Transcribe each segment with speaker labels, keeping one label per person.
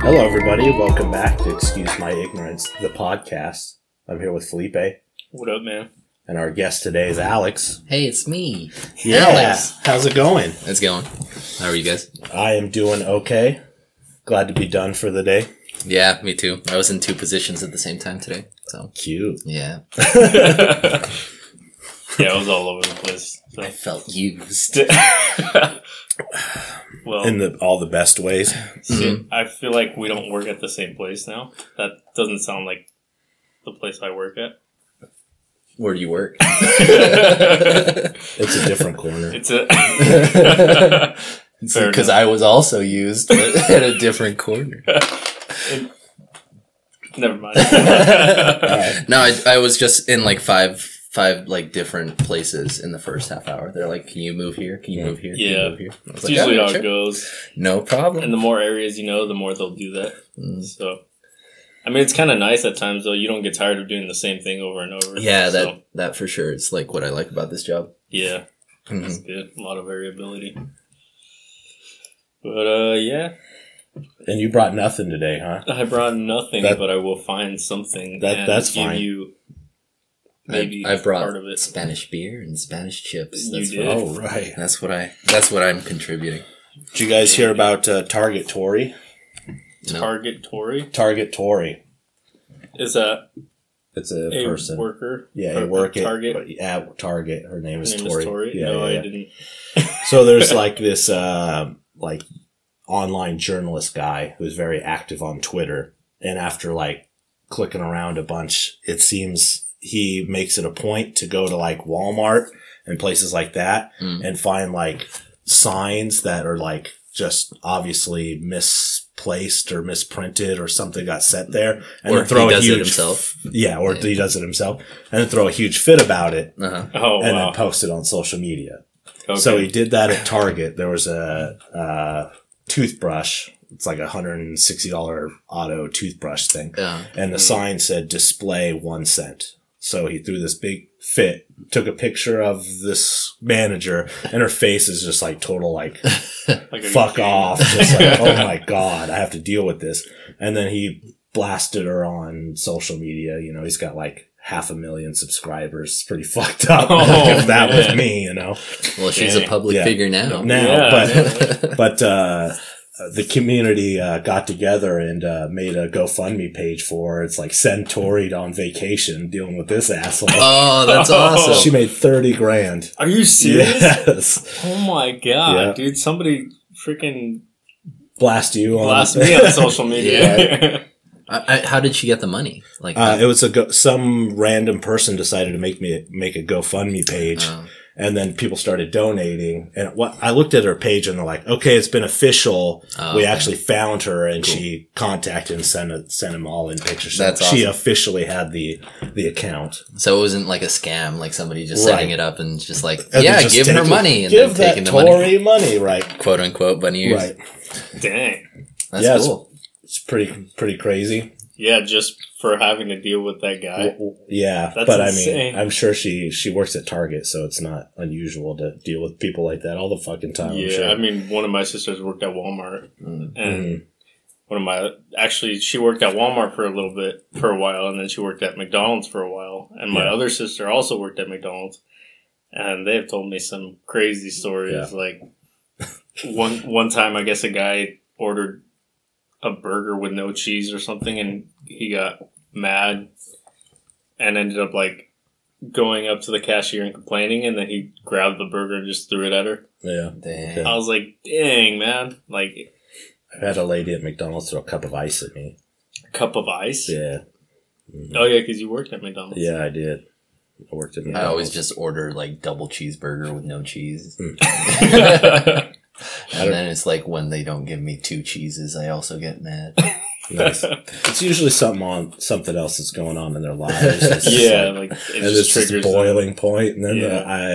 Speaker 1: Hello, everybody. Welcome back to Excuse My Ignorance, the podcast. I'm here with Felipe, and
Speaker 2: What up, man?
Speaker 1: our guest today is Alex.
Speaker 3: Hey, it's me.
Speaker 1: Yeah,
Speaker 3: Alex.
Speaker 1: how's it going?
Speaker 3: How's it going? How are you guys?
Speaker 1: I am doing okay. Glad to be done for the day.
Speaker 3: Yeah, me too. I was in two positions at the same time today. So,
Speaker 1: Cute.
Speaker 3: yeah.
Speaker 2: yeah, I was all over the place.
Speaker 3: I
Speaker 2: So.
Speaker 3: felt used.
Speaker 2: well,
Speaker 1: In the all the best ways.
Speaker 2: see, I feel like we don't work at the same place now. That doesn't sound like the place I work at.
Speaker 3: Where do you work?
Speaker 1: It's a different corner.
Speaker 2: it's a. Fair
Speaker 3: Because I was also used but at a different corner.
Speaker 2: Never mind.
Speaker 3: No, I, I was just in like five five like different places in the first half hour. They're like, "Can you move here? Can you move here? Can you
Speaker 2: Yeah.
Speaker 3: move here?" I was
Speaker 2: it's
Speaker 3: like,
Speaker 2: usually
Speaker 3: "Yeah,
Speaker 2: how
Speaker 3: sure.
Speaker 2: it goes.
Speaker 3: No problem.
Speaker 2: And the more areas you know, the more they'll do that.
Speaker 3: Mm.
Speaker 2: So, I mean, it's kind of nice at times, though. You don't get tired of doing the same thing over and over.
Speaker 3: Yeah, that
Speaker 2: So,
Speaker 3: that for sure is like what I like about this job.
Speaker 2: yeah.
Speaker 3: Mhm.
Speaker 2: That's good. A lot of variability. But uh, yeah,
Speaker 1: And you brought nothing today, huh?
Speaker 2: I brought nothing,
Speaker 1: That-
Speaker 2: but I will find something
Speaker 1: that-
Speaker 2: and
Speaker 1: that's
Speaker 2: give
Speaker 1: fine.
Speaker 2: you maybe
Speaker 3: I, I brought
Speaker 2: part of it.
Speaker 3: Spanish beer and Spanish chips.
Speaker 2: You
Speaker 3: That's
Speaker 2: did?
Speaker 3: what I
Speaker 1: Oh, right.
Speaker 3: That's what I. That's what I'm contributing.
Speaker 1: Did you guys hear about uh, Target Tory?
Speaker 3: No.
Speaker 2: Target Tory
Speaker 1: Target Tory.
Speaker 2: is a,
Speaker 1: It's a,
Speaker 2: a
Speaker 1: person.
Speaker 2: worker.
Speaker 1: yeah,
Speaker 2: or
Speaker 1: a work at
Speaker 2: Target.
Speaker 1: at Target. Her name
Speaker 2: Her
Speaker 1: is
Speaker 2: name
Speaker 1: Tori.
Speaker 2: is Tori.
Speaker 1: Yeah,
Speaker 2: no,
Speaker 1: yeah, yeah.
Speaker 2: I didn't.
Speaker 1: So there's like this uh, like online journalist guy who's very active on Twitter, and after like clicking around a bunch, it seems he makes it a point to go to like Walmart and places like that
Speaker 3: Mm.
Speaker 1: and find like signs that are like just obviously misplaced or misprinted or something got set there and
Speaker 3: Or
Speaker 1: then throw
Speaker 3: he
Speaker 1: a
Speaker 3: does it
Speaker 1: huge
Speaker 3: himself.
Speaker 1: yeah or he does it himself and then throw a huge fit about it
Speaker 3: Uh-huh.
Speaker 2: Oh
Speaker 1: and
Speaker 2: wow.
Speaker 1: then post it on social media
Speaker 2: Okay.
Speaker 1: so he did that at Target. There was a, uh toothbrush. It's like a hundred and sixty dollar auto toothbrush thing,
Speaker 3: Yeah.
Speaker 1: and the
Speaker 2: Hmm.
Speaker 1: sign said "display one cent." So he threw this big fit, took a picture of this manager, and her face is just like total like
Speaker 2: Like, are you
Speaker 1: fuck
Speaker 2: kidding?
Speaker 1: off. Just like, oh my god, I have to deal with this. And then he blasted her on social media. You know, he's got like half a million subscribers. It's pretty fucked up.
Speaker 2: Oh,
Speaker 1: if that was
Speaker 2: man.
Speaker 1: me, you know.
Speaker 3: Well, she's a
Speaker 2: Dang.
Speaker 3: public
Speaker 1: Yeah.
Speaker 3: figure now.
Speaker 1: Now,
Speaker 2: Yeah,
Speaker 1: but
Speaker 2: yeah.
Speaker 1: but uh, the community uh, got together and uh, made a GoFundMe page for her. It's like send Tori on vacation dealing with this asshole.
Speaker 3: Oh, that's awesome.
Speaker 1: She made thirty grand.
Speaker 2: Are you serious?
Speaker 1: Yes.
Speaker 2: Oh my god,
Speaker 1: Yeah.
Speaker 2: dude! Somebody freaking
Speaker 1: Blast you on.
Speaker 2: blast me on social media.
Speaker 3: I, I, how did she get the money? Like,
Speaker 1: Uh, it was a go- some random person decided to make me make a GoFundMe page,
Speaker 2: Uh.
Speaker 3: oh,
Speaker 1: and then people started donating. And what I looked at her page, and they're like, "Okay, it's been official.
Speaker 3: Oh,
Speaker 1: we
Speaker 3: okay.
Speaker 1: actually found her, and
Speaker 3: Cool.
Speaker 1: she contacted and sent a, sent them all in pictures. So
Speaker 3: That's
Speaker 1: She
Speaker 3: awesome.
Speaker 1: officially had the the account.
Speaker 3: so it wasn't like a scam, like somebody just setting
Speaker 1: Right.
Speaker 3: it up and just like,
Speaker 1: And
Speaker 3: yeah,
Speaker 1: then just
Speaker 3: give
Speaker 1: take
Speaker 3: her
Speaker 1: it-
Speaker 3: money and
Speaker 1: give
Speaker 3: then
Speaker 1: that
Speaker 3: taking the money,
Speaker 1: Tory money, right?
Speaker 3: quote unquote, bunny ears.
Speaker 1: Right.
Speaker 2: Dang.
Speaker 3: That's
Speaker 1: Yes.
Speaker 3: cool.
Speaker 1: It's pretty pretty crazy.
Speaker 2: Yeah, just for having to deal with that guy.
Speaker 1: W- w- yeah,
Speaker 2: That's
Speaker 1: but I
Speaker 2: insane.
Speaker 1: mean, I'm sure she she works at Target, so it's not unusual to deal with people like that all the fucking time.
Speaker 2: yeah,
Speaker 1: I'm sure.
Speaker 2: I mean, one of my sisters worked at Walmart,
Speaker 3: Mm.
Speaker 2: and
Speaker 1: Mhm.
Speaker 2: one of my actually she worked at Walmart for a little bit for a while, and then she worked at McDonald's for a while, and my
Speaker 1: Yeah.
Speaker 2: other sister also worked at McDonald's, and they have told me some crazy stories. Like one one time, I guess a guy ordered a burger with no cheese or something, and he got mad and ended up like going up to the cashier and complaining, and then he grabbed the burger and just threw it at her.
Speaker 1: yeah.
Speaker 3: Dang.
Speaker 1: Yeah.
Speaker 2: I was like, dang, man. Like,
Speaker 1: I've had a lady at McDonald's throw a cup of ice at me.
Speaker 2: a cup of ice?
Speaker 1: Yeah, Mm-hmm.
Speaker 2: Oh, yeah, because you worked at McDonald's.
Speaker 1: yeah, I did. I worked at
Speaker 3: I
Speaker 1: McDonald's.
Speaker 3: always just order like double cheeseburger with no cheese.
Speaker 1: don't-
Speaker 3: And then it's like when they don't give me two cheeses, I also get mad.
Speaker 1: nice. It's usually something on something else that's going on in their lives. It's just
Speaker 2: yeah,
Speaker 1: like-
Speaker 2: like, it
Speaker 1: and
Speaker 2: just
Speaker 1: it's just
Speaker 2: triggers them.
Speaker 1: boiling point, and then
Speaker 2: Yeah.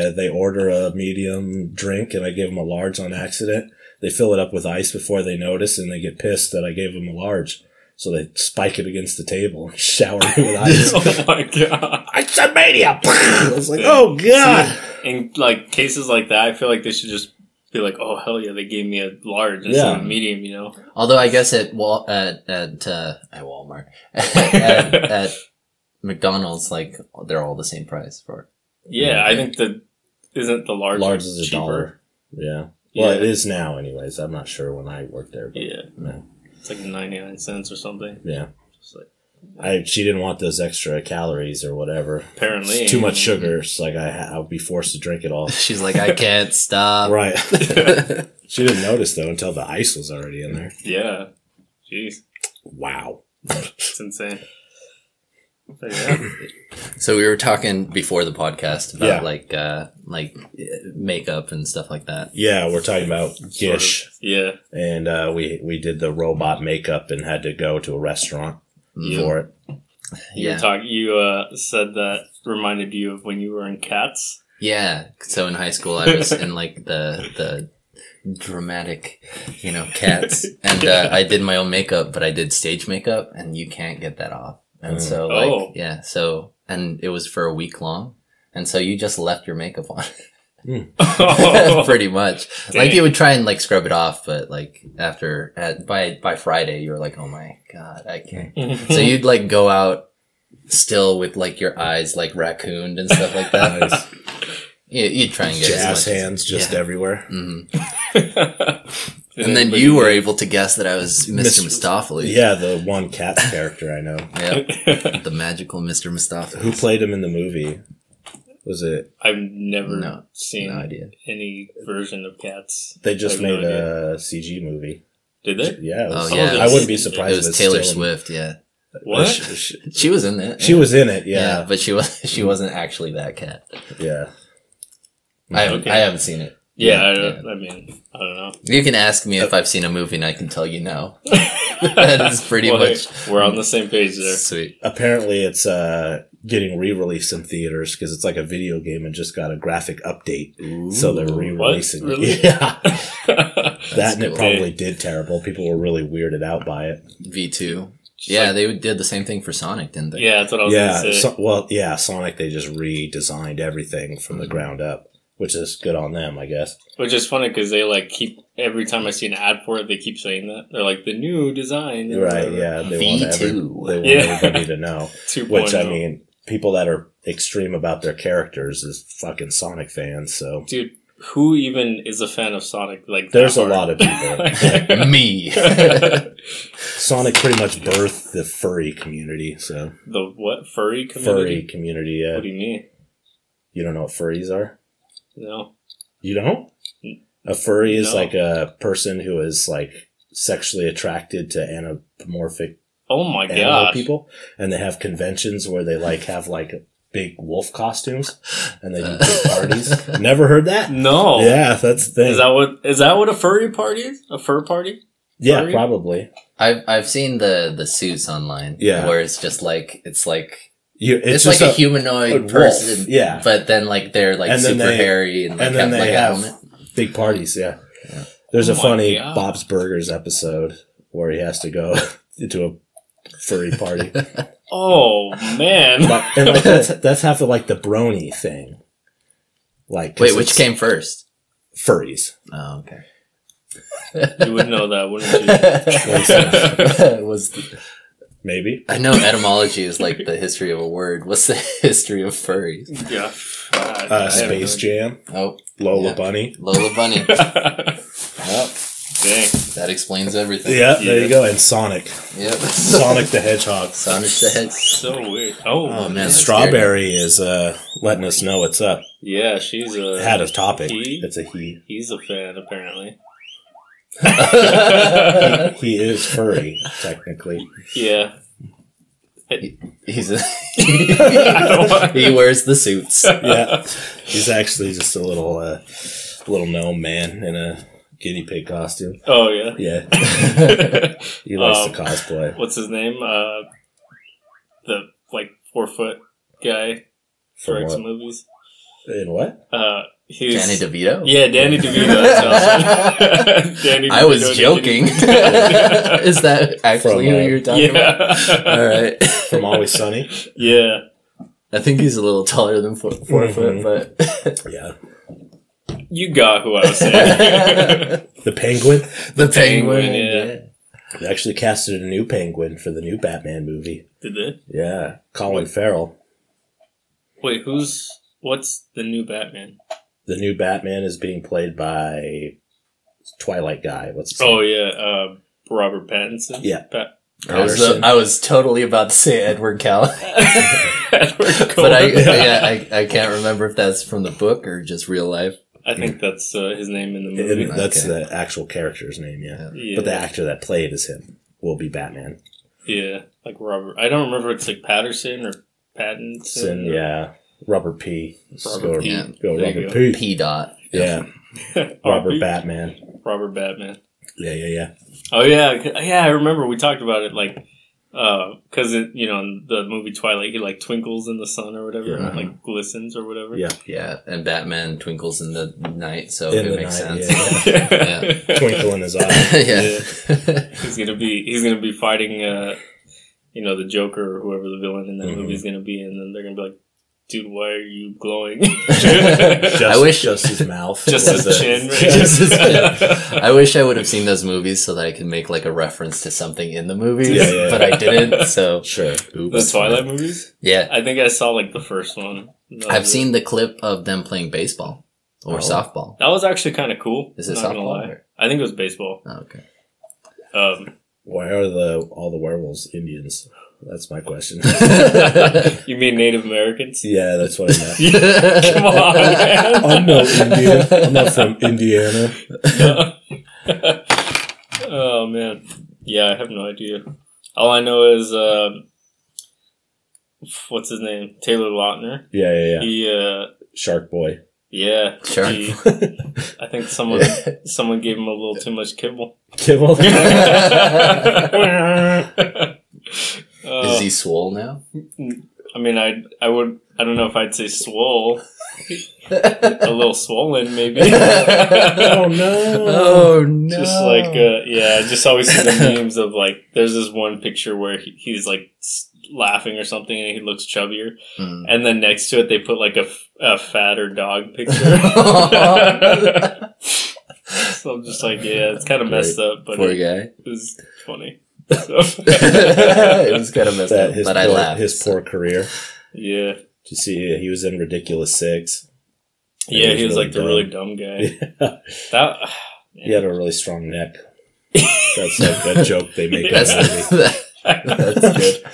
Speaker 1: uh, I, they order a medium drink, and I give them a large on accident. They fill it up with ice before they notice, and they get pissed that I gave them a large. So they spike it against the table and shower me with ice.
Speaker 2: oh, my God.
Speaker 1: I said medium. I was like, oh god.
Speaker 2: In, like, cases like that, I feel like they should just be like, oh hell yeah, they gave me a large instead yeah. of a medium, you know.
Speaker 3: Although I guess at Wal at at uh, at Walmart at, at, McDonald's, like they're all the same price for.
Speaker 2: Yeah, you know, I think the isn't the large
Speaker 1: large is cheaper? a dollar. Yeah. Well, yeah. it is now, anyways. I'm not sure when I worked there.
Speaker 2: yeah. No. It's like 99 cents or something.
Speaker 1: Yeah. Just like, I she didn't want those extra calories or whatever.
Speaker 2: Apparently,
Speaker 1: it's too much sugar. It's like I I'll be forced to drink it all.
Speaker 3: She's like, I can't stop.
Speaker 1: Right. she didn't notice though until the ice was already in there.
Speaker 2: Yeah. Jeez.
Speaker 1: Wow.
Speaker 2: It's insane.
Speaker 3: Yeah. so we were talking before the podcast about yeah. like uh like makeup and stuff like that.
Speaker 1: Yeah, we're talking about Gish. Sort
Speaker 2: of, yeah.
Speaker 1: And uh, we we did the robot makeup and had to go to a restaurant yeah. for it.
Speaker 2: You yeah. talk. You uh, said that reminded you of when you were in Cats.
Speaker 3: Yeah. So in high school, I was in like the the dramatic, you know, Cats, and uh, I did my own makeup, but I did stage makeup, and you can't get that off. And mm. so, like, oh. yeah. So, and it was for a week long, and so you just left your makeup on. Mm. oh, pretty much dang. like you would try and like scrub it off but like after at, by by friday you were like oh my god i can't so you'd like go out still with like your eyes like raccooned and stuff like that nice. you, you'd try and get
Speaker 1: jazz hands just yeah. everywhere
Speaker 3: mm-hmm. and then you were able to guess that i was mr mistopheles
Speaker 1: yeah the one cat character i know
Speaker 3: yeah the magical mr mistopheles
Speaker 1: who played him in the movie was it?
Speaker 2: I've never no, seen no idea. any version of Cats.
Speaker 1: They just made no a CG movie.
Speaker 2: Did they?
Speaker 1: Yeah. Was, oh, yeah. I wouldn't be surprised.
Speaker 3: It was Taylor Swift. In, yeah.
Speaker 2: What?
Speaker 3: She, she, she, was in that.
Speaker 1: She yeah. was in it. Yeah. yeah.
Speaker 3: but she was she wasn't actually that cat.
Speaker 1: Yeah.
Speaker 3: I haven't, okay. I haven't seen it.
Speaker 2: Yeah, I, I, mean, I don't know.
Speaker 3: You can ask me
Speaker 1: Uh,
Speaker 3: if I've seen a movie, and I can tell you no. that is pretty well, much.
Speaker 2: Hey, we're on the same page there.
Speaker 3: Sweet.
Speaker 1: Apparently, it's uh getting re-released in theaters because it's like a video game and just got a graphic update. Ooh, so they're re-releasing
Speaker 2: what? Really?
Speaker 1: it. Yeah. that and it probably did terrible. People were really weirded out by it.
Speaker 3: V2. Just yeah, like, they did the same thing for Sonic, didn't they?
Speaker 2: Yeah, that's what I was
Speaker 1: yeah,
Speaker 2: so,
Speaker 1: well, yeah, Sonic, they just redesigned everything from
Speaker 2: Mm.
Speaker 1: mm-hmm. the ground up, which is good on them, I guess.
Speaker 2: Which is funny because they like keep, every time I see an ad for it, they keep saying that. They're like, the new design.
Speaker 1: Right, yeah. They V2. Want every, they want yeah. everybody to know. which,
Speaker 2: oh.
Speaker 1: I mean, people that are extreme about their characters is fucking Sonic fans. So,
Speaker 2: dude, who even is a fan of Sonic? Like,
Speaker 1: there's a lot of people.
Speaker 3: Me.
Speaker 1: Sonic pretty much birthed the furry community. So
Speaker 2: the what furry community?
Speaker 1: Furry community. Yeah.
Speaker 2: What do you mean?
Speaker 1: You don't know what furries are?
Speaker 2: No.
Speaker 1: You don't? A furry is no. like a person who is like sexually attracted to anamorphic
Speaker 2: Oh my god!
Speaker 1: People and they have conventions where they like have like big wolf costumes and they do big parties. Never heard that?
Speaker 2: No.
Speaker 1: Yeah, that's the thing.
Speaker 2: Is that what is that what a furry party is? A fur party?
Speaker 1: Yeah, furry? probably.
Speaker 3: I've I've seen the the suits online.
Speaker 1: Yeah,
Speaker 3: where it's just like it's like.
Speaker 1: You,
Speaker 3: it's, it's like a, a humanoid a person,
Speaker 1: yeah.
Speaker 3: But then, like they're like and super they, hairy, and, like, and then have, they like, have
Speaker 1: big parties. Yeah, yeah. there's oh a funny god. Bob's Burgers episode where he has to go into a furry party.
Speaker 2: oh man!
Speaker 1: But, and like that's that's half of like the brony thing. Like
Speaker 3: wait, which came first?
Speaker 1: Furries.
Speaker 3: Oh okay.
Speaker 2: you would know that, wouldn't you?
Speaker 1: was the, maybe
Speaker 3: I know etymology is like the history of a word. What's the history of furries?
Speaker 2: Yeah.
Speaker 1: Uh, uh, Space Jam.
Speaker 3: Oh,
Speaker 1: Lola yeah. Bunny.
Speaker 3: Lola Bunny.
Speaker 2: yep. Dang.
Speaker 3: That explains everything.
Speaker 1: Yeah, there yeah. you go. And Sonic.
Speaker 3: Yep.
Speaker 1: Sonic the Hedgehog.
Speaker 3: Sonic the Hedgehog.
Speaker 2: So weird. Oh, oh man. man.
Speaker 1: Strawberry is uh, letting us know what's up.
Speaker 2: Yeah, she's a.
Speaker 1: Had a topic. He? It's a he.
Speaker 2: He's a fan, apparently.
Speaker 1: he, he, is furry, technically.
Speaker 2: Yeah.
Speaker 3: He, he's a he wears the suits.
Speaker 1: Yeah, he's actually just a little uh, little gnome man in a guinea pig costume.
Speaker 2: Oh yeah,
Speaker 1: yeah. he likes um, to cosplay.
Speaker 2: What's his name? Uh, the like four foot guy for X movies.
Speaker 1: In what?
Speaker 2: Uh, he's,
Speaker 3: Danny DeVito.
Speaker 2: Yeah, Danny DeVito.
Speaker 3: Danny I DeVito was joking. Is that actually from, who you're talking yeah. about? All right.
Speaker 1: From Always Sunny.
Speaker 2: Yeah.
Speaker 3: I think he's a little taller than 4 four mm-hmm. foot,
Speaker 1: but yeah.
Speaker 2: you got who I was saying.
Speaker 1: The Penguin.
Speaker 3: the
Speaker 2: Penguin,
Speaker 3: penguin.
Speaker 2: yeah.
Speaker 1: They actually casted a new Penguin for the new Batman movie.
Speaker 2: Did they?
Speaker 1: Yeah, Colin Farrell.
Speaker 2: Wait, who's what's the new Batman?
Speaker 1: The new Batman is being played by Twilight guy. What's his
Speaker 2: Oh
Speaker 1: name?
Speaker 2: yeah, uh, Robert Pattinson.
Speaker 1: Yeah.
Speaker 2: Pat-
Speaker 3: I was,
Speaker 1: Patterson.
Speaker 3: I was totally about to say Edward Cal,
Speaker 2: Edward
Speaker 3: but I
Speaker 2: Cullen.
Speaker 3: yeah I, I can't remember if that's from the book or just real life.
Speaker 2: I think that's uh, his name in the movie.
Speaker 1: And that's
Speaker 3: Okay.
Speaker 1: the actual character's name. Yeah.
Speaker 2: yeah.
Speaker 1: but the actor that played is him. Will be Batman.
Speaker 2: yeah, like Robert. I don't remember if it's like Patterson or Pattinson.
Speaker 1: Sin, yeah. Robert P. Let's
Speaker 2: uh, Robert
Speaker 1: go,
Speaker 2: P.
Speaker 1: go
Speaker 2: There
Speaker 1: Robert
Speaker 2: you
Speaker 1: P.
Speaker 3: P dot.
Speaker 1: Yeah, Robert
Speaker 2: Robert
Speaker 1: Batman.
Speaker 2: Robert Batman.
Speaker 1: Yeah, yeah, yeah.
Speaker 2: Oh yeah, c- yeah. I remember we talked about it, like, because it, you know, in the movie Twilight, he like twinkles in the sun or whatever,
Speaker 1: Yeah.
Speaker 2: and, like glistens or whatever.
Speaker 1: Yeah.
Speaker 3: Yeah, and Batman twinkles in the night, so
Speaker 1: In
Speaker 3: it
Speaker 1: the
Speaker 3: makes
Speaker 1: night,
Speaker 3: sense.
Speaker 1: yeah. Twinkle in his eye.
Speaker 3: yeah.
Speaker 2: he's gonna be he's gonna be fighting, uh, you know, the Joker or whoever the villain in that
Speaker 1: Mhm.
Speaker 2: movie is gonna be, and then they're gonna be like, "Dude, why are you glowing?"
Speaker 1: Just,
Speaker 3: I wish-
Speaker 1: just his mouth.
Speaker 2: Just his
Speaker 1: Was a-
Speaker 2: chin, right?
Speaker 3: Just his chin. I wish I would have seen those movies so that I could make like a reference to something in the movies,
Speaker 1: Yeah, yeah,
Speaker 3: but
Speaker 2: yeah.
Speaker 3: I didn't. So
Speaker 1: Sure.
Speaker 2: the
Speaker 1: Oops.
Speaker 2: Twilight movies.
Speaker 3: yeah,
Speaker 2: I think I saw like the first one. That
Speaker 3: I've
Speaker 2: was-
Speaker 3: seen the clip of them playing baseball or
Speaker 1: Oh.
Speaker 3: softball.
Speaker 2: that was actually kind of cool.
Speaker 3: Is it
Speaker 2: not gonna
Speaker 3: softball
Speaker 2: lie.
Speaker 3: or-
Speaker 2: I think it was baseball.
Speaker 3: Oh, okay,
Speaker 2: Um,
Speaker 1: Why are the all the werewolves Indians? That's my question.
Speaker 2: you mean Native Americans?
Speaker 1: yeah, that's what I meant.
Speaker 2: Come on, man.
Speaker 1: I'm no Indian. I'm not from Indiana.
Speaker 2: oh man, yeah, I have no idea. All I know is um what's his name, Taylor Lautner.
Speaker 1: Yeah, yeah, yeah.
Speaker 2: He, uh,
Speaker 1: Shark boy.
Speaker 2: yeah,
Speaker 3: Sure.
Speaker 2: he- I think someone someone gave him a little too much kibble.
Speaker 1: Kibble.
Speaker 2: Uh,
Speaker 3: Is he swole now?
Speaker 2: I mean, I I would I don't know if I'd say swole, a little swollen maybe.
Speaker 1: oh no.
Speaker 3: Oh no!
Speaker 2: Just like uh, yeah, I just always see the memes of like there's this one picture where he, he's like s- laughing or something and he looks chubbier,
Speaker 3: Mm.
Speaker 2: and then next to it they put like a, f- a fatter dog picture. so I'm just like yeah, it's kind of messed up, but
Speaker 3: poor
Speaker 2: it,
Speaker 3: guy.
Speaker 2: was funny. So-
Speaker 3: it was kind of messed
Speaker 1: That
Speaker 3: up,
Speaker 1: his
Speaker 3: but
Speaker 1: poor,
Speaker 3: I laughed.
Speaker 1: His poor career.
Speaker 2: yeah,
Speaker 1: To see, he was in Ridiculous Six.
Speaker 2: yeah,
Speaker 1: was
Speaker 2: he was
Speaker 1: really
Speaker 2: like the really dumb guy. That
Speaker 1: He had a really strong neck. That's like that joke they make. in
Speaker 3: That's
Speaker 1: the movie.
Speaker 3: the, that's good.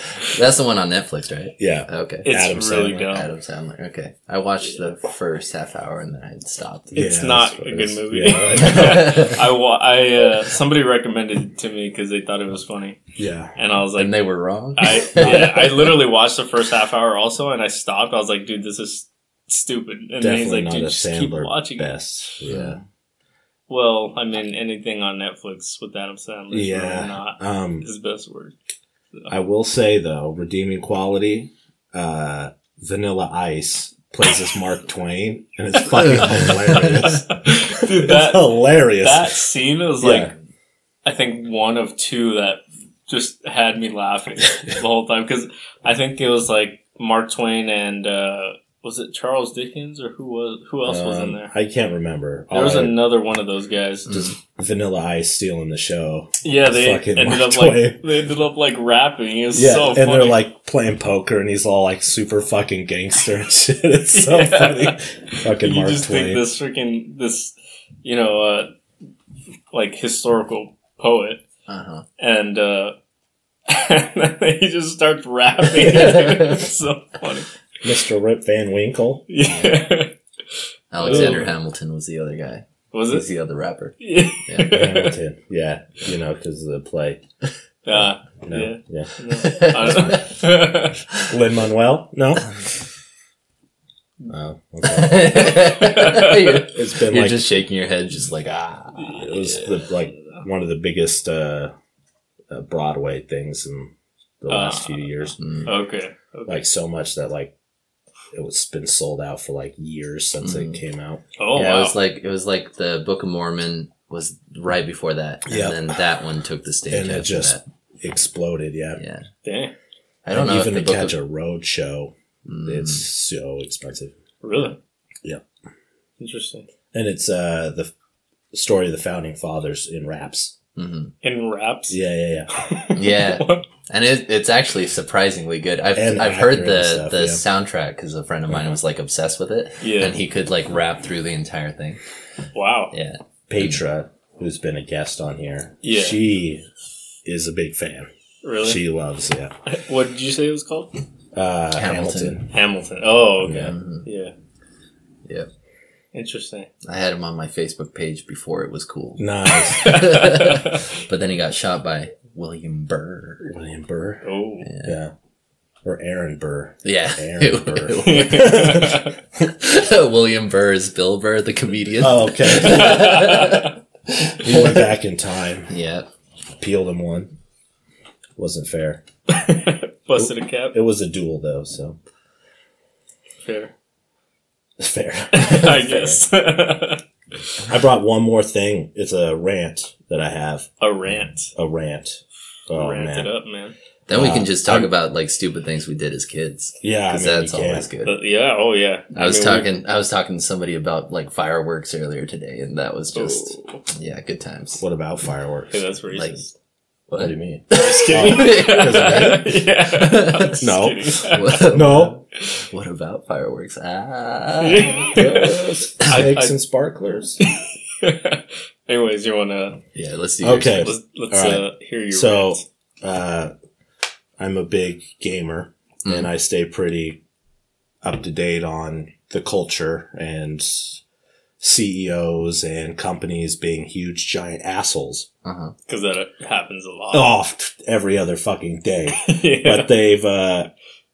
Speaker 3: That's the one on Netflix, right?
Speaker 1: Yeah,
Speaker 3: Okay.
Speaker 2: it's
Speaker 1: Adam
Speaker 2: really
Speaker 1: Sandler.
Speaker 2: dumb.
Speaker 3: Adam Sandler. Okay. I watched the first half hour and then I stopped.
Speaker 2: It's
Speaker 1: Yeah,
Speaker 2: not
Speaker 1: that's
Speaker 2: a
Speaker 1: what
Speaker 2: good
Speaker 1: it is.
Speaker 2: movie.
Speaker 3: Yeah.
Speaker 2: I, wa- I uh, somebody recommended it to me because they thought it was funny,
Speaker 1: yeah.
Speaker 2: and I was like,
Speaker 3: and they were wrong.
Speaker 2: I yeah, I literally watched the first half hour also, and I stopped. I was like, dude, this is stupid. And then he's
Speaker 1: Definitely
Speaker 2: like,
Speaker 1: not
Speaker 2: dude,
Speaker 1: a
Speaker 2: just keep watching.
Speaker 1: Sandler
Speaker 2: it.
Speaker 1: best. Yeah,
Speaker 2: Well, I mean, anything on Netflix with Adam Sandler, is
Speaker 1: Yeah.
Speaker 2: really not
Speaker 1: um,
Speaker 2: his best work.
Speaker 1: I will say though, redeeming quality, uh, Vanilla Ice plays as Mark Twain, and it's fucking hilarious.
Speaker 2: dude,
Speaker 1: it's
Speaker 2: that
Speaker 1: hilarious.
Speaker 2: that scene was
Speaker 1: Yeah.
Speaker 2: like, I think one of two that just had me laughing the whole time because I think it was like Mark Twain and uh, was it Charles Dickens or who was who else was in
Speaker 1: Um,
Speaker 2: there?
Speaker 1: I can't remember.
Speaker 2: There was
Speaker 1: All I-
Speaker 2: another one of those guys.
Speaker 3: Just-
Speaker 1: Vanilla Ice stealing the show.
Speaker 2: Yeah, they
Speaker 1: Fucking
Speaker 2: ended
Speaker 1: Mark
Speaker 2: up
Speaker 1: Twain.
Speaker 2: like they ended up like rapping. It was
Speaker 1: Yeah,
Speaker 2: so
Speaker 1: and
Speaker 2: funny.
Speaker 1: they're like playing poker, and he's all like super fucking gangster and shit. It's so
Speaker 2: Yeah.
Speaker 1: funny. Fucking
Speaker 2: you
Speaker 1: Mark
Speaker 2: just
Speaker 1: Twain.
Speaker 2: think this freaking this, you know, uh, like historical poet,
Speaker 1: Mm.
Speaker 3: Uh-huh.
Speaker 2: and uh, and then he just starts rapping. it's so funny.
Speaker 1: Mr. Rip Van Winkle.
Speaker 2: Yeah,
Speaker 3: Alexander
Speaker 2: Ooh.
Speaker 3: Hamilton was the other guy.
Speaker 2: was
Speaker 3: He's
Speaker 2: it?
Speaker 3: the other rapper.
Speaker 2: Yeah.
Speaker 1: Hamilton. Yeah, you know, because of the play.
Speaker 2: Uh,
Speaker 1: No,
Speaker 2: Yeah.
Speaker 1: yeah.
Speaker 2: no, I
Speaker 1: Lin Manuel? No. Oh, okay.
Speaker 3: you're
Speaker 1: It's been
Speaker 3: you're
Speaker 1: like
Speaker 3: just shaking your head, just like ah.
Speaker 1: it was the, like one of the biggest uh, uh, Broadway things in the last
Speaker 2: Uh,
Speaker 1: few years.
Speaker 3: Mm.
Speaker 2: don't- okay. okay.
Speaker 1: Like so much that like it was been sold out for like years since
Speaker 3: Mhm.
Speaker 1: it came out.
Speaker 2: oh
Speaker 3: yeah,
Speaker 2: wow.
Speaker 3: it was like it was like the Book of Mormon was right before that, and
Speaker 1: Yeah.
Speaker 3: then that one took the stage.
Speaker 1: And it
Speaker 3: after
Speaker 1: just- Exploded, yeah.
Speaker 3: that. yeah.
Speaker 2: Dang.
Speaker 3: I don't
Speaker 1: And
Speaker 3: know
Speaker 1: Even to
Speaker 3: if the Book
Speaker 1: catch
Speaker 3: of,
Speaker 1: a road show,
Speaker 3: Mm.
Speaker 1: it's so expensive.
Speaker 2: Really?
Speaker 1: Yeah.
Speaker 2: Interesting.
Speaker 1: and it's uh the story of the founding fathers in raps.
Speaker 3: hmm
Speaker 2: In wraps.
Speaker 1: Yeah, yeah, yeah.
Speaker 3: Yeah. And it, it's actually surprisingly good. I've,
Speaker 1: And
Speaker 3: I've heard
Speaker 1: accurate
Speaker 3: the,
Speaker 1: and stuff,
Speaker 3: the
Speaker 1: yeah. Uh-huh.
Speaker 3: soundtrack because a friend of mine was like obsessed with it.
Speaker 2: Yeah.
Speaker 3: And he could like rap through the entire thing.
Speaker 2: Wow.
Speaker 3: Yeah.
Speaker 1: Petra, who's been a guest on here,
Speaker 2: Yeah.
Speaker 1: she is a big fan.
Speaker 2: Really?
Speaker 1: She loves yeah.
Speaker 2: what did you say it was called?
Speaker 1: Uh, Hamilton.
Speaker 3: Hamilton.
Speaker 2: Hamilton. Oh, okay.
Speaker 3: Mhm.
Speaker 2: Yeah.
Speaker 3: Yeah.
Speaker 2: Interesting.
Speaker 3: I had him on my Facebook page before it was cool.
Speaker 1: Nice.
Speaker 2: oh.
Speaker 3: But then he got shot by William Burr.
Speaker 1: William Burr.
Speaker 2: Oh.
Speaker 1: Yeah. Or Aaron Burr.
Speaker 3: Yeah.
Speaker 1: Aaron Burr.
Speaker 3: William Burr is Bill Burr, the comedian.
Speaker 1: Oh, okay. he went back in time,
Speaker 3: yeah.
Speaker 1: peeled him one. Wasn't fair.
Speaker 2: Busted a cap.
Speaker 1: It was a duel though, so
Speaker 2: Fair.
Speaker 1: fair.
Speaker 2: I guess. a
Speaker 1: I brought one more thing. It's a rant that I have.
Speaker 2: rant.
Speaker 1: A rant. Oh
Speaker 2: rant
Speaker 1: man.
Speaker 2: it up, man.
Speaker 3: Then we
Speaker 1: Uh,
Speaker 3: can just talk
Speaker 1: I'm-
Speaker 3: about like stupid things we did as kids.
Speaker 1: Yeah, I
Speaker 3: Because
Speaker 1: mean, you
Speaker 3: that's
Speaker 1: can't.
Speaker 3: always good.
Speaker 2: But yeah. Oh yeah.
Speaker 3: I was
Speaker 2: mean, we-
Speaker 3: talking. I was talking to somebody about like fireworks earlier today, and that was just
Speaker 2: Oh.
Speaker 3: yeah, good times.
Speaker 1: What about fireworks?
Speaker 2: Hey, that's
Speaker 3: Like-
Speaker 2: racist.
Speaker 1: What do you mean?
Speaker 2: Just kidding. yeah. I'm just
Speaker 1: No.
Speaker 2: kidding.
Speaker 3: What-
Speaker 1: No.
Speaker 3: What about fireworks? Ah,
Speaker 1: Snakes
Speaker 2: I- I-
Speaker 1: and sparklers.
Speaker 2: Anyways, you wanna
Speaker 3: yeah. Let's do. yours
Speaker 1: Okay.
Speaker 3: first.
Speaker 2: let's, let's
Speaker 1: All right.
Speaker 2: uh, hear your
Speaker 1: So-
Speaker 2: rant.
Speaker 1: Uh, I'm a big gamer,
Speaker 3: Mm.
Speaker 1: and I stay pretty up to date on the culture and CEOs and companies being huge giant assholes.
Speaker 3: Uh-huh.
Speaker 2: because that happens a lot.
Speaker 1: Off every other fucking day.
Speaker 2: yeah.
Speaker 1: Oh, but they've uh,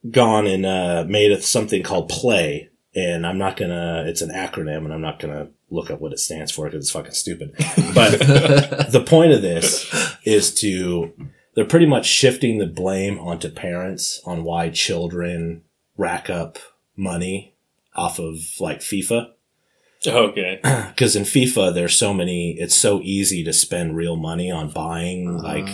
Speaker 1: gone and uh, made it something called play and i'm not gonna it's an acronym and i'm not gonna look up what it stands for because it's fucking stupid but
Speaker 3: Uh-huh.
Speaker 1: the point of this is to they're pretty much shifting the blame onto parents on why children rack up money off of like fifa
Speaker 2: okay.
Speaker 1: because in fifa there's so many it's so easy to spend real money on buying
Speaker 3: Uh-huh.
Speaker 1: like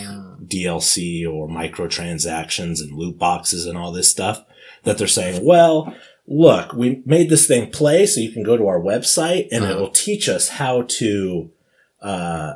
Speaker 1: DLC or microtransactions and loot boxes and all this stuff that they're saying, well, look, we made this thing play so you can go to our website and
Speaker 3: Uh-huh.
Speaker 1: it will teach us how to uh,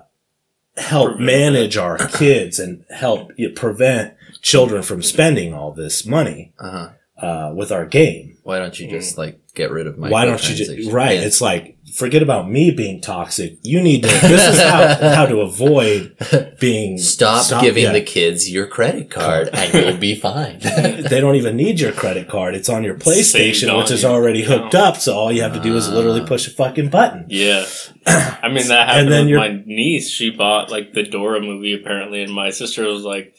Speaker 1: help
Speaker 2: Prevent
Speaker 1: manage our kids and help you prevent children from spending all this money
Speaker 3: uh
Speaker 1: uh, with our game.
Speaker 3: Why don't you just like get rid of my?
Speaker 1: Why don't you just, right? It's like, forget about me being toxic. You need to, this is how, how to avoid being
Speaker 3: Stop,
Speaker 1: stopped-
Speaker 3: giving
Speaker 1: yeah.
Speaker 3: the kids your credit card, and you'll be fine.
Speaker 1: they don't even need your credit card. It's on your
Speaker 2: Saved
Speaker 1: PlayStation,
Speaker 2: on
Speaker 1: which is
Speaker 2: you.
Speaker 1: already hooked
Speaker 2: No.
Speaker 1: up. So all you have to do is
Speaker 3: Ah.
Speaker 1: literally push a fucking button.
Speaker 2: Yeah. I mean, that happened
Speaker 1: then
Speaker 2: with
Speaker 1: you're-
Speaker 2: my niece. She bought, like, the Dora movie, apparently, and my sister was like,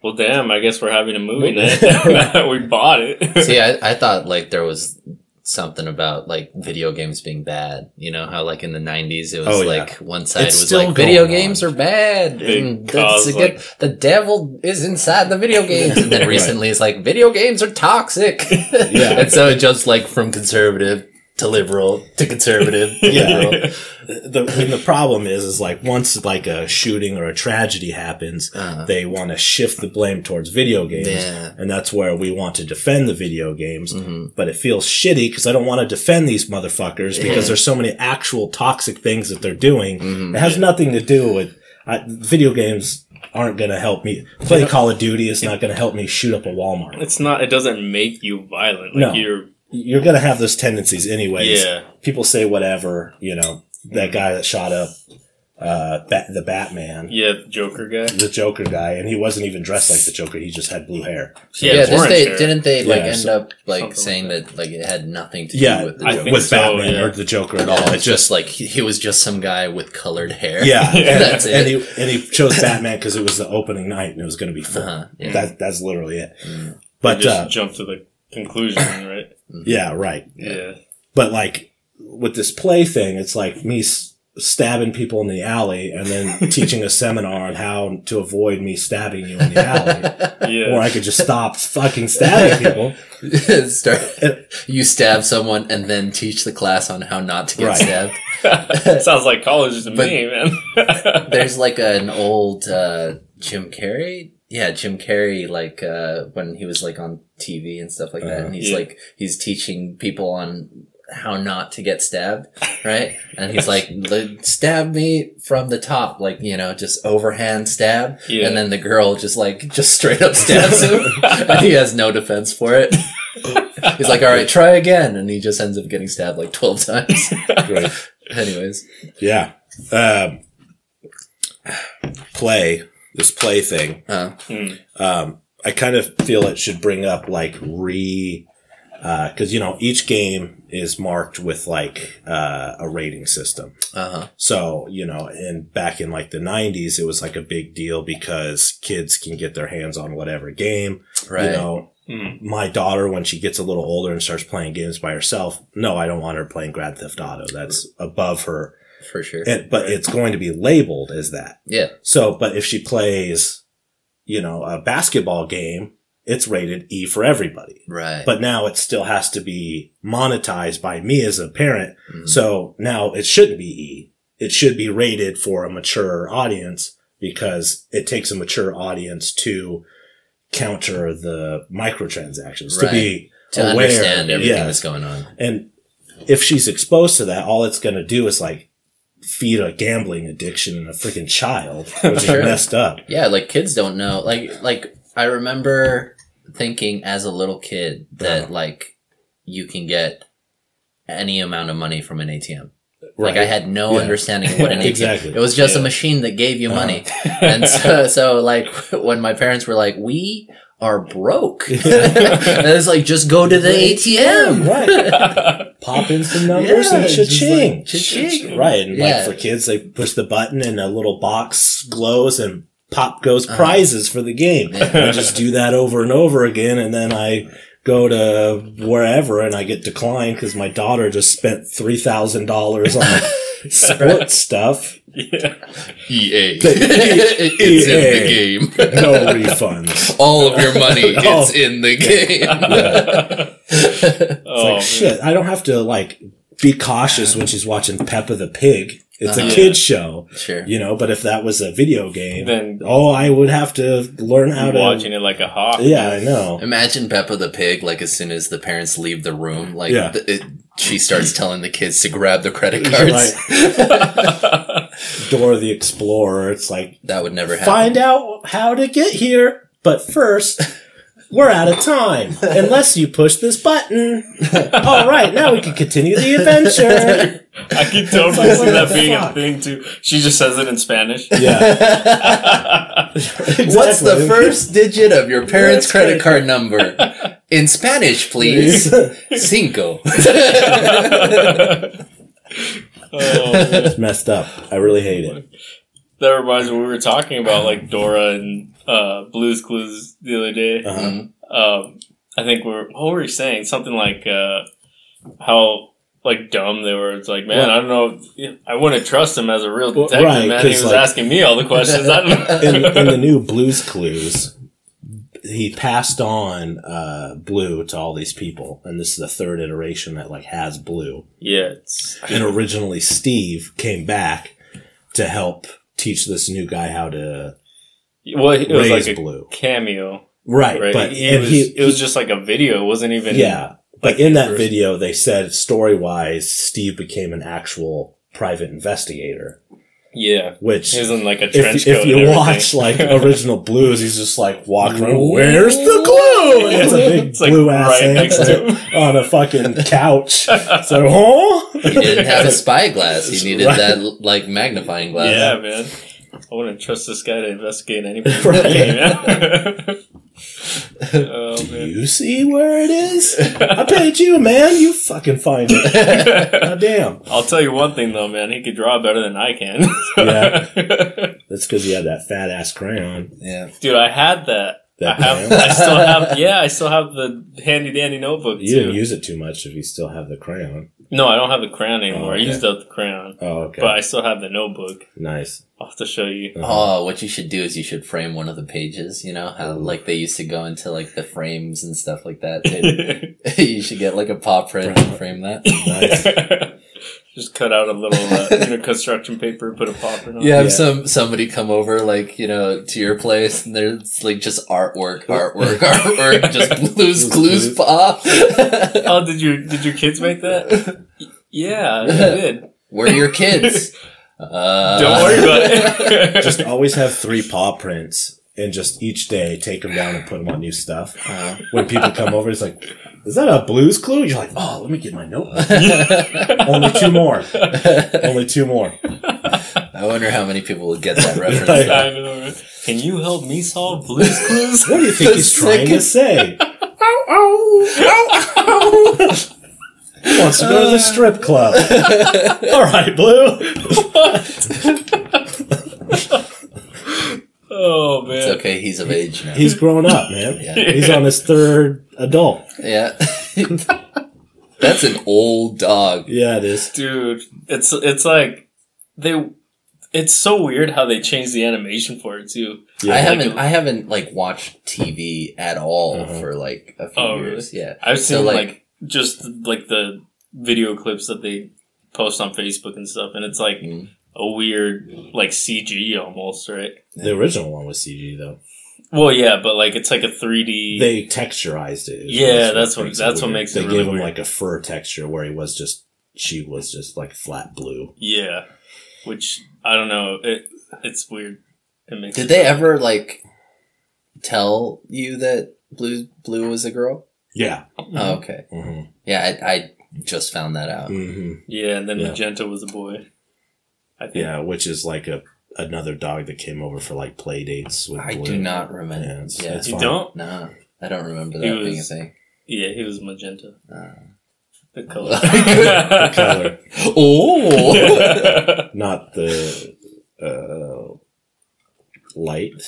Speaker 2: well, damn, I guess we're having a movie night. we bought it.
Speaker 3: See, I, I thought like there was something about like video games being bad. You know how like in the '90s it was
Speaker 1: Oh, yeah.
Speaker 3: like one side
Speaker 1: It's
Speaker 3: was
Speaker 1: still
Speaker 3: like video
Speaker 1: going
Speaker 3: games
Speaker 1: on.
Speaker 3: are bad.
Speaker 2: They
Speaker 3: and
Speaker 2: cause,
Speaker 3: that's a good, the devil is inside the video games. And then
Speaker 1: Right.
Speaker 3: recently it's like video games are toxic.
Speaker 1: Yeah.
Speaker 3: and so it jumps like from conservative to liberal to conservative. To
Speaker 1: Yeah.
Speaker 3: liberal.
Speaker 1: The, and the problem is, is like once like a shooting or a tragedy happens,
Speaker 3: Uh-huh.
Speaker 1: they want to shift the blame towards video games.
Speaker 3: Yeah. Mm.
Speaker 1: And that's where we want to defend the video games. But it feels shitty because I don't want to defend these motherfuckers because there's so many actual toxic things that they're doing. It has nothing to do with I, video games aren't going to help me play Call of Duty. It's not going to help me shoot up a Walmart.
Speaker 2: It's not, it doesn't make you violent.
Speaker 1: No.
Speaker 2: Like, you're,
Speaker 1: you're gonna have those tendencies anyways.
Speaker 2: Yeah.
Speaker 1: People say whatever, you know. That guy that shot up uh, Bat- the Batman,
Speaker 2: yeah, the Joker guy.
Speaker 1: the Joker guy, and he wasn't even dressed like the Joker. He just had blue hair.
Speaker 3: Yeah,
Speaker 2: it's
Speaker 3: didn't
Speaker 2: orange
Speaker 3: they,
Speaker 2: hair.
Speaker 3: didn't they like
Speaker 1: Yeah,
Speaker 3: end
Speaker 1: so-
Speaker 3: up like
Speaker 2: something
Speaker 3: saying that like it had nothing to
Speaker 1: Yeah,
Speaker 3: do with the
Speaker 2: I
Speaker 3: Joker?
Speaker 2: think
Speaker 1: with
Speaker 2: so,
Speaker 1: Batman
Speaker 2: yeah.
Speaker 1: or the Joker at
Speaker 3: Yeah,
Speaker 1: all.
Speaker 3: it's
Speaker 1: It's just
Speaker 3: just like he he was just some guy with colored hair.
Speaker 1: yeah, and,
Speaker 3: That's it.
Speaker 1: and he and he chose Batman because it was the opening night and it was going to be full.
Speaker 3: Uh-huh, yeah.
Speaker 1: That that's literally it.
Speaker 3: Mm.
Speaker 1: But
Speaker 2: just
Speaker 1: uh,
Speaker 2: jump to the conclusion, right?
Speaker 1: yeah, right.
Speaker 2: Yeah.
Speaker 1: But like with this play thing, it's like me s- stabbing people in the alley and then teaching a seminar on how to avoid me stabbing you in the alley.
Speaker 2: Yeah.
Speaker 1: or I could just stop fucking stabbing people.
Speaker 3: Start, you stab someone and then teach the class on how not to get
Speaker 1: Right.
Speaker 3: stabbed.
Speaker 2: Sounds like college to
Speaker 3: But-
Speaker 2: me, man.
Speaker 3: There's like an old uh, Jim Carrey. Yeah, Jim Carrey, like uh, when he was like on TV and stuff like that,
Speaker 1: Uh-huh.
Speaker 3: and he's
Speaker 2: Yeah.
Speaker 3: like he's teaching people on how not to get stabbed, right? And he's like, "L- stab me from the top, like, you know, just overhand stab.
Speaker 2: Yeah.
Speaker 3: And then the girl just like, just straight up stabs him and he has no defense for it. he's like, all right, try again. And he just ends up getting stabbed like 12 times.
Speaker 1: Right.
Speaker 3: Anyways.
Speaker 1: Yeah. Um, play, this play thing.
Speaker 3: Uh,
Speaker 1: Um, I kind of feel it should bring up like re, uh, cause you know, each game is marked with like, uh, a rating system.
Speaker 3: uh-huh.
Speaker 1: So, you know, and back in like the nineties, it was like a big deal because kids can get their hands on whatever game,
Speaker 3: Right.
Speaker 1: you know,
Speaker 2: Mm.
Speaker 1: my daughter, when she gets a little older and starts playing games by herself, no, I don't want her playing Grand Theft Auto. That's above her
Speaker 3: for sure.
Speaker 1: and, but it's going to be labeled as that.
Speaker 3: yeah.
Speaker 1: So, but if she plays, you know, a basketball game, it's rated E for everybody.
Speaker 3: Right.
Speaker 1: But now it still has to be monetized by me as a parent.
Speaker 3: Mm.
Speaker 1: So now it shouldn't be E. It should be rated for a mature audience because it takes a mature audience to counter the microtransactions to be
Speaker 3: to
Speaker 1: aware.
Speaker 3: understand everything
Speaker 1: Yeah.
Speaker 3: that's going on.
Speaker 1: And if she's exposed to that, all it's going to do is like feed a gambling addiction in a freaking child, which is
Speaker 3: Sure.
Speaker 1: messed up.
Speaker 3: Yeah, like kids don't know. Like like I remember thinking as a little kid that
Speaker 1: Uh-huh.
Speaker 3: like you can get any amount of money from an ATM. Like I
Speaker 1: Right.
Speaker 3: had no
Speaker 1: Yeah.
Speaker 3: understanding of what an ATM.
Speaker 1: Exactly.
Speaker 3: It was just a
Speaker 2: Yeah.
Speaker 3: machine that gave you
Speaker 1: Uh-huh.
Speaker 3: money.
Speaker 2: Hmm.
Speaker 3: and so so like when my parents were like, "We are broke." and it's like just go to the ATM.
Speaker 1: right. Pop in some numbers and
Speaker 3: just
Speaker 1: cha-ching.
Speaker 3: like, cha-ching.
Speaker 1: Right. And
Speaker 3: Yeah.
Speaker 1: like for kids, they push the button and a little box glows and pop goes prizes for the game.
Speaker 3: Uh-huh. Yeah.
Speaker 1: I just do that over and over again. And then I go to wherever and I get declined because my daughter just spent $3,000 on sport stuff.
Speaker 2: Yeah.
Speaker 4: EA.
Speaker 3: E
Speaker 1: E
Speaker 3: it's
Speaker 4: It's in the game.
Speaker 1: No refunds.
Speaker 4: All of your money
Speaker 1: No.
Speaker 4: is in the game.
Speaker 1: It's
Speaker 2: oh,
Speaker 1: like shit. I don't have to like be cautious when she's watching Peppa the Pig. It's a
Speaker 3: Uh-huh.
Speaker 1: kid show,
Speaker 3: Sure.
Speaker 1: you know. But if that was a video
Speaker 2: man.
Speaker 1: game,
Speaker 2: Then
Speaker 1: oh, I would have to learn how
Speaker 2: you're
Speaker 1: to.
Speaker 2: watching it like a hawk.
Speaker 1: Yeah, I know.
Speaker 3: Imagine Peppa the Pig, like as soon as the parents leave the room, like
Speaker 1: Yeah.
Speaker 3: th- it, she starts telling the kids to grab the credit cards.
Speaker 1: Dora the Explorer. It's like
Speaker 3: That would never happen.
Speaker 1: find out how to get here, but first. We're out of time unless you push this button. All right, now we can continue the adventure.
Speaker 2: I can totally
Speaker 1: It's like,
Speaker 2: see
Speaker 1: what
Speaker 2: that
Speaker 1: the
Speaker 2: being
Speaker 1: fuck?
Speaker 2: a thing too. She just says it in Spanish.
Speaker 1: Yeah,
Speaker 3: What's the
Speaker 1: exactly.
Speaker 3: first digit of your parents'
Speaker 1: That's
Speaker 3: credit card number? In Spanish, please. Cinco.
Speaker 2: Oh, man.
Speaker 1: It's messed up. I really hate it.
Speaker 2: that reminds me. We were talking about like Dora and uh, Blue's Clues the other day.
Speaker 1: Uh-huh.
Speaker 3: Mm-hmm.
Speaker 2: um, I think we are what were we saying? Something like uh, how like dumb they were. It's like, man,
Speaker 1: Well-
Speaker 2: I don't know. I wouldn't trust him as a real
Speaker 1: Well,
Speaker 2: detective.
Speaker 1: right,
Speaker 2: man, he
Speaker 1: 'cause,
Speaker 2: was
Speaker 1: like-
Speaker 2: asking me all the questions. I
Speaker 1: in,
Speaker 2: don't know.
Speaker 1: in the new Blues Clues, he passed on uh, Blue to all these people, and this is the third iteration that like has Blue.
Speaker 2: yeah, it's,
Speaker 1: And originally, Steve came back to help teach this new guy how to
Speaker 2: well, it was
Speaker 1: raise
Speaker 2: like a
Speaker 1: Blue,
Speaker 2: cameo,
Speaker 1: right?
Speaker 2: right?
Speaker 1: But
Speaker 2: he
Speaker 1: and
Speaker 2: was,
Speaker 1: he,
Speaker 2: it was just like a video. It wasn't even
Speaker 1: yeah. But in that
Speaker 2: first-
Speaker 1: video, they said story wise, Steve became an actual private investigator,
Speaker 2: yeah.
Speaker 1: which
Speaker 2: He was in like a
Speaker 1: if,
Speaker 2: trench coat.
Speaker 1: if
Speaker 2: and
Speaker 1: you
Speaker 2: everything.
Speaker 1: watch like original blues, he's just like walking around. Where's the glue? And it's a big
Speaker 2: It's, like,
Speaker 1: blue ass
Speaker 2: right
Speaker 1: hand
Speaker 2: next to him.
Speaker 1: on a fucking couch. So, huh?
Speaker 3: He didn't have a spyglass. He needed
Speaker 1: Right.
Speaker 3: that like magnifying glass.
Speaker 1: Yeah.
Speaker 2: yeah, man. I wouldn't trust this guy to investigate anything.
Speaker 1: Right.
Speaker 2: oh
Speaker 1: Do
Speaker 2: man.
Speaker 1: you see where it is? I paid you, man. You fucking find it. God damn.
Speaker 2: I'll tell you one thing though, man. He could draw better than I can.
Speaker 1: That's because you had that fat ass crayon.
Speaker 3: Yeah.
Speaker 2: Dude, I had that.
Speaker 1: That
Speaker 2: I have.
Speaker 1: crayon.
Speaker 2: I still have. Yeah, I still have the handy dandy notebook
Speaker 1: You
Speaker 2: too.
Speaker 1: didn't use it too much if you still have the crayon.
Speaker 2: no, I don't have the crayon anymore.
Speaker 1: okay.
Speaker 2: I used up the crayon,
Speaker 1: Oh, okay.
Speaker 2: but uh, I still have the notebook.
Speaker 1: nice. Uh-huh.
Speaker 2: I'll have to show you.
Speaker 3: Oh, what you should do is you should frame one of the pages. You know how like they used to go into like the frames and stuff like that. They- you should get like a paw print and frame that.
Speaker 1: Nice.
Speaker 2: Just cut out a little uh, you know, construction paper, put a popper on.
Speaker 3: You
Speaker 2: it.
Speaker 3: have
Speaker 1: Yeah.
Speaker 3: some somebody come over, like you know, to your place, and there's like just artwork, artwork, artwork, just blues clues pop.
Speaker 2: Oh, did you did your kids make that? Yeah, I did.
Speaker 3: Where are your kids? Uh,
Speaker 2: Don't worry about it.
Speaker 1: Just always have three paw prints and just each day take them down and put them on new stuff.
Speaker 3: Uh,
Speaker 1: When people come over, it's like, is that a blues clue? You're like, oh, let me get my notebook. Only two more. Only two more.
Speaker 3: I wonder how many people would get that reference.
Speaker 1: Yeah.
Speaker 2: I know. Can you help me solve Blue's Clues?
Speaker 1: What do you think
Speaker 3: The
Speaker 1: he's trying to
Speaker 3: second-
Speaker 1: say?
Speaker 3: Oh,
Speaker 1: He wants to go
Speaker 2: Uh.
Speaker 1: to the strip club. All right, Blue.
Speaker 2: Oh man,
Speaker 3: It's okay. He's of age now.
Speaker 1: He's grown up, man.
Speaker 3: Yeah.
Speaker 1: He's on his third adult.
Speaker 3: Yeah. That's an old dog.
Speaker 1: Yeah, it is.
Speaker 2: dude. It's it's like they. It's so weird how they changed the animation for it too.
Speaker 1: Yeah.
Speaker 3: I haven't I haven't like watched TV at all
Speaker 1: Uh-huh.
Speaker 3: for like a few
Speaker 2: Oh,
Speaker 3: years. Yeah.
Speaker 2: I've
Speaker 3: So,
Speaker 2: seen like,
Speaker 3: like-
Speaker 2: just like the video clips that they post on Facebook and stuff, and it's like
Speaker 3: Mm.
Speaker 2: a weird like CG almost, right?
Speaker 1: The original one was CG though.
Speaker 2: Well, yeah, but like it's like a three D.
Speaker 1: They texturized it.
Speaker 2: Yeah, that's what-
Speaker 1: makes
Speaker 2: that's what
Speaker 1: weird.
Speaker 2: makes
Speaker 1: they
Speaker 2: it really
Speaker 1: gave him
Speaker 2: weird.
Speaker 1: like a fur texture where he was just she was just like flat blue.
Speaker 2: yeah, which I don't know. It it's weird. It makes
Speaker 3: Did they ever like tell you that Blue Blue was a girl?
Speaker 1: Yeah.
Speaker 3: Oh,
Speaker 2: Mm-hmm.
Speaker 3: okay.
Speaker 1: hmm
Speaker 3: Yeah, I, I just found that out.
Speaker 1: hmm
Speaker 2: Yeah, and then
Speaker 1: Yeah.
Speaker 2: Magenta was a boy. I think.
Speaker 1: Yeah, which is like a another dog that came over for like play dates with.
Speaker 3: I
Speaker 1: blue.
Speaker 3: do not
Speaker 1: Yeah,
Speaker 3: remember.
Speaker 1: it's,
Speaker 3: Yeah.
Speaker 1: it's
Speaker 2: You
Speaker 1: fine.
Speaker 2: don't?
Speaker 3: No, I don't remember that
Speaker 2: He
Speaker 3: being a
Speaker 2: was-
Speaker 3: thing.
Speaker 2: Yeah, he was magenta.
Speaker 3: Uh,
Speaker 2: The color.
Speaker 1: The color,
Speaker 3: oh,
Speaker 1: not the uh, light.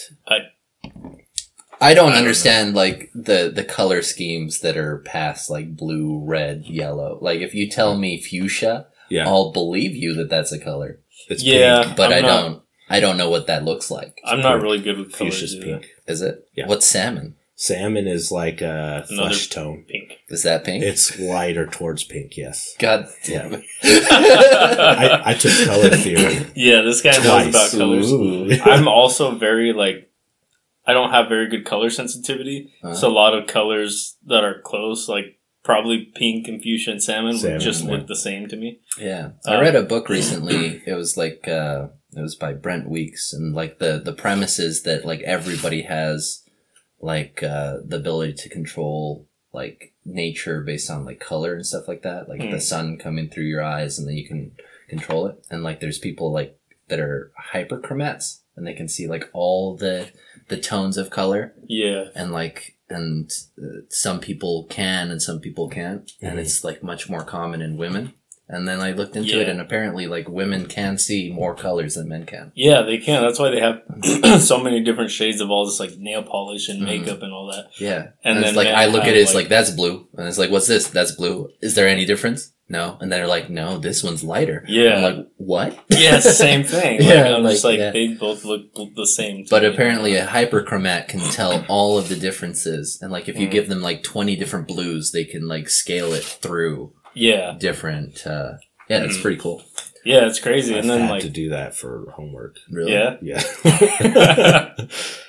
Speaker 3: I don't understand like the the color schemes that are past like blue, red, yellow. Like if you tell me fuchsia,
Speaker 1: Yeah,
Speaker 3: I'll believe you that that's a color,
Speaker 1: it's
Speaker 2: Oh, yeah,
Speaker 1: pink.
Speaker 3: but
Speaker 2: I'm
Speaker 3: I
Speaker 2: not-
Speaker 3: don't. I don't know what that looks like.
Speaker 2: I'm not
Speaker 1: pink.
Speaker 2: really good with colors.
Speaker 1: Fuchsia's
Speaker 2: either.
Speaker 1: pink.
Speaker 3: Is it?
Speaker 1: Yeah.
Speaker 3: What's salmon?
Speaker 1: Salmon is like a
Speaker 2: Another-
Speaker 1: flesh tone.
Speaker 2: Pink.
Speaker 3: Is that pink?
Speaker 1: It's lighter towards pink. Yes.
Speaker 3: God damn it.
Speaker 1: I, I took color theory
Speaker 2: yeah, this guy knows
Speaker 1: twice.
Speaker 2: about colors.
Speaker 1: Ooh.
Speaker 2: I'm also very like, I don't have very good color sensitivity,
Speaker 3: Huh?
Speaker 2: so a lot of colors that are close, like probably pink and fuchsia and salmon,
Speaker 1: Salmon,
Speaker 2: would just
Speaker 1: yeah.
Speaker 2: look the same to me.
Speaker 3: Yeah,
Speaker 2: Um,
Speaker 3: I read a book recently. It was like uh, it was by Brent Weeks, and like the the premise is that like everybody has like uh, the ability to control like nature based on like color and stuff like that. Like the
Speaker 2: Mm.
Speaker 3: sun coming through your eyes, and then you can control it. And like there's people like that are hyperchromats, and they can see like all the the tones of color,
Speaker 2: Yeah,
Speaker 3: and like and uh, some people can and some people can't
Speaker 2: Mm-hmm.
Speaker 3: and
Speaker 1: Mhm.
Speaker 3: it's like much more common in women and then i looked into it
Speaker 2: Yeah.
Speaker 3: and apparently like women can see more colors than men can
Speaker 2: yeah, they can. That's why they have so many different shades of all this like nail polish and
Speaker 3: Mhm.
Speaker 2: makeup and all that.
Speaker 3: yeah
Speaker 2: And
Speaker 3: and,
Speaker 2: then
Speaker 3: it's like
Speaker 2: men
Speaker 3: i look at
Speaker 2: have,
Speaker 3: it it's
Speaker 2: like-
Speaker 3: like that's blue and it's like what's this that's blue is there any difference no and they're like no this one's lighter
Speaker 2: Yeah.
Speaker 3: I'm like what
Speaker 2: Yeah, it's the same thing. Like,
Speaker 3: Yeah,
Speaker 2: I'm just like
Speaker 3: like, yeah.
Speaker 2: they both look l- the same. to
Speaker 3: But
Speaker 2: me.
Speaker 3: apparently, a hyperchromat can tell all of the differences, and like if you
Speaker 2: Mm.
Speaker 3: give them like twenty different blues, they can like scale it through
Speaker 2: yeah,
Speaker 3: different. uh Yeah, it's
Speaker 2: Mm.
Speaker 3: pretty cool.
Speaker 2: yeah, it's crazy.
Speaker 1: I've
Speaker 2: and then
Speaker 1: had
Speaker 2: like,
Speaker 1: to do that for homework.
Speaker 3: Really?
Speaker 2: yeah,
Speaker 1: Yeah.
Speaker 2: Dang.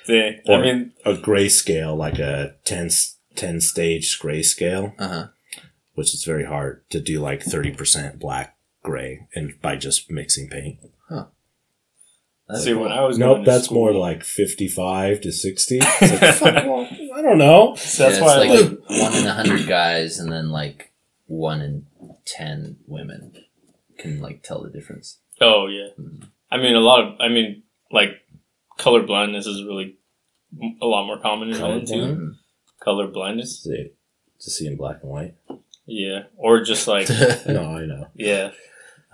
Speaker 2: I
Speaker 1: Or-
Speaker 2: mean,
Speaker 1: a grayscale, like a 10, s- 10 stage grayscale,
Speaker 3: Uh huh.
Speaker 1: which is very hard to do like 30% black gray and by just mixing paint.
Speaker 2: see, when I was
Speaker 1: Nope,
Speaker 2: going to
Speaker 1: that's more
Speaker 2: school-
Speaker 1: like 55 to 60. It's like, fuck, well, I don't know.
Speaker 2: So that's
Speaker 3: Yeah,
Speaker 2: why, I
Speaker 3: it's
Speaker 2: like,
Speaker 3: like one in a hundred guys, and then like one in ten women can like tell the difference.
Speaker 2: oh yeah.
Speaker 3: Mhm.
Speaker 2: I mean, a lot of, I mean, like, color blindness is really m- a lot more common in men too.
Speaker 1: Colorblind?
Speaker 3: Mhm.
Speaker 2: Color blindness,
Speaker 1: Is it to see in black and white?
Speaker 2: yeah, or just like,
Speaker 1: No, I know.
Speaker 2: yeah,
Speaker 3: Mm-hmm.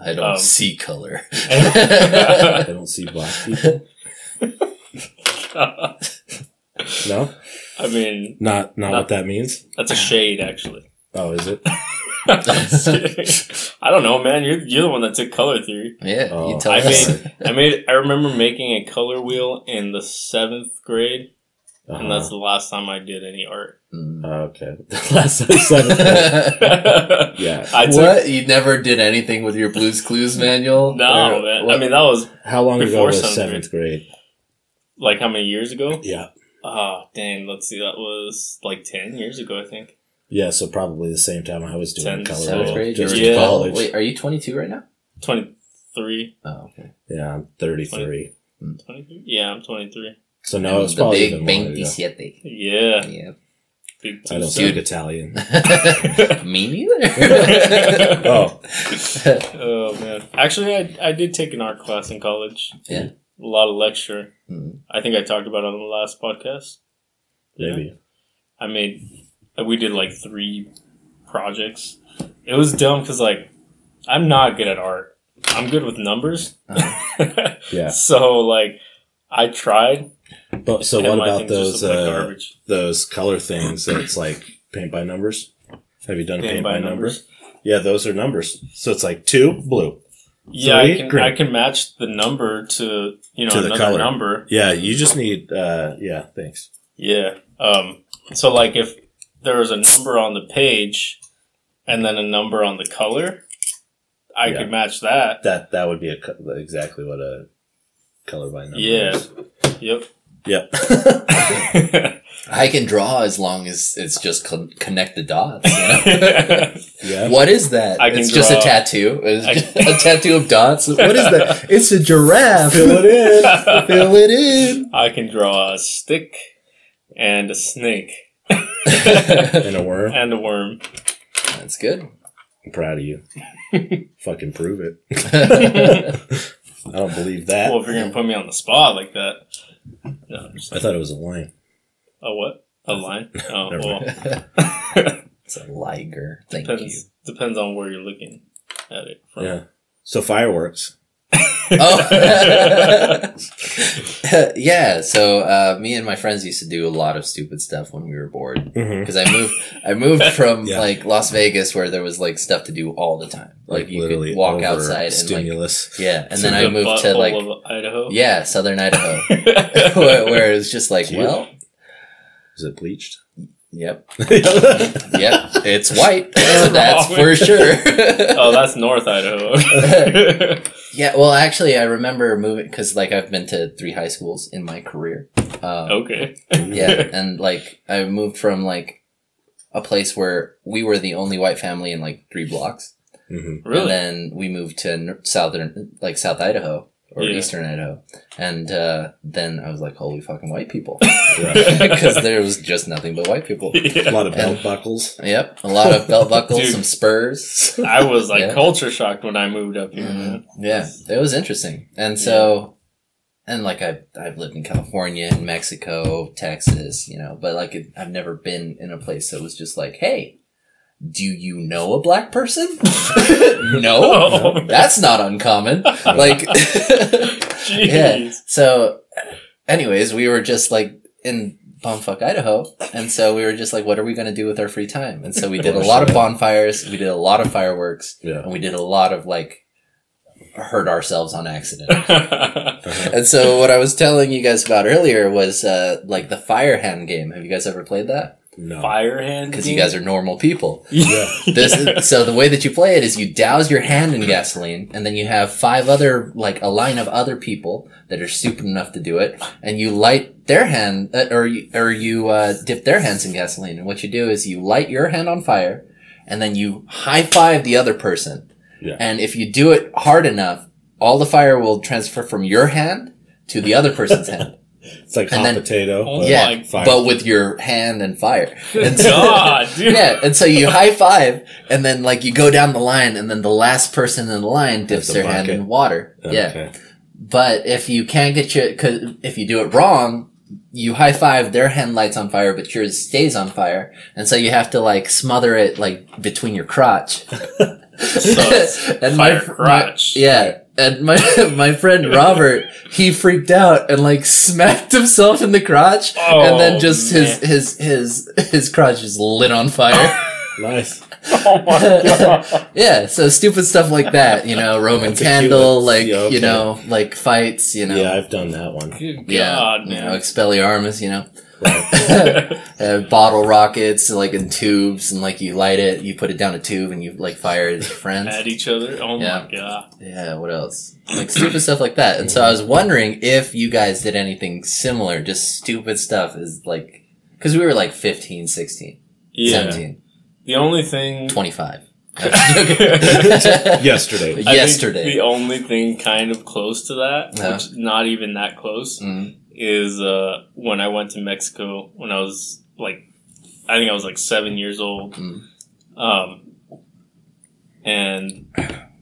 Speaker 3: I don't
Speaker 2: Um,
Speaker 3: see color.
Speaker 1: I
Speaker 2: I
Speaker 1: don't see black people. No?
Speaker 2: mean,
Speaker 1: Not, not
Speaker 2: Not-
Speaker 1: what that means?
Speaker 2: that's a shade actually.
Speaker 1: Oh, is it?
Speaker 2: I don't know, man. You're you're the one that took color theory.
Speaker 3: yeah,
Speaker 1: Oh,
Speaker 3: you tell
Speaker 2: I
Speaker 3: us.
Speaker 2: mean- I made. I remember making a color wheel in the seventh grade, and that's the last time I did any art.
Speaker 3: Mm.
Speaker 1: Uh-huh. okay. Last seventh. yeah.
Speaker 2: I took
Speaker 3: what? You never did anything with your Blues Clues manual?
Speaker 2: no,
Speaker 1: Or-
Speaker 2: man. I
Speaker 1: what-
Speaker 2: mean, that was
Speaker 1: How long ago
Speaker 2: Before
Speaker 1: was
Speaker 2: seventh
Speaker 1: seventh grade?
Speaker 2: like how many years ago?
Speaker 1: Yeah.
Speaker 2: Ah, dang. Let's see. That was like ten years ago, I think.
Speaker 1: Yeah. So probably the same time I was doing
Speaker 2: Ten-
Speaker 1: color.
Speaker 3: Seventh
Speaker 1: wheel,
Speaker 3: grade?
Speaker 1: Oh, Just
Speaker 3: you
Speaker 2: Yeah.
Speaker 1: in
Speaker 3: were
Speaker 1: college.
Speaker 3: 12? Wait, are you 22 right now?
Speaker 2: Twenty three.
Speaker 3: Oh, okay.
Speaker 1: Yeah. I'm 33.
Speaker 2: Twenty three. Yeah, I'm twenty three.
Speaker 1: So no, it's
Speaker 3: the
Speaker 1: probably
Speaker 3: big
Speaker 1: even longer ago.
Speaker 3: 27.
Speaker 2: Yeah.
Speaker 3: Yeah.
Speaker 2: Big
Speaker 1: I don't
Speaker 2: two-step.
Speaker 1: speak Italian.
Speaker 3: Me neither.
Speaker 1: oh,
Speaker 2: Oh man. Actually, I I did take an art class in college.
Speaker 3: Yeah.
Speaker 2: A lot of lecture.
Speaker 1: Mm-hmm.
Speaker 3: Mm.
Speaker 2: I think I talked about it on the last podcast.
Speaker 1: maybe.
Speaker 2: I made, we did like three projects. It was dumb because like I'm not good at art. I'm good with numbers.
Speaker 1: Uh-huh. Yeah.
Speaker 2: So like I tried.
Speaker 1: But so
Speaker 2: and
Speaker 1: what
Speaker 2: my
Speaker 1: about
Speaker 2: thing just
Speaker 1: those
Speaker 2: looked like
Speaker 1: uh,
Speaker 2: garbage?
Speaker 1: those color things that's like paint by numbers? Have you done paint,
Speaker 2: Paint
Speaker 1: by,
Speaker 2: by
Speaker 1: numbers? Yeah, those are numbers. So it's like two blue.
Speaker 2: Yeah, I
Speaker 1: three?
Speaker 2: can
Speaker 1: Great.
Speaker 2: I can match the number to you know
Speaker 1: To the
Speaker 2: another
Speaker 1: color.
Speaker 2: number.
Speaker 1: Yeah, you just need. Uh, yeah, thanks.
Speaker 2: Yeah. Um. So like if there was a number on the page, and then a number on the color, I
Speaker 1: Yeah.
Speaker 2: could match that.
Speaker 1: That that would be a, co- exactly what a color by number.
Speaker 2: Yeah.
Speaker 1: Is.
Speaker 2: Yep.
Speaker 1: Yep.
Speaker 3: I can draw as long as it's just con- connect the dots. you know?
Speaker 1: yeah.
Speaker 3: What is that?
Speaker 2: I can
Speaker 3: it's just a
Speaker 2: draw-
Speaker 3: tattoo. It's
Speaker 2: I-
Speaker 3: just a tattoo of dots. What is that? It's a giraffe.
Speaker 1: Fill it in. Fill it in.
Speaker 2: I can draw a stick and a snake
Speaker 1: And a worm.
Speaker 2: and a worm.
Speaker 3: That's good.
Speaker 1: I'm proud of you. Fucking prove it.
Speaker 2: well,
Speaker 1: I don't believe that.
Speaker 2: if you're gonna put me on the spot like that, no, I'm just
Speaker 1: I thought it was a line.
Speaker 2: a what? A line? Oh,
Speaker 1: Never
Speaker 2: well,
Speaker 3: it's a liger. Thank you.
Speaker 2: depends. Depends on where you're looking at it from.
Speaker 1: Yeah. So fireworks.
Speaker 3: Oh. yeah, so uh, me and my friends used to do a lot of stupid stuff when we were bored
Speaker 1: Mm-hmm.
Speaker 3: because I moved I moved from
Speaker 1: Yeah.
Speaker 3: like Las Vegas where there was like stuff to do all the time. Like, you could walk outside and like
Speaker 1: stimulus.
Speaker 3: yeah, and
Speaker 1: to
Speaker 3: then I
Speaker 2: The
Speaker 3: moved to
Speaker 2: butthole
Speaker 3: like
Speaker 2: of Idaho.
Speaker 3: yeah, southern Idaho where,
Speaker 2: Yeah.
Speaker 3: where it was just like
Speaker 1: Dude.
Speaker 3: well,
Speaker 1: Is it bleached? Mm-hmm.
Speaker 3: yep,
Speaker 1: yeah.
Speaker 3: yep, it's white. That's for sure.
Speaker 2: oh, that's North Idaho.
Speaker 3: Yeah, well, actually, I remember moving because like I've been to three high schools in my career. Um,
Speaker 2: okay.
Speaker 3: Yeah, and like I moved from like a place where we were the only white family in like three blocks,
Speaker 1: hmm
Speaker 3: and
Speaker 2: Really?
Speaker 3: then we moved to n- southern like South Idaho or
Speaker 2: Yeah.
Speaker 3: Eastern Idaho, and uh, then I was like, holy fucking white people,
Speaker 1: yeah.
Speaker 3: because there was just nothing but white people.
Speaker 1: A lot of
Speaker 3: Yeah.
Speaker 1: belt buckles.
Speaker 3: Yep, a lot of belt buckles,
Speaker 2: Dude.
Speaker 3: some spurs.
Speaker 2: I was like
Speaker 3: Yeah.
Speaker 2: culture shocked when I moved up here.
Speaker 3: Mhm.
Speaker 2: man.
Speaker 3: Yeah, it was interesting. And so, and like I've, I've lived in California and Mexico, Texas, you know, but like it, I've never been in a place that was just like, hey, do you know a black person? no,
Speaker 2: Oh,
Speaker 3: that's not uncommon. Like,
Speaker 2: jeez.
Speaker 3: yeah. So, anyways, we were just like in bumfuck Idaho, and so we were just like, what are we going to do with our free time? And so we did a lot of bonfires, we did a lot of fireworks,
Speaker 1: Yeah.
Speaker 3: and we did a lot of like hurt ourselves on accident. and so what I was telling you guys about earlier was uh, like the fire hand game. Have you guys ever played that?
Speaker 1: No.
Speaker 2: Fire hand.
Speaker 3: Because you guys are normal people.
Speaker 1: Yeah.
Speaker 3: This is, so the way that you play it is you douse your hand in gasoline, and then you have five other like a line of other people that are stupid enough to do it, and you light their hand uh, or you- or you uh, dip their hands in gasoline. And what you do is you light your hand on fire, and then you high five the other person.
Speaker 1: Yeah.
Speaker 3: And if you do it hard enough, all the fire will transfer from your hand to the other person's hand.
Speaker 1: It's like
Speaker 3: And
Speaker 1: hot
Speaker 3: then-
Speaker 1: potato.
Speaker 2: Oh
Speaker 1: but
Speaker 3: yeah,
Speaker 1: fire.
Speaker 3: but with your hand and fire. And so-
Speaker 2: God, dude.
Speaker 3: yeah, and so you high five, and then like you go down the line, and then the last person in the line
Speaker 1: With
Speaker 3: dips
Speaker 1: the
Speaker 3: their hand
Speaker 1: bucket.
Speaker 3: in water. Yeah,
Speaker 1: Okay.
Speaker 3: but if you can't get your, cause if you do it wrong, you high five, their hand lights on fire, but yours stays on fire, and so you have to like smother it like between your crotch.
Speaker 2: So,
Speaker 3: and
Speaker 2: fire
Speaker 3: fr-
Speaker 2: crotch.
Speaker 3: yeah. And my my friend Robert, he freaked out and like smacked himself in the crotch, and
Speaker 2: Oh,
Speaker 3: then just
Speaker 2: man.
Speaker 3: his his his his crotch just lit on fire.
Speaker 1: Nice.
Speaker 2: Oh my god.
Speaker 3: Yeah, so stupid stuff like that, you know, Roman
Speaker 1: That's a cute
Speaker 3: candle,
Speaker 1: one.
Speaker 3: like
Speaker 1: Yeah, okay.
Speaker 3: you know, like fights, you know,
Speaker 1: Yeah, I've done that one.
Speaker 2: Good
Speaker 3: yeah,
Speaker 2: God,
Speaker 3: you
Speaker 2: man.
Speaker 3: know, Expelliarmus, you know, uh, bottle rockets, like in tubes, and like you light it, you put it down a tube, and you like fire it at your friends.
Speaker 2: At each other. Oh
Speaker 3: Yeah.
Speaker 2: my god.
Speaker 3: Yeah, what else? Like stupid stuff like that. And so I was wondering if you guys did anything similar, just stupid stuff is like, cause we were like 15, 16,
Speaker 2: Yeah.
Speaker 3: 17,
Speaker 2: The only thing
Speaker 3: 25.
Speaker 1: Yesterday.
Speaker 2: I think
Speaker 3: Yesterday.
Speaker 2: the only thing kind of close to that,
Speaker 3: Uh-huh.
Speaker 2: which not even that close,
Speaker 3: Mhm.
Speaker 2: is uh, when I went to Mexico when I was like, I think I was like seven years old.
Speaker 3: Mm.
Speaker 2: Um, and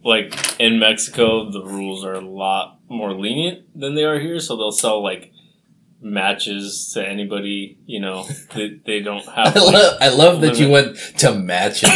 Speaker 2: like in Mexico, the rules are a lot more lenient than they are here, so they'll sell like matches to anybody, you know, they, they don't have.
Speaker 3: I love, I love that you
Speaker 2: Limit.
Speaker 3: went to matches.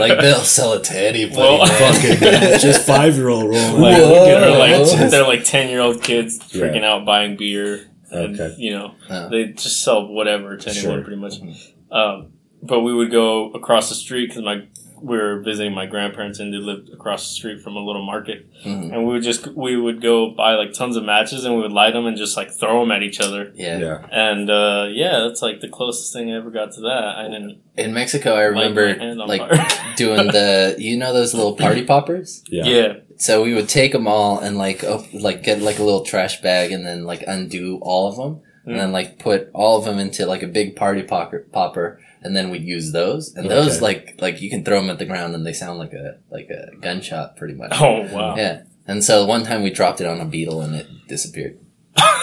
Speaker 3: like they'll sell it to anybody.
Speaker 2: Well,
Speaker 3: man.
Speaker 1: Fucking man, just five year old rolling.
Speaker 2: like,
Speaker 3: Whoa.
Speaker 2: they're like they're like ten year old kids
Speaker 1: Yeah.
Speaker 2: freaking out buying beer. And,
Speaker 1: Okay.
Speaker 2: You know,
Speaker 3: Uh,
Speaker 2: they just sell whatever to anyone
Speaker 1: Sure.
Speaker 2: pretty much.
Speaker 3: Mm-hmm.
Speaker 2: Um, but we would go across the street because my we were visiting my grandparents and they lived across the street from a little market,
Speaker 3: mhm.
Speaker 2: and we would just we would go buy like tons of matches and we would light them and just like throw them at each other.
Speaker 3: Yeah.
Speaker 1: Yeah.
Speaker 2: And uh, yeah, that's like the closest thing I ever got to that. I didn't
Speaker 3: In Mexico, I remember
Speaker 2: light my hand on
Speaker 3: like
Speaker 2: fire.
Speaker 3: doing the, you know, those little party poppers.
Speaker 1: Yeah.
Speaker 2: yeah,
Speaker 3: So we would take them all and like op- like get like a little trash bag and then like undo all of them and then like put all of them into like a big party popper, popper and then we'd use those and those
Speaker 1: Okay.
Speaker 3: like like you can throw them at the ground and they sound like a like a gunshot pretty much.
Speaker 2: Oh wow.
Speaker 3: Yeah. And so one time we dropped it on a beetle and it disappeared.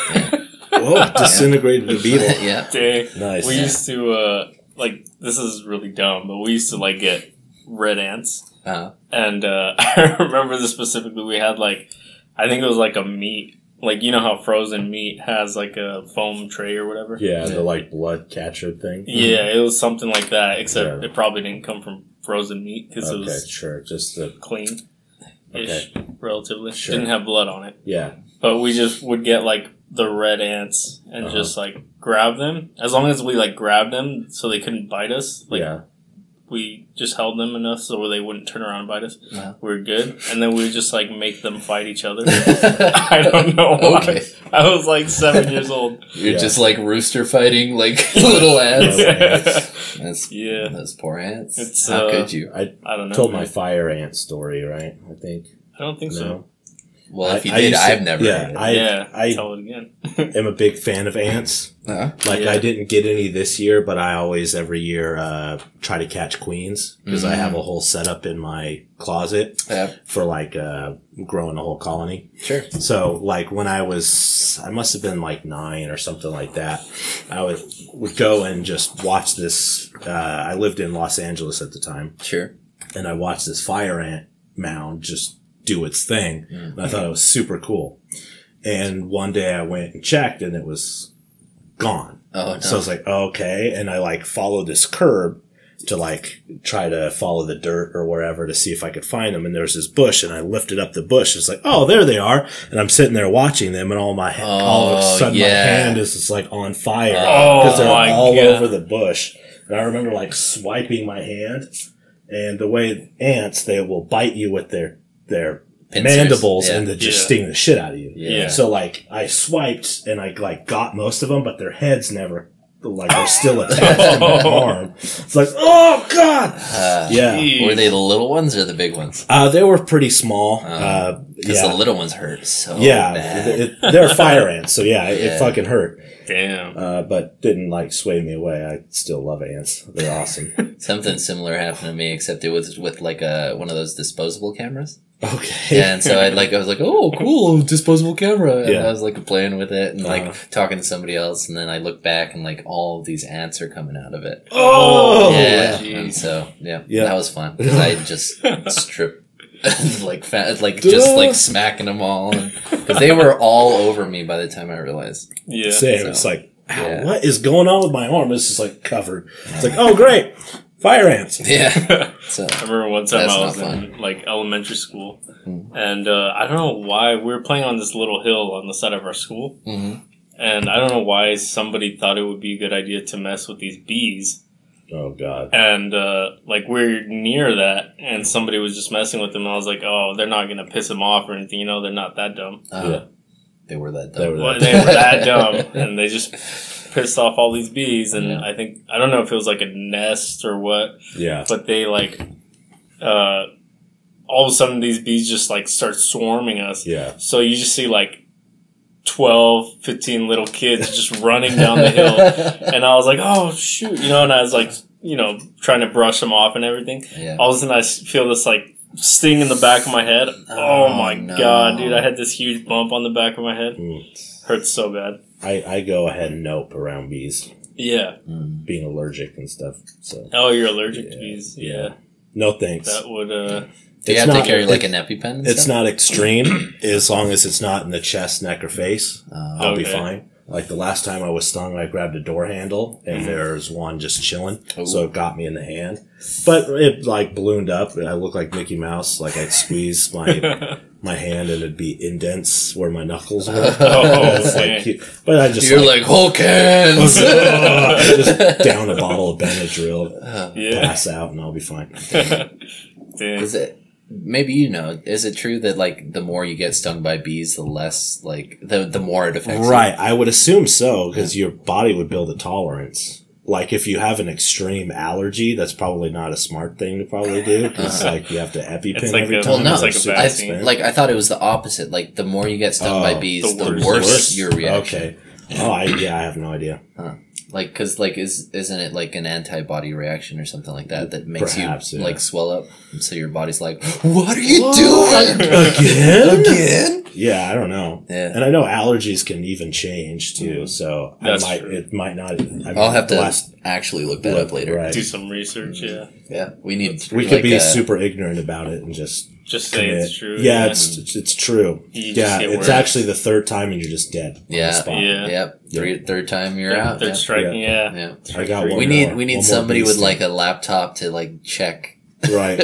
Speaker 1: Whoa, disintegrated the beetle.
Speaker 3: yeah.
Speaker 2: Dang.
Speaker 1: Nice.
Speaker 2: We used to uh, like this is really dumb, but we used to like get red ants
Speaker 1: Uh-huh.
Speaker 3: Uh,
Speaker 2: And uh, I remember this specifically. We had like, I think it was like a meat. Like you know how frozen meat has like a foam tray or whatever. Yeah,
Speaker 1: yeah, the like blood catcher thing.
Speaker 2: it was something like that. Except
Speaker 1: Yeah.
Speaker 2: it probably didn't come from frozen meat because it
Speaker 1: Okay,
Speaker 2: was
Speaker 1: sure. Just the
Speaker 2: clean, ish,
Speaker 1: Okay.
Speaker 2: relatively.
Speaker 1: Sure.
Speaker 2: Didn't have blood on it.
Speaker 1: yeah.
Speaker 2: But we just would get like the red ants and
Speaker 1: Uh-huh.
Speaker 2: just like grab them. As long as we like grabbed them so they couldn't bite us, like
Speaker 1: yeah.
Speaker 2: we just held them enough so they wouldn't turn around and bite us.
Speaker 3: Yeah.
Speaker 2: We were good, and then we would just like make them fight each other. I don't know why.
Speaker 3: Okay.
Speaker 2: I was like seven years old.
Speaker 3: You're
Speaker 1: Yeah.
Speaker 3: just like rooster fighting like little ants.
Speaker 1: Yeah.
Speaker 3: That's
Speaker 2: yeah,
Speaker 3: those poor ants.
Speaker 2: It's,
Speaker 3: How
Speaker 2: uh,
Speaker 3: could you?
Speaker 1: I
Speaker 2: I don't know.
Speaker 1: told my fire ant story, right? I think.
Speaker 2: I don't think so.
Speaker 1: No.
Speaker 3: Well, if you
Speaker 1: I- I
Speaker 3: did,
Speaker 1: used to-
Speaker 3: I've never
Speaker 1: yeah,
Speaker 3: heard it.
Speaker 1: I-
Speaker 2: yeah,
Speaker 1: I-
Speaker 2: tell it again.
Speaker 1: I'm a big fan of ants.
Speaker 3: Uh,
Speaker 1: Like
Speaker 2: Yeah.
Speaker 1: I didn't get any this year, but I always every year uh, try to catch queens because I
Speaker 2: Mm-hmm.
Speaker 3: Mhm.
Speaker 1: have a whole setup in my closet
Speaker 3: yeah,
Speaker 1: for like uh, growing a whole colony.
Speaker 3: sure.
Speaker 1: So like when I was, I must have been like nine or something like that. I would would go and just watch this. Uh, I lived in Los Angeles at the time,
Speaker 3: Sure.
Speaker 1: and I watched this fire ant mound just do its thing. And I thought it was super cool. And one day I went and checked and it was gone.
Speaker 3: Oh, no.
Speaker 1: So I was like, okay. And I like followed this curb to like try to follow the dirt or wherever to see if I could find them. And there was this bush and I lifted up the bush. It's like, oh, there they are. And I'm sitting there watching them and all my, all of a
Speaker 3: Oh,
Speaker 1: sudden my
Speaker 3: yeah.
Speaker 1: hand is just like on fire
Speaker 2: Oh,
Speaker 1: because they're
Speaker 2: my
Speaker 1: all
Speaker 2: God.
Speaker 1: over the bush. And I remember like swiping my hand and the way ants, they will bite you with their, their
Speaker 3: Pincers.
Speaker 1: mandibles
Speaker 3: Yeah.
Speaker 1: and they just
Speaker 2: Yeah.
Speaker 1: sting the shit out of you.
Speaker 2: Yeah.
Speaker 1: So like I swiped and I like got most of them, but their heads never like are still attached to my arm. It's like oh god,
Speaker 3: Uh,
Speaker 1: yeah.
Speaker 2: Oh. Jeez.
Speaker 3: Were they the little ones or the big ones?
Speaker 1: Uh, they were pretty small.
Speaker 3: Oh.
Speaker 1: Uh,
Speaker 3: Because
Speaker 1: yeah,
Speaker 3: the little ones hurt so
Speaker 1: yeah.
Speaker 3: bad.
Speaker 1: It, it- they're fire ants, so yeah, it,
Speaker 3: Yeah.
Speaker 1: it fucking hurt.
Speaker 2: Damn.
Speaker 1: Uh, but didn't like sway me away. I still love ants. They're awesome.
Speaker 3: Something similar happened to me, except it was with like a one of those disposable cameras.
Speaker 1: okay.
Speaker 3: Yeah, and so I like I was like, oh, cool, disposable camera, and
Speaker 1: Yeah.
Speaker 3: I was like playing with it and like
Speaker 1: Uh-huh.
Speaker 3: talking to somebody else, and then I look back and like all of these ants are coming out of it.
Speaker 1: Oh.
Speaker 3: yeah,
Speaker 2: jeez.
Speaker 3: and so yeah,
Speaker 1: Yeah.
Speaker 3: that was fun 'cause I just stripped. like fat, like just like smacking them all because they were all over me by the time I realized.
Speaker 2: Yeah.
Speaker 1: Same.
Speaker 3: So,
Speaker 1: it's like, ow,
Speaker 3: yeah.
Speaker 1: what is going on with my arm? It's just like covered. It's like, oh great, fire ants.
Speaker 3: Yeah,
Speaker 2: I
Speaker 3: so
Speaker 2: remember one time
Speaker 3: That's
Speaker 2: I
Speaker 3: not
Speaker 2: was in like elementary school,
Speaker 1: Hmm.
Speaker 2: and uh, I don't know why we were playing on this little hill on the side of our school,
Speaker 1: Mm-hmm.
Speaker 3: mhm.
Speaker 2: and I don't know why somebody thought it would be a good idea to mess with these bees.
Speaker 1: Oh god.
Speaker 2: and uh, like we're near that, and somebody was just messing with them. And I was like, "Oh, they're not gonna piss him off or anything, you know? They're not that dumb."
Speaker 3: Uh, They were that
Speaker 1: They
Speaker 3: dumb.
Speaker 1: were
Speaker 2: Well, they were that dumb, and they just pissed off all these bees. And
Speaker 3: Yeah.
Speaker 2: I think I don't know if it was like a nest or what,
Speaker 1: Yeah.
Speaker 2: but they like uh, all of a sudden these bees just like start swarming us.
Speaker 1: Yeah.
Speaker 2: So you just see like 12, 15 little kids just running down the hill, and I was like, oh shoot, you know. And I was like, you know, trying to brush them off and everything.
Speaker 3: yeah.
Speaker 2: All of a sudden, I s- feel this like sting in the back of my head. Oh,
Speaker 3: Oh,
Speaker 2: my
Speaker 3: no.
Speaker 2: god, dude! I had this huge bump on the back of my head.
Speaker 1: Mm.
Speaker 2: Hurts so bad.
Speaker 1: I, I go ahead and nope around bees,
Speaker 2: Yeah.
Speaker 3: Mm.
Speaker 1: being allergic and stuff. So,
Speaker 2: Oh, you're allergic to
Speaker 1: Yeah.
Speaker 2: bees. Yeah.
Speaker 1: Yeah. no thanks.
Speaker 2: That would. uh
Speaker 3: Do you
Speaker 1: It's
Speaker 3: have
Speaker 1: not-
Speaker 3: to carry like
Speaker 1: it-
Speaker 3: an EpiPen? And
Speaker 1: It's
Speaker 3: stuff?
Speaker 1: not extreme as long as it's not in the chest, neck, or face.
Speaker 3: Uh,
Speaker 1: I'll be
Speaker 2: Okay.
Speaker 1: fine. Like the last time I was stung, I grabbed a door handle and
Speaker 2: Mm-hmm.
Speaker 1: there's one just chilling.
Speaker 2: Oh.
Speaker 1: So it got me in the hand. But it like ballooned up and I looked like Mickey Mouse. Like I'd squeeze my,
Speaker 2: uh,
Speaker 1: my hand and it'd be indents where my knuckles were.
Speaker 2: Oh,
Speaker 1: It's like
Speaker 2: man.
Speaker 1: cute. But I just
Speaker 4: You're
Speaker 1: like,
Speaker 4: like Hulk hands.
Speaker 1: just down a bottle of Benadryl,
Speaker 2: yeah.
Speaker 1: pass out, and I'll be fine.
Speaker 2: Dang.
Speaker 3: is it? Maybe you know. Is it true that like the more you get stung by bees, the less like the the more it affects? you?
Speaker 1: Right. I would assume so because your body would build a tolerance. Like if you have an extreme allergy, that's probably not a smart thing to probably do. 'cause, like you have to EpiPen
Speaker 2: It's like
Speaker 1: every
Speaker 2: a-
Speaker 1: time.
Speaker 3: Well, no,
Speaker 1: or
Speaker 2: it's like a
Speaker 1: super
Speaker 2: vaccine.
Speaker 1: expensive.
Speaker 3: Like I thought it was the opposite. Like the more you get stung by
Speaker 1: Oh,
Speaker 3: bees,
Speaker 2: the
Speaker 3: the,
Speaker 2: worse.
Speaker 3: worse,
Speaker 1: Worse?
Speaker 3: your reaction.
Speaker 1: Okay. Oh, I, yeah, I have no idea.
Speaker 3: Like because like is isn't it like an antibody reaction or something like that that makes
Speaker 1: Perhaps,
Speaker 3: you
Speaker 1: yeah.
Speaker 3: like swell up? And so your body's like, what are you doing
Speaker 1: Again?
Speaker 3: again?
Speaker 1: Yeah, I don't know.
Speaker 3: Yeah.
Speaker 1: And I know allergies can even change too, so
Speaker 2: Mm. That's
Speaker 1: I might
Speaker 2: true.
Speaker 1: it might not. I mean,
Speaker 3: I'll have to
Speaker 1: last-
Speaker 3: actually look that up later.
Speaker 1: Right.
Speaker 2: Do some research. Yeah.
Speaker 3: Yeah, we need.
Speaker 1: We could
Speaker 3: like,
Speaker 1: be
Speaker 3: uh,
Speaker 1: super ignorant about it and just
Speaker 2: Just say
Speaker 1: commit.
Speaker 2: it's true.
Speaker 1: Yeah, it's it's, it's true.
Speaker 2: You just
Speaker 1: yeah,
Speaker 2: get
Speaker 1: it's
Speaker 2: worse.
Speaker 1: actually the third time and you're just dead. on the
Speaker 3: Yeah.
Speaker 1: spot.
Speaker 2: Yeah.
Speaker 3: Yep. Three, third time you're
Speaker 2: Yeah,
Speaker 3: out.
Speaker 2: They're
Speaker 3: yeah.
Speaker 2: striking. Yeah.
Speaker 3: Yeah.
Speaker 1: I got one.
Speaker 3: We
Speaker 1: more-
Speaker 3: need we
Speaker 1: one
Speaker 3: need
Speaker 1: more
Speaker 3: somebody
Speaker 1: beast.
Speaker 3: with like a laptop to like check.
Speaker 1: right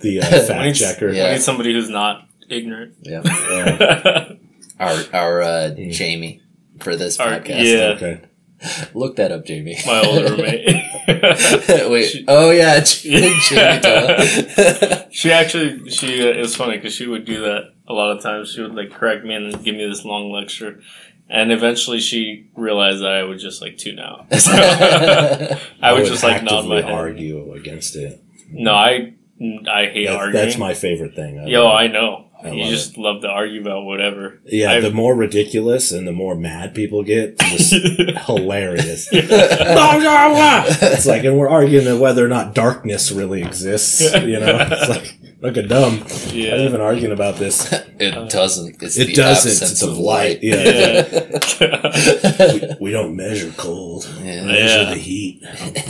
Speaker 1: the uh,
Speaker 2: We need-
Speaker 1: fact checker.
Speaker 3: Yeah.
Speaker 2: We need somebody who's not ignorant.
Speaker 3: Yeah.
Speaker 1: Yeah.
Speaker 3: Our our uh,
Speaker 1: Mm.
Speaker 3: Jamie for this
Speaker 2: Our-
Speaker 3: podcast.
Speaker 2: yeah.
Speaker 1: Okay.
Speaker 3: Look that up, Jamie.
Speaker 2: My old roommate.
Speaker 3: Wait.
Speaker 2: She-
Speaker 3: oh yeah, Jamie.
Speaker 2: Yeah.
Speaker 3: Doyle.
Speaker 2: she actually, she uh, it was funny because she would do that a lot of times. She would like correct me and give me this long lecture, and eventually she realized that I would just like tune out. I would just like nod
Speaker 1: actively
Speaker 2: my head.
Speaker 1: argue against it.
Speaker 2: No, I I hate
Speaker 1: That's,
Speaker 2: arguing.
Speaker 1: that's my favorite thing. I
Speaker 2: Yo,
Speaker 1: love-
Speaker 2: I know.
Speaker 1: I
Speaker 2: you
Speaker 1: love
Speaker 2: just love to argue about whatever.
Speaker 1: yeah.
Speaker 2: I've-
Speaker 1: the more ridiculous and the more mad people get, it's just hilarious. it's like, and we're arguing whether or not darkness really exists. You know, it's like look at dumb. I'm
Speaker 2: yeah.
Speaker 1: even arguing about this.
Speaker 2: uh,
Speaker 3: it doesn't. It's the
Speaker 1: It doesn't.
Speaker 3: absence
Speaker 1: It's
Speaker 3: of light.
Speaker 1: Yeah.
Speaker 2: yeah.
Speaker 1: We, we don't measure cold. We
Speaker 3: Yeah.
Speaker 1: measure
Speaker 2: Yeah.
Speaker 1: the heat.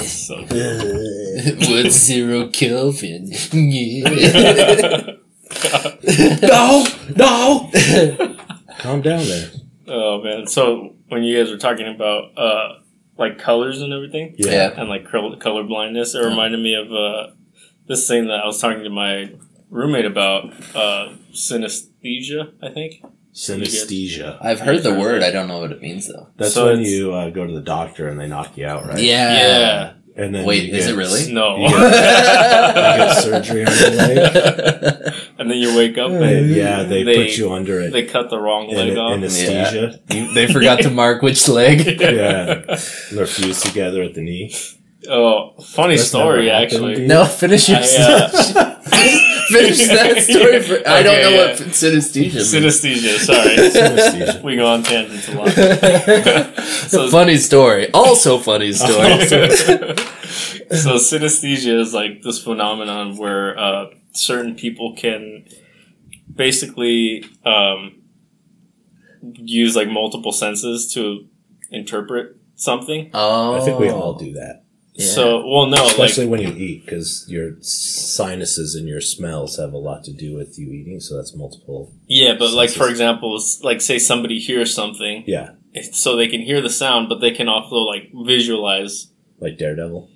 Speaker 2: So-
Speaker 1: Ugh.
Speaker 3: Would zero Kelvin. Yeah.
Speaker 1: no, no. Calm down there.
Speaker 2: oh man. So when you guys were talking about uh like colors and everything
Speaker 3: Yeah.
Speaker 2: and like color color blindness, it reminded me of uh this thing that I was talking to my roommate about uh synesthesia, I think.
Speaker 1: Synesthesia.
Speaker 3: I've heard the word. I don't know what it means though.
Speaker 1: That's
Speaker 2: So
Speaker 1: when
Speaker 2: it's-
Speaker 1: you uh, go to the doctor and they knock you out, right?
Speaker 3: Yeah.
Speaker 1: And then
Speaker 3: Wait,
Speaker 1: you
Speaker 3: is
Speaker 1: get-
Speaker 3: it really?
Speaker 2: No.
Speaker 1: You you get surgery on your leg.
Speaker 2: and then you wake up
Speaker 1: And,
Speaker 2: and
Speaker 1: yeah, they,
Speaker 2: They-
Speaker 1: put you under it.
Speaker 2: they cut the wrong
Speaker 1: and
Speaker 2: leg
Speaker 1: it-
Speaker 2: off.
Speaker 1: anesthesia.
Speaker 3: You- they forgot to mark which leg.
Speaker 1: Yeah. And they're fused together at the knee.
Speaker 2: Oh, funny
Speaker 1: That's
Speaker 2: story
Speaker 1: never happened
Speaker 2: actually.
Speaker 1: to you?
Speaker 3: No, finish your
Speaker 2: I, uh,
Speaker 3: finish that story. For, I don't
Speaker 2: Okay,
Speaker 3: know
Speaker 2: yeah.
Speaker 3: what synesthesia. means.
Speaker 2: synesthesia. Sorry,
Speaker 1: Synesthesia.
Speaker 2: we go on tangents a lot. So-
Speaker 3: funny story. Also funny story.
Speaker 2: so synesthesia is like this phenomenon where uh, certain people can basically um, use like multiple senses to interpret something.
Speaker 3: oh,
Speaker 1: I think we all do that,
Speaker 3: Yeah.
Speaker 2: So, well, no,
Speaker 1: especially when you eat, because your sinuses and your smells have a lot to do with you eating. So that's multiple.
Speaker 2: like yeah, but like for
Speaker 1: Senses.
Speaker 2: example, s- like say somebody hears something,
Speaker 1: Yeah,
Speaker 2: so they can hear the sound, but they can also like visualize.
Speaker 1: like Daredevil.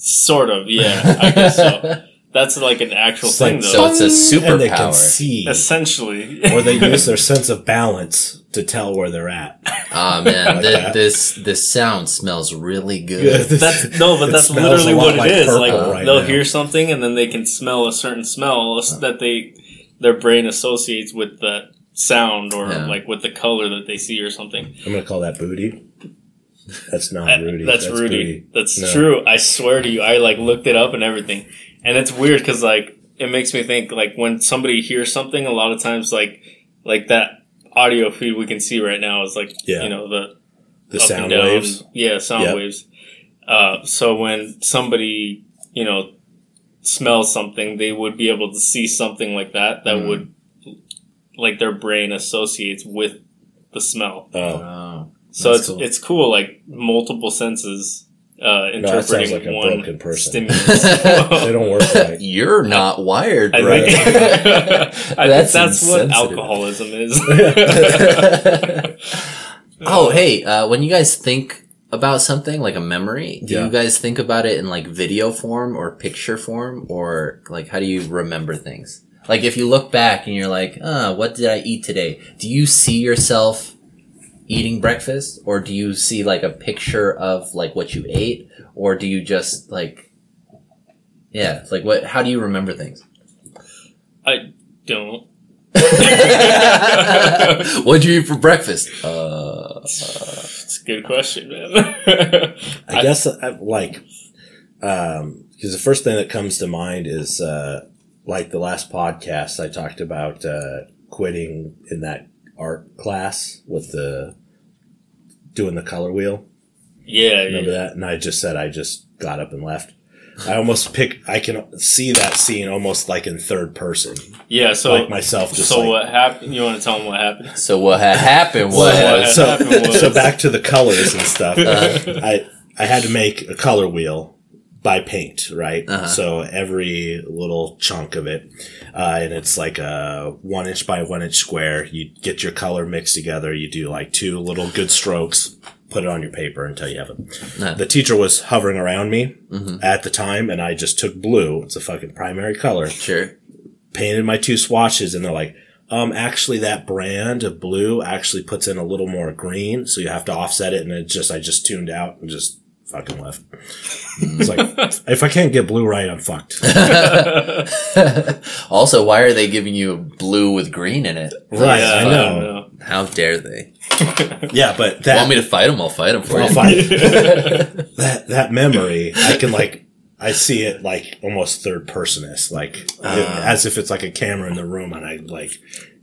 Speaker 2: Sort of, yeah, I guess so. That's like an actual
Speaker 1: It's
Speaker 2: thing,
Speaker 1: like
Speaker 2: though.
Speaker 3: So it's a
Speaker 1: And they can
Speaker 3: superpower.
Speaker 1: see,
Speaker 2: Essentially,
Speaker 1: or they use their sense of balance to tell where they're at.
Speaker 3: Ah man,
Speaker 1: Like
Speaker 3: thi-
Speaker 1: that.
Speaker 3: this this sound smells really
Speaker 1: Yeah,
Speaker 3: good.
Speaker 1: this-
Speaker 2: that's no, but
Speaker 1: it
Speaker 2: that's
Speaker 1: smells
Speaker 2: literally
Speaker 1: a lot
Speaker 2: what it
Speaker 1: like
Speaker 2: is.
Speaker 1: purple
Speaker 2: Like
Speaker 1: right
Speaker 2: they'll
Speaker 1: now.
Speaker 2: hear something and then they can smell a certain smell that they their brain associates with the sound or
Speaker 3: Yeah.
Speaker 2: like with the color that they see or something.
Speaker 1: I'm gonna call that booty. That's not
Speaker 2: That-
Speaker 1: Rudy.
Speaker 2: that's, Rudy.
Speaker 1: booty.
Speaker 2: That's
Speaker 1: No.
Speaker 2: true. I swear to you, I like looked it up and everything, and it's weird because like it makes me think like when somebody hears something, a lot of times like like that audio feed we can see right now is like
Speaker 1: Yeah.
Speaker 2: you know the
Speaker 1: The
Speaker 2: up and
Speaker 1: sound
Speaker 2: down.
Speaker 1: waves.
Speaker 2: Yeah, sound
Speaker 1: Yep.
Speaker 2: waves. Uh, so when somebody, you know, smells something, they would be able to see something like that that
Speaker 3: Mm.
Speaker 2: would, like, their brain associates with the smell.
Speaker 1: Oh,
Speaker 3: Oh.
Speaker 2: So
Speaker 3: That's
Speaker 2: it's
Speaker 3: cool.
Speaker 2: it's cool, like multiple senses uh,
Speaker 1: No, that sounds
Speaker 2: interpreting
Speaker 1: like a
Speaker 2: one
Speaker 1: broken person.
Speaker 2: stimulus.
Speaker 1: they don't work right.
Speaker 3: You're not wired,
Speaker 2: I
Speaker 3: right?
Speaker 2: think, I think that's, what
Speaker 3: insensitive.
Speaker 2: alcoholism is.
Speaker 3: oh, hey, uh, when you guys think about something like a memory, do
Speaker 1: Yeah.
Speaker 3: you guys think about it in like video form or picture form or like how do you remember things? Like if you look back and you're like, uh, what did I eat today? Do you see yourself eating breakfast or do you see like a picture of like what you ate or do you just like yeah, like what how do you remember things?
Speaker 2: I don't.
Speaker 3: What'd you eat for breakfast? Uh,
Speaker 2: It's a good question, man.
Speaker 1: I,
Speaker 2: I-
Speaker 1: guess I, like um because the first thing that comes to mind is uh like the last podcast I talked about uh quitting in that art class with the doing the color wheel.
Speaker 2: yeah, yeah.
Speaker 1: Remember that? And I just said I just got up and left. I almost pick I can see that scene almost like in third person.
Speaker 2: Yeah, so
Speaker 1: like myself just
Speaker 2: so
Speaker 1: like
Speaker 2: what happened? You want to tell them what happened?
Speaker 3: so what had happened was
Speaker 2: What had
Speaker 1: so,
Speaker 2: happened was-
Speaker 1: so back to the colors and stuff. uh,
Speaker 2: Uh-huh.
Speaker 1: I I had to make a color wheel by paint, right?
Speaker 3: Uh-huh.
Speaker 1: So every little chunk of it, uh, and it's like a one inch by one inch square. You get your color mixed together. You do like two little good strokes. Put it on your paper until you have it.
Speaker 3: Uh-huh.
Speaker 1: The teacher was hovering around me
Speaker 3: Mhm.
Speaker 1: at the time, and I just took blue. It's a fucking primary color
Speaker 3: Sure.
Speaker 1: painted my two swatches and they're like, um, actually that brand of blue actually puts in a little more green. So you have to offset it. And it just, I just tuned out and just fucking left. it's like, if I can't get blue right, I'm fucked.
Speaker 3: also, why are they giving you blue with green in it?
Speaker 1: Right.
Speaker 2: Yeah,
Speaker 1: I
Speaker 2: don't
Speaker 1: know.
Speaker 3: How dare they?
Speaker 1: Yeah. But that,
Speaker 3: Want me to fight them? I'll fight them for
Speaker 1: I'll
Speaker 3: you.
Speaker 1: find it. that, that memory, I can like, I see it like almost third personist, like
Speaker 3: Ah.
Speaker 1: as if it's like a camera in the room and I like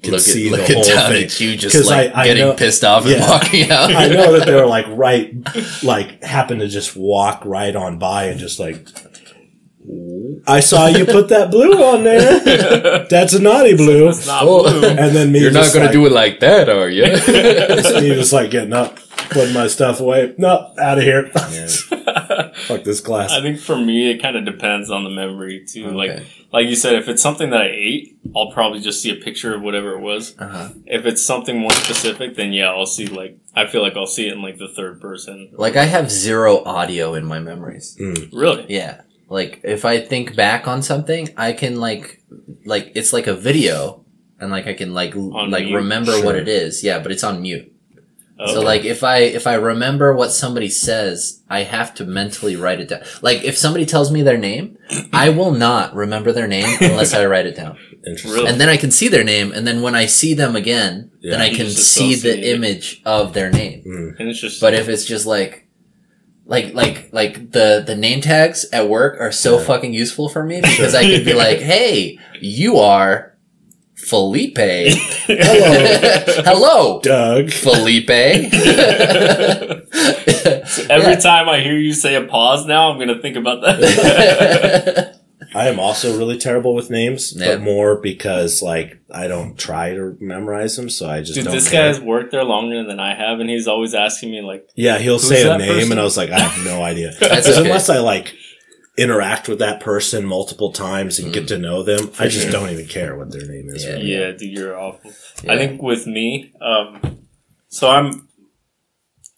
Speaker 1: can
Speaker 3: look
Speaker 1: see
Speaker 3: at
Speaker 1: the
Speaker 3: look at
Speaker 1: whole
Speaker 3: Tommy
Speaker 1: thing.
Speaker 3: Q just
Speaker 1: 'Cause
Speaker 3: like
Speaker 1: I- I
Speaker 3: getting
Speaker 1: know-
Speaker 3: pissed off and
Speaker 1: Yeah.
Speaker 3: walking out.
Speaker 1: I know that they were like right, like happened to just walk right on by and just like, I saw you put that blue on there. That's a naughty blue.
Speaker 2: It's not
Speaker 3: Well-
Speaker 2: blue.
Speaker 1: And then me,
Speaker 4: You're not
Speaker 1: just,
Speaker 4: going
Speaker 1: like,
Speaker 4: to do it like that, are you?
Speaker 1: it. Me just like getting up, putting my stuff away. No, out of here. Fuck this class.
Speaker 2: I think for me, it kind of depends on the memory too. Like
Speaker 3: Okay.
Speaker 2: like you said, if it's something that I ate, I'll probably just see a picture of whatever it was.
Speaker 3: Uh-huh.
Speaker 2: If it's something more specific, then yeah, I'll see like I feel like I'll see it in like the third person.
Speaker 3: Like I have zero audio in my memories.
Speaker 2: Really?
Speaker 3: Yeah. Like if I think back on something, I can like like it's like a video and like I can like l-
Speaker 2: On
Speaker 3: like
Speaker 2: mute?
Speaker 3: remember what
Speaker 1: Sure.
Speaker 3: it is. Yeah, but it's on mute. So
Speaker 2: Okay.
Speaker 3: like if I if I remember what somebody says, I have to mentally write it down. Like if somebody tells me their name, I will not remember their name unless I write it down.
Speaker 1: Interesting.
Speaker 2: Really?
Speaker 3: And then I can see their name and then when I see them again, then
Speaker 1: Yeah.
Speaker 3: I
Speaker 2: You
Speaker 3: can
Speaker 2: just
Speaker 3: see the
Speaker 2: associate it.
Speaker 3: image of their name.
Speaker 1: Hmm.
Speaker 2: Interesting.
Speaker 3: But if it's just like like like like the the name tags at work are so fucking useful for me because I could be like, "Hey, you are Felipe." Oh, Hello.
Speaker 1: Doug.
Speaker 3: Felipe.
Speaker 2: Every
Speaker 3: Yeah.
Speaker 2: time I hear you say a pause now, I'm gonna think about that.
Speaker 1: I am also really terrible with names,
Speaker 3: Yeah.
Speaker 1: but more because like I don't try to memorize them, so I just
Speaker 2: Dude,
Speaker 1: don't.
Speaker 2: this
Speaker 1: care.
Speaker 2: guy's worked there longer than I have, and he's always asking me like,
Speaker 1: Yeah, he'll say a
Speaker 2: that
Speaker 1: name,
Speaker 2: person?
Speaker 1: and I was like, I have no idea.
Speaker 3: That's
Speaker 1: 'Cause
Speaker 3: okay.
Speaker 1: Unless I like interact with that person multiple times and get to know them, I just don't even care what their name is.
Speaker 3: Mm. Yeah.
Speaker 1: really.
Speaker 2: "Yeah, dude, you're awful."
Speaker 3: Yeah.
Speaker 2: I think with me, um, so I'm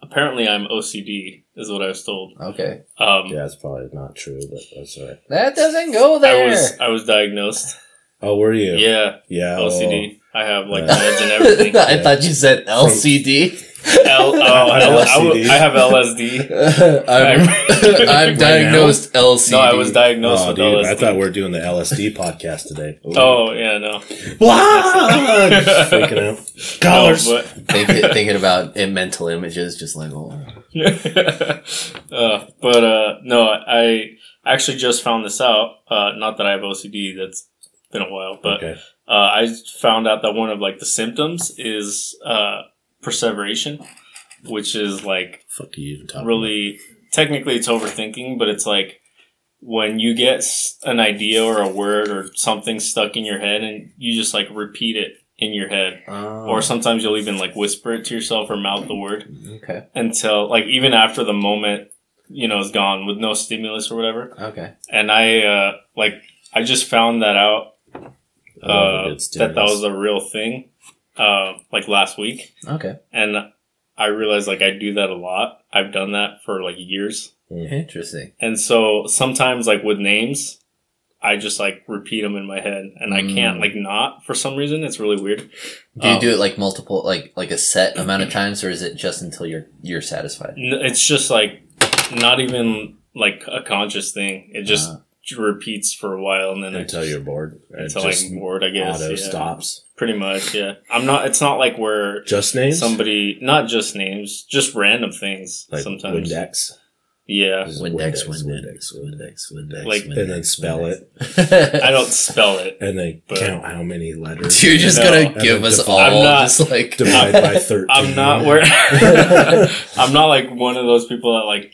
Speaker 2: apparently I'm OCD, is what I was told.
Speaker 3: okay.
Speaker 2: Um,
Speaker 1: Yeah, it's probably not true, but that's all right.
Speaker 3: That doesn't go
Speaker 2: I
Speaker 3: there.
Speaker 2: was I was diagnosed.
Speaker 1: Oh, were you?
Speaker 2: Yeah,
Speaker 1: Yeah, well,
Speaker 2: OCD. I have like
Speaker 1: Yeah.
Speaker 2: meds and everything.
Speaker 3: I thought you said LCD.
Speaker 2: L- oh, I, I,
Speaker 1: LSD.
Speaker 2: I have LSD.
Speaker 4: I'm, I'm diagnosed LCD.
Speaker 2: No, I was diagnosed
Speaker 1: Oh,
Speaker 2: with
Speaker 1: dude, I
Speaker 2: LSD.
Speaker 1: thought we were doing the LSD podcast today.
Speaker 2: oh yeah, no.
Speaker 1: Wah! Just freaking out. Collars.
Speaker 2: No,
Speaker 3: thinking, thinking about it, mental images, just like, oh,
Speaker 2: but, uh, but uh, no, I actually just found this out. Uh, not that I have OCD. That's been a while, but
Speaker 1: okay.
Speaker 2: uh, I found out that one of like the symptoms is uh, perseveration, which is like
Speaker 1: Fuck you, even talking.
Speaker 2: really technically it's overthinking, but it's like when you get s- an idea or a word or something stuck in your head and you just like repeat it in your head
Speaker 3: oh, Uh-huh.
Speaker 2: or sometimes you'll even like whisper it to yourself or mouth the word
Speaker 3: okay,
Speaker 2: until like even after the moment you know is gone with no stimulus or whatever
Speaker 3: okay.
Speaker 2: and i uh like i just found that out
Speaker 1: I love a
Speaker 2: uh,
Speaker 1: good
Speaker 2: that that
Speaker 1: stimulus.
Speaker 2: was a real thing uh like last week
Speaker 3: Okay.
Speaker 2: and i realized like i do that a lot i've done that for like years
Speaker 1: Mm.
Speaker 3: Interesting.
Speaker 2: and so sometimes, like with names, I just like repeat them in my head, and I can't
Speaker 3: Mm.
Speaker 2: like not for some reason. It's really weird.
Speaker 3: Do you
Speaker 2: Um,
Speaker 3: do it like multiple, like like a set amount of times, or is it just until you're you're satisfied?
Speaker 2: N- It's just like not even like a conscious thing. It just
Speaker 1: Uh-huh.
Speaker 3: Ah.
Speaker 2: repeats for a while, and then I
Speaker 1: until
Speaker 2: just-
Speaker 1: you're bored. It
Speaker 2: until
Speaker 1: just
Speaker 2: I'm bored. I guess
Speaker 1: auto
Speaker 2: yeah.
Speaker 1: stops.
Speaker 2: Pretty much, yeah. I'm not. It's not like where
Speaker 1: Just names.
Speaker 2: somebody not just names, just random things
Speaker 1: like
Speaker 2: sometimes.
Speaker 1: Windex.
Speaker 2: Yeah,
Speaker 1: This is
Speaker 3: Windex,
Speaker 1: Windex,
Speaker 3: Windex,
Speaker 1: Windex, Windex,
Speaker 2: Like-
Speaker 1: Windex, and then spell it,
Speaker 2: I don't spell it.
Speaker 1: and they
Speaker 2: But-
Speaker 1: count how many letters.
Speaker 4: You're just
Speaker 2: No.
Speaker 4: gonna give us
Speaker 1: I'm
Speaker 4: all
Speaker 2: not-
Speaker 4: just like
Speaker 1: divide by thirteen.
Speaker 2: I'm not where I'm not like one of those people that like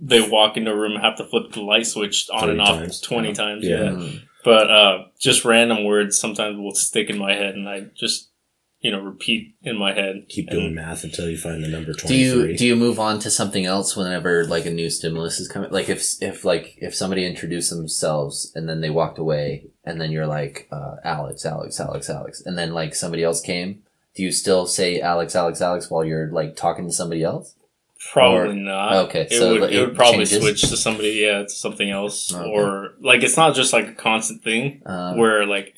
Speaker 2: they walk into a room and have to flip the light switch on
Speaker 1: 30
Speaker 2: and off
Speaker 1: times. Uh-huh.
Speaker 2: twenty times.
Speaker 1: Yeah.
Speaker 2: Yeah.
Speaker 3: Mm.
Speaker 2: But uh, just random words sometimes will stick in my head and I just you know, repeat in my head.
Speaker 1: Keep
Speaker 2: And
Speaker 1: doing math until you find the number
Speaker 3: Do
Speaker 1: twenty-three.
Speaker 3: you do you move on to something else whenever like a new stimulus is coming? Like if if like if somebody introduced themselves and then they walked away, and then you're like uh, Alex, Alex, Alex, Alex, and then like somebody else came. Do you still say Alex, Alex, Alex while you're like talking to somebody else?
Speaker 2: Probably not.
Speaker 3: okay,
Speaker 2: Uh, It
Speaker 3: so
Speaker 2: would
Speaker 3: like,
Speaker 2: it would
Speaker 3: it
Speaker 2: probably
Speaker 3: changes?
Speaker 2: switch to somebody, yeah, to something else.
Speaker 3: Okay.
Speaker 2: Or like it's not just like a constant thing
Speaker 3: Um,
Speaker 2: where like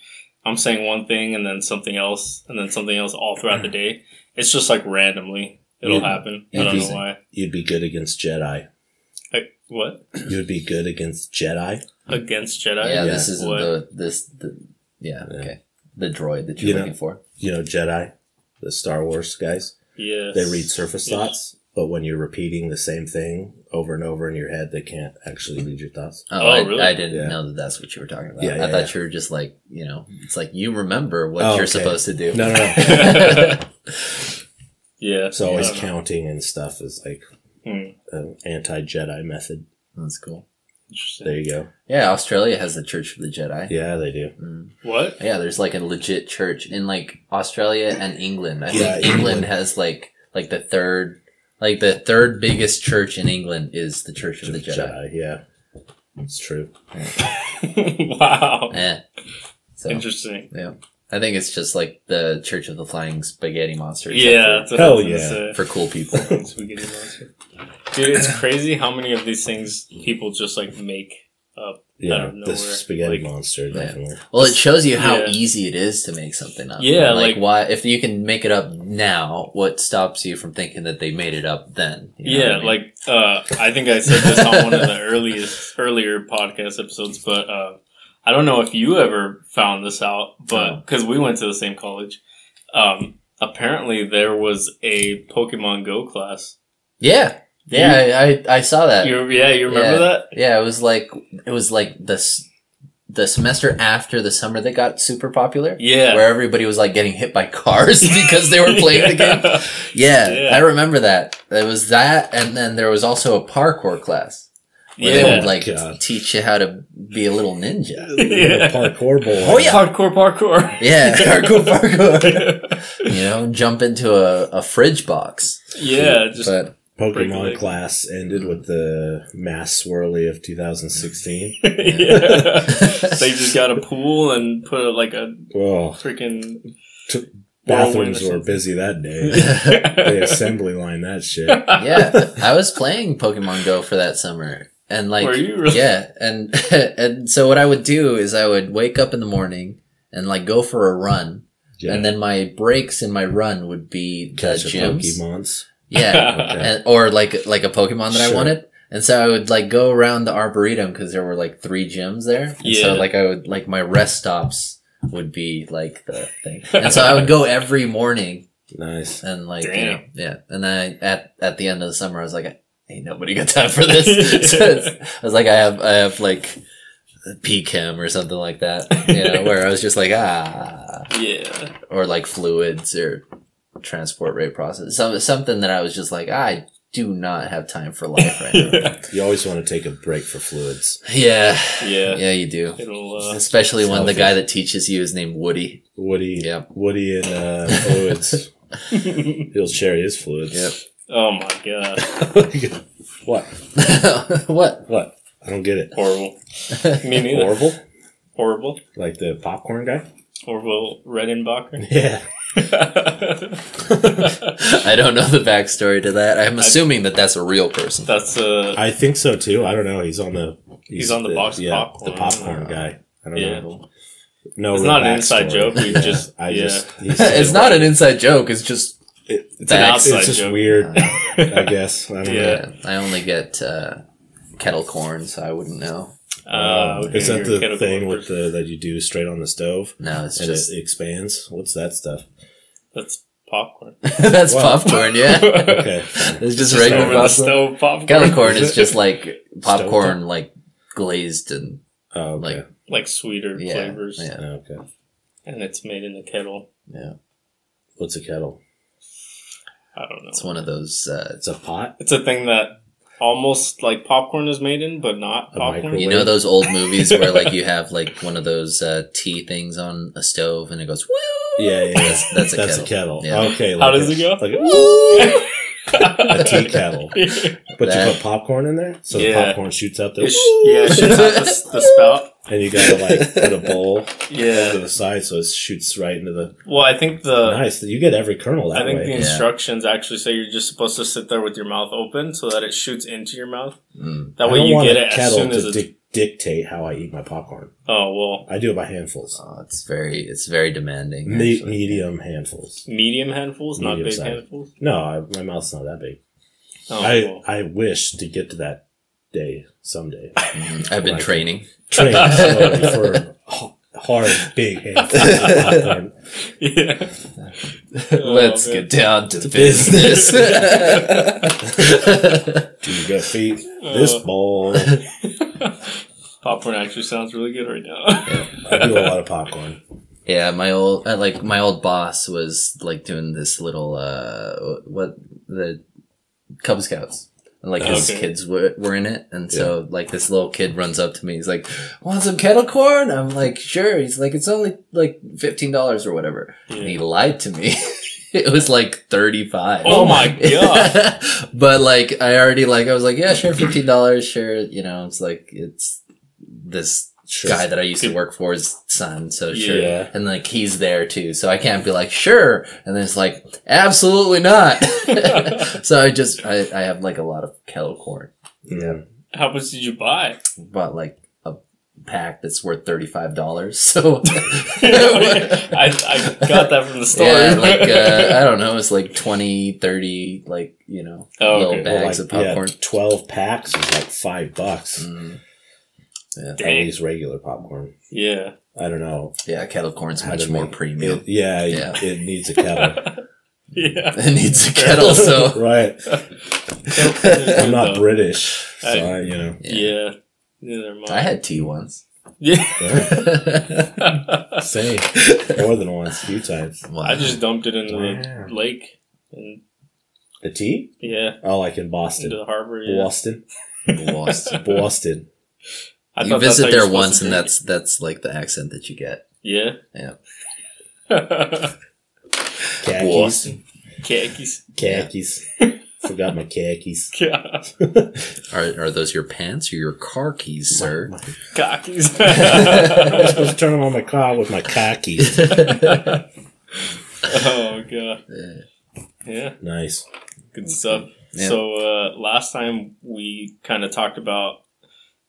Speaker 2: I'm saying one thing and then something else and then something else all throughout the day. It's just like randomly it'll
Speaker 1: Yeah.
Speaker 2: happen. I don't know
Speaker 3: Interesting.
Speaker 2: why.
Speaker 1: You'd be good against Jedi.
Speaker 2: I, what
Speaker 1: You'd be good against Jedi.
Speaker 2: against Jedi?
Speaker 1: Yeah.
Speaker 3: yeah, this isn't
Speaker 2: What?
Speaker 3: the this the yeah,
Speaker 1: Yeah.
Speaker 3: okay the droid that you're
Speaker 1: You know-
Speaker 3: looking for.
Speaker 1: You know Jedi, the Star Wars guys.
Speaker 2: Yes.
Speaker 1: They read surface
Speaker 2: Yes.
Speaker 1: thoughts, but when you're repeating the same thing over and over in your head, they can't actually read your thoughts.
Speaker 3: Oh,
Speaker 2: Oh,
Speaker 3: I,
Speaker 2: really?
Speaker 3: I didn't
Speaker 1: Yeah.
Speaker 3: know that that's what you were talking about.
Speaker 1: Yeah, yeah,
Speaker 3: I thought you were just like you know, it's like you remember what
Speaker 1: Oh,
Speaker 3: you're
Speaker 1: okay.
Speaker 3: supposed to do.
Speaker 1: No, no, no.
Speaker 2: Yeah.
Speaker 1: So always
Speaker 2: Yeah.
Speaker 1: counting and stuff is like
Speaker 2: Hmm.
Speaker 1: an anti-Jedi method.
Speaker 3: that's cool.
Speaker 2: Interesting.
Speaker 1: There you go.
Speaker 3: Yeah, Australia has the Church of the Jedi. Yeah.
Speaker 1: Yeah, they do.
Speaker 3: Mm.
Speaker 2: What?
Speaker 3: yeah, there's like a legit church in like Australia and England. I
Speaker 1: Yeah,
Speaker 3: think England
Speaker 1: England.
Speaker 3: has like like the third like the third biggest church in England is the Church of the
Speaker 1: Jedi.
Speaker 3: Jedi.
Speaker 1: Yeah, it's true.
Speaker 2: wow.
Speaker 3: Eh. So
Speaker 2: Interesting.
Speaker 3: yeah. I think it's just like the Church of the Flying Spaghetti Monster. except
Speaker 2: Yeah. That's what
Speaker 1: Hell
Speaker 2: I was gonna
Speaker 1: yeah.
Speaker 2: say.
Speaker 3: for, for cool people.
Speaker 2: Spaghetti monster. Dude, it's crazy how many of these things people just like make.
Speaker 1: Yeah,
Speaker 2: don't know
Speaker 1: the
Speaker 2: where-
Speaker 1: spaghetti
Speaker 2: like-
Speaker 1: monster
Speaker 3: Yeah.
Speaker 1: definitely.
Speaker 3: Well, it shows you how
Speaker 2: Yeah.
Speaker 3: easy it is to make something up.
Speaker 2: Yeah, like-
Speaker 3: like, why if you can make it up now, what stops you from thinking that they made it up then? You know what
Speaker 2: yeah,
Speaker 3: I mean?
Speaker 2: like uh, I think I said this on one of the earliest earlier podcast episodes, but uh, I don't know if you ever found this out, but
Speaker 3: No.
Speaker 2: because we went to the same college, um, apparently there was a Pokemon Go class.
Speaker 3: yeah, yeah, I, I I saw that.
Speaker 2: You, yeah, you remember
Speaker 3: Yeah.
Speaker 2: that?
Speaker 3: Yeah, it was like it was like the s- the semester after the summer that got super popular,
Speaker 2: Yeah.
Speaker 3: where everybody was like getting hit by cars because they were playing the game. Yeah,
Speaker 2: Yeah.
Speaker 3: I remember that. It was that, and then there was also a parkour class where they
Speaker 2: Yeah.
Speaker 3: would like
Speaker 1: God.
Speaker 3: teach you how to be a little ninja.
Speaker 2: Yeah.
Speaker 1: Parkour boy.
Speaker 3: Oh, yeah.
Speaker 2: Hardcore parkour.
Speaker 3: Yeah, parkour, parkour.
Speaker 2: yeah.
Speaker 3: you know, jump into a, a fridge box.
Speaker 2: Just
Speaker 3: But
Speaker 2: Break a
Speaker 1: Pokemon
Speaker 2: leg.
Speaker 1: class ended with the mass swirly of 2016.
Speaker 2: yeah. they just got a pool and put like a
Speaker 1: Oh,
Speaker 2: freaking
Speaker 1: bathrooms
Speaker 2: Whirlwind or
Speaker 1: were
Speaker 2: something.
Speaker 1: busy that day. they assembly line that shit.
Speaker 3: yeah, I was playing Pokemon Go for that summer, and like,
Speaker 2: Were you really?
Speaker 3: yeah, and and so what I would do is I would wake up in the morning and like go for a run,
Speaker 1: Yeah.
Speaker 3: and then my breaks in my run would be the
Speaker 1: Catch the
Speaker 3: gyms.
Speaker 1: Pokemons.
Speaker 3: Yeah,
Speaker 1: Okay.
Speaker 3: and, or like like a Pokemon that I
Speaker 1: Sure.
Speaker 3: wanted. And so I would like go around the arboretum because there were like three gyms there. And
Speaker 2: Yeah.
Speaker 3: So like I would like my rest stops would be like the thing. And so I would go every morning
Speaker 1: Nice.
Speaker 3: and like
Speaker 2: Damn.
Speaker 3: you know, yeah. And then I, at at the end of the summer I was like, ain't nobody got time for this. so it's- I was like, I have I have like PCAM or something like that. You know, where I was just like ah
Speaker 2: Yeah.
Speaker 3: or like fluids or transport rate process. Some, something that I was just like, I do not have time for life right now.
Speaker 1: You always want to take a break for fluids.
Speaker 3: yeah.
Speaker 2: Yeah.
Speaker 3: Yeah, you do.
Speaker 2: It'll uh,
Speaker 3: Especially when the
Speaker 1: healthy.
Speaker 3: guy that teaches you is named Woody.
Speaker 1: Woody,
Speaker 3: Yep.
Speaker 1: Woody and uh, fluids. He'll share his fluids.
Speaker 3: Yep.
Speaker 2: Oh my god.
Speaker 1: what?
Speaker 3: what?
Speaker 1: What? I don't get it.
Speaker 2: Horrible. Me neither.
Speaker 1: Orville,
Speaker 2: Horrible.
Speaker 1: like the popcorn guy.
Speaker 2: Orville Redenbacher.
Speaker 1: Yeah.
Speaker 3: I don't know the backstory to that. I'm assuming that that's a real person.
Speaker 2: That's uh
Speaker 1: I think so too. I don't know. He's on the
Speaker 2: He's on the box of popcorn. uh,
Speaker 1: the popcorn guy. I don't
Speaker 2: Yeah.
Speaker 1: know. No,
Speaker 2: It's
Speaker 1: real
Speaker 2: not an inside
Speaker 1: backstory.
Speaker 2: joke, we
Speaker 1: Yeah,
Speaker 2: just-
Speaker 1: I
Speaker 2: yeah.
Speaker 1: just he's-
Speaker 3: it's not an inside joke. It's just
Speaker 1: It-
Speaker 2: it's an
Speaker 3: Back-
Speaker 1: It's
Speaker 2: outside
Speaker 1: just
Speaker 2: joke.
Speaker 1: weird, I guess. I don't
Speaker 2: Yeah.
Speaker 1: know.
Speaker 3: yeah. I only get uh, kettle corn, so I wouldn't know.
Speaker 2: Uh, okay,
Speaker 1: Is that
Speaker 2: you're
Speaker 1: the
Speaker 2: kettle
Speaker 1: thing
Speaker 2: corn
Speaker 1: with the that you do straight on the stove
Speaker 3: No, it's
Speaker 1: and
Speaker 3: just
Speaker 1: it expands? What's that stuff?
Speaker 2: That's popcorn.
Speaker 3: that's
Speaker 1: Wow.
Speaker 3: popcorn. Yeah,
Speaker 1: Okay,
Speaker 3: it's just
Speaker 2: Just
Speaker 3: regular
Speaker 2: over the
Speaker 3: popcorn.
Speaker 2: stove popcorn.
Speaker 3: Kettle corn is just like
Speaker 1: Stone
Speaker 3: popcorn, like glazed and
Speaker 1: oh, okay. Oh,
Speaker 3: like
Speaker 2: like sweeter
Speaker 3: yeah,
Speaker 2: flavors,
Speaker 3: yeah,
Speaker 1: okay.
Speaker 2: and it's made in a kettle.
Speaker 3: yeah.
Speaker 1: What's a kettle?
Speaker 2: I don't know.
Speaker 3: It's one of those. Uh,
Speaker 1: It's a pot.
Speaker 2: It's a thing that almost like popcorn is made in, but not
Speaker 1: A
Speaker 2: popcorn.
Speaker 1: microwave.
Speaker 3: you know those old movies where like you have like one of those uh, tea things on a stove and it goes woo.
Speaker 1: Yeah, yeah, yeah.
Speaker 3: That's, that's a
Speaker 1: That's
Speaker 3: kettle.
Speaker 1: a kettle.
Speaker 3: Yeah.
Speaker 1: Okay,
Speaker 2: How
Speaker 1: like
Speaker 2: does
Speaker 1: a-
Speaker 2: it go?
Speaker 1: Like a, a tea
Speaker 2: yeah,
Speaker 1: kettle, but you
Speaker 3: That-
Speaker 1: put popcorn in there, so the
Speaker 2: Yeah.
Speaker 1: popcorn shoots out there,
Speaker 2: It sh- yeah, it shoots out the, s- the spout.
Speaker 1: and you gotta like put a bowl to
Speaker 2: Yeah.
Speaker 1: the side so it shoots right into the
Speaker 2: Well, I think the
Speaker 1: nice. You get every kernel
Speaker 2: I
Speaker 1: that
Speaker 2: think the
Speaker 1: way.
Speaker 3: Yeah.
Speaker 2: instructions actually say you're just supposed to sit there with your mouth open so that it shoots into your mouth.
Speaker 3: Mm.
Speaker 2: That
Speaker 1: I
Speaker 2: way
Speaker 1: don't
Speaker 2: you
Speaker 1: want
Speaker 2: get
Speaker 1: a
Speaker 2: it as
Speaker 1: kettle
Speaker 2: soon as
Speaker 1: to
Speaker 2: it's.
Speaker 1: dic- dictate how I eat my popcorn.
Speaker 2: oh well,
Speaker 1: I do it by handfuls,
Speaker 3: Oh, it's very it's very demanding.
Speaker 1: Me-
Speaker 3: actually.
Speaker 1: medium handfuls.
Speaker 2: medium handfuls, not
Speaker 1: Medium
Speaker 2: big
Speaker 1: size.
Speaker 2: handfuls.
Speaker 1: No, I, my mouth's not that big.
Speaker 2: Oh,
Speaker 1: I
Speaker 2: well.
Speaker 1: I wish to get to that day someday.
Speaker 3: Mhm. I've been
Speaker 1: Like-
Speaker 3: training.
Speaker 1: Train slowly for h- hard big handfuls of popcorn.
Speaker 2: yeah.
Speaker 3: Let's
Speaker 2: Oh, man.
Speaker 3: get down to business.
Speaker 1: You got feet. This
Speaker 2: Uh.
Speaker 1: bowl.
Speaker 2: popcorn. Actually, sounds really good right now.
Speaker 1: I do a lot of popcorn.
Speaker 3: yeah, my old uh, like my old boss was like doing this little uh what the Cub Scouts. And, Like his
Speaker 2: Okay.
Speaker 3: kids were, were in it, and so like this little kid runs up to me. He's like, "Want some kettle corn?" I'm like, "Sure." He's like, "It's only like fifteen dollars or whatever." And he
Speaker 2: Yeah.
Speaker 3: lied to me. it was like thirty five.
Speaker 2: Oh my God.
Speaker 3: but like I already like I was like, yeah, sure, fifteen dollars, sure. You know, it's like it's this
Speaker 1: Sure.
Speaker 3: guy that I used to work for his son, so sure.
Speaker 1: Yeah.
Speaker 3: And like he's there too, so I can't be like, sure. And then it's like, absolutely not. so I just I, I have like a lot of kettle corn.
Speaker 1: Yeah.
Speaker 2: How much did you buy?
Speaker 3: Bought like a pack that's worth thirty five dollars. So
Speaker 2: I, I got that from the store.
Speaker 3: Yeah, like uh, I don't know, it's like 20, 30, like you know,
Speaker 2: Oh,
Speaker 3: little
Speaker 2: okay.
Speaker 1: Well,
Speaker 3: bags
Speaker 1: like,
Speaker 3: of popcorn.
Speaker 1: Yeah, Twelve packs is like five bucks.
Speaker 3: Mm,
Speaker 1: At
Speaker 2: Dang.
Speaker 1: least regular popcorn.
Speaker 2: yeah.
Speaker 1: I don't know.
Speaker 3: yeah, kettle corn's
Speaker 1: how
Speaker 3: much
Speaker 1: to
Speaker 3: more
Speaker 1: make it.
Speaker 3: premium.
Speaker 1: yeah, it-
Speaker 3: Yeah.
Speaker 1: It, needs a kettle.
Speaker 2: Yeah.
Speaker 3: It needs a kettle, so
Speaker 1: right. I'm not
Speaker 3: Oh.
Speaker 2: Though.
Speaker 1: British, so
Speaker 2: I-
Speaker 1: I, you know.
Speaker 3: yeah.
Speaker 2: Yeah. Neither am
Speaker 3: I
Speaker 2: I.
Speaker 3: had tea once.
Speaker 2: Yeah.
Speaker 1: yeah,
Speaker 2: I
Speaker 1: Same. More than once, a few times.
Speaker 3: Wow.
Speaker 2: just dumped it into
Speaker 1: Wow.
Speaker 2: the lake and
Speaker 1: The tea?
Speaker 2: yeah,
Speaker 1: Oh, like in
Speaker 2: into
Speaker 1: Boston.
Speaker 2: the harbor. Yeah.
Speaker 1: Boston.
Speaker 3: lost.
Speaker 1: Boston.
Speaker 2: I
Speaker 3: you
Speaker 2: thought that's how
Speaker 3: visit
Speaker 2: you're
Speaker 3: there
Speaker 2: supposed
Speaker 3: once,
Speaker 2: to
Speaker 3: and
Speaker 2: drink
Speaker 3: that's that's like the accent that you get.
Speaker 2: it.
Speaker 3: Yeah.
Speaker 2: yeah.
Speaker 1: Khakis.
Speaker 3: Boston.
Speaker 2: Khakis.
Speaker 1: Khakis. Forgot my khakis.
Speaker 2: Ca-
Speaker 3: Are, are those your pants or your car keys, sir?
Speaker 1: My- my-
Speaker 2: Khakis.
Speaker 1: I was supposed to turn them on my car with my khakis.
Speaker 2: oh god.
Speaker 3: Yeah.
Speaker 2: Yeah.
Speaker 1: nice.
Speaker 2: Good stuff.
Speaker 3: Yeah.
Speaker 2: So uh last time we kind of talked about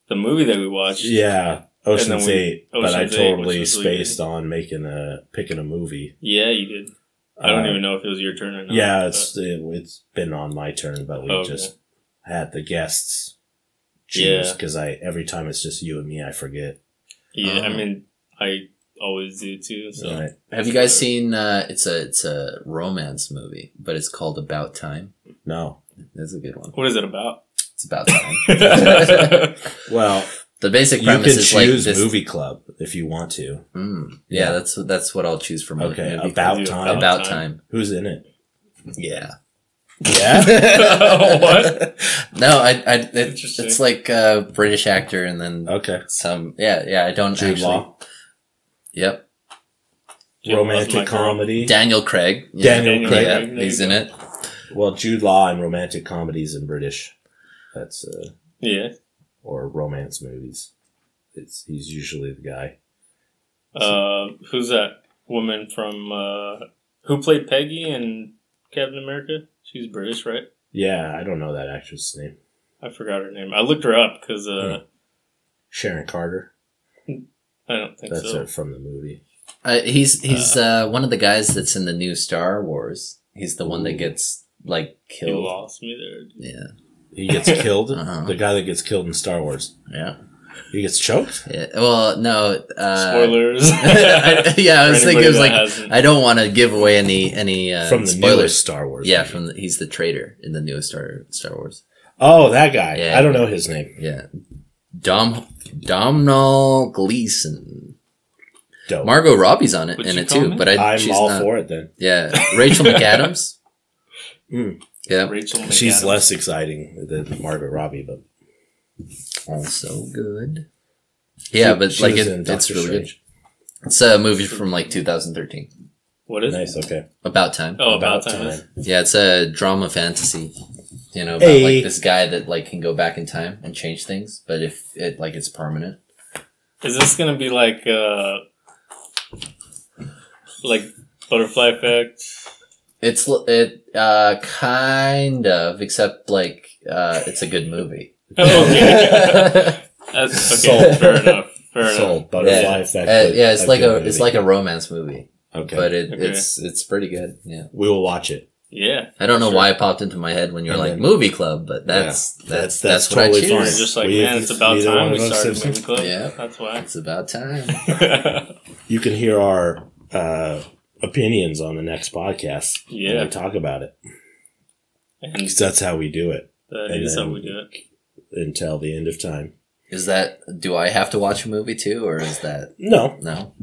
Speaker 2: the movie that we watched.
Speaker 1: Yeah. Ocean's
Speaker 2: we-
Speaker 1: Eight, but I
Speaker 2: Ocean's Eight, which
Speaker 1: totally
Speaker 2: is what you did.
Speaker 1: spaced on making a picking a movie.
Speaker 2: Yeah, you did. I don't
Speaker 1: Uh,
Speaker 2: even know if it was your turn or not.
Speaker 1: Yeah, it's it, it's been on my turn, but we
Speaker 2: Okay.
Speaker 1: just had the guests choose
Speaker 2: Yeah.
Speaker 1: because I every time it's just you and me, I forget.
Speaker 2: but- yeah. I
Speaker 3: Oh.
Speaker 2: mean, I always do too. So
Speaker 1: Right?
Speaker 3: Have you guys seen? Uh, it's a it's a romance movie, but it's called About Time.
Speaker 1: No,
Speaker 3: That's a good one.
Speaker 2: what is it about?
Speaker 3: It's about time.
Speaker 2: yeah,
Speaker 1: well,
Speaker 3: the basic
Speaker 1: you can
Speaker 3: premise is
Speaker 1: choose
Speaker 3: like this.
Speaker 1: movie club if you want to.
Speaker 3: Mm, yeah, that's that's what I'll choose for my
Speaker 1: Okay,
Speaker 3: movie.
Speaker 1: about
Speaker 2: Movie
Speaker 1: time.
Speaker 2: About
Speaker 3: about,
Speaker 2: Time.
Speaker 3: time.
Speaker 1: Who's in it?
Speaker 3: Yeah.
Speaker 1: Yeah,
Speaker 2: What?
Speaker 3: No, I, I it,
Speaker 2: Interesting.
Speaker 3: it's like a British actor and then
Speaker 1: okay.
Speaker 3: some. Yeah, yeah. I don't
Speaker 1: Jude
Speaker 3: actually.
Speaker 1: Law,
Speaker 3: Yep.
Speaker 2: Jude Law's my girl.
Speaker 1: romantic comedy.
Speaker 3: Daniel Craig. Yeah.
Speaker 1: Daniel
Speaker 2: Daniel
Speaker 1: Craig.
Speaker 3: Yeah,
Speaker 2: Craig, there
Speaker 3: he's
Speaker 2: you
Speaker 3: in
Speaker 2: go.
Speaker 3: it.
Speaker 1: Well, Jude Law and romantic comedies in British. That's uh, or romance movies. It's he's usually the guy.
Speaker 2: Uh, who's that woman from uh, who played Peggy in Captain America? She's British, right?
Speaker 1: Yeah, I don't know that actress' name.
Speaker 2: I forgot her name. I looked her up because uh,
Speaker 1: Sharon Carter.
Speaker 2: I don't think
Speaker 1: That's
Speaker 2: so.
Speaker 1: her from the movie.
Speaker 3: Uh, he's he's uh, one of the guys that's in the new Star Wars. He's the one that gets like
Speaker 2: You
Speaker 3: killed.
Speaker 2: lost me there.
Speaker 3: Yeah.
Speaker 1: He gets killed.
Speaker 3: Uh-huh.
Speaker 1: The guy that gets killed in Star Wars.
Speaker 3: Yeah.
Speaker 1: He gets choked.
Speaker 3: Yeah. Well, no. Uh,
Speaker 2: Spoilers.
Speaker 3: I, yeah, I was
Speaker 2: For anybody
Speaker 3: thinking it was
Speaker 2: that
Speaker 3: like
Speaker 2: hasn't.
Speaker 3: I don't want to give away any any uh,
Speaker 1: from the newest
Speaker 3: spoilers.
Speaker 1: Star Wars.
Speaker 3: Yeah,
Speaker 1: movie.
Speaker 3: from the, he's the traitor in the newest Star Star Wars.
Speaker 1: oh, that guy.
Speaker 3: Yeah.
Speaker 1: I don't know his name.
Speaker 3: Yeah, Dom Domhnall Gleeson.
Speaker 1: Dope.
Speaker 3: Margot Robbie's on it
Speaker 2: Would
Speaker 3: in
Speaker 2: you
Speaker 3: it
Speaker 2: call
Speaker 3: too,
Speaker 2: me?
Speaker 3: but I,
Speaker 1: I'm
Speaker 3: she's
Speaker 1: all
Speaker 3: not.
Speaker 1: for it then.
Speaker 3: Yeah, Rachel McAdams.
Speaker 1: Mm.
Speaker 3: Yeah,
Speaker 2: Rachel. McAdams.
Speaker 1: She's less exciting than Margaret Robbie, but
Speaker 3: also good. Yeah,
Speaker 1: She-
Speaker 3: but
Speaker 1: she
Speaker 3: like
Speaker 1: was
Speaker 3: it,
Speaker 1: in
Speaker 3: it's
Speaker 1: Doctor
Speaker 3: really
Speaker 1: Strange.
Speaker 3: good. It's a movie from like 2013.
Speaker 2: What is
Speaker 1: Nice.
Speaker 2: it?
Speaker 1: Okay.
Speaker 3: About time.
Speaker 2: Oh, about, time.
Speaker 3: Yeah, it's a drama fantasy. You know, about
Speaker 1: Hey.
Speaker 3: like this guy that like can go back in time and change things, but if it like it's permanent.
Speaker 2: Is this gonna be like uh like butterfly effect?
Speaker 3: It's l- it uh kind of except like uh it's a good movie.
Speaker 2: okay.
Speaker 3: Uh,
Speaker 2: That's okay,
Speaker 1: Sold.
Speaker 2: fair enough. Fair
Speaker 1: So
Speaker 2: enough.
Speaker 1: butterfly
Speaker 3: Yeah. Uh,
Speaker 1: effect. but
Speaker 3: yeah, it's like
Speaker 1: good
Speaker 3: a it's
Speaker 1: movie.
Speaker 3: like a romance movie,
Speaker 1: okay.
Speaker 3: but it,
Speaker 2: Okay.
Speaker 3: it's it's pretty good. Yeah,
Speaker 1: we will watch it.
Speaker 2: Yeah.
Speaker 3: I don't know
Speaker 2: Sure.
Speaker 3: why it popped into my head when you're
Speaker 1: And
Speaker 3: like
Speaker 1: then-
Speaker 3: movie club, but that's
Speaker 1: Yeah.
Speaker 3: that's, that's
Speaker 1: That's- that's
Speaker 3: what
Speaker 1: totally
Speaker 3: I
Speaker 2: You're
Speaker 1: fine.
Speaker 3: choose.
Speaker 2: just like,
Speaker 1: We-
Speaker 2: man, it's about
Speaker 1: neither
Speaker 2: time
Speaker 1: one
Speaker 2: we
Speaker 1: of us
Speaker 2: started
Speaker 1: Simpsons?
Speaker 2: movie club.
Speaker 3: Yeah.
Speaker 2: That's why.
Speaker 3: It's about time.
Speaker 1: You can hear our uh, opinions on the next podcast. when
Speaker 2: Yeah.
Speaker 1: we talk about it.
Speaker 2: and
Speaker 1: 'Cause that's how we do it
Speaker 2: that
Speaker 1: And
Speaker 2: is how
Speaker 1: then-
Speaker 2: we do it.
Speaker 1: until the end of time.
Speaker 3: Is that do I have to watch a movie too, or is that
Speaker 1: No,
Speaker 3: no?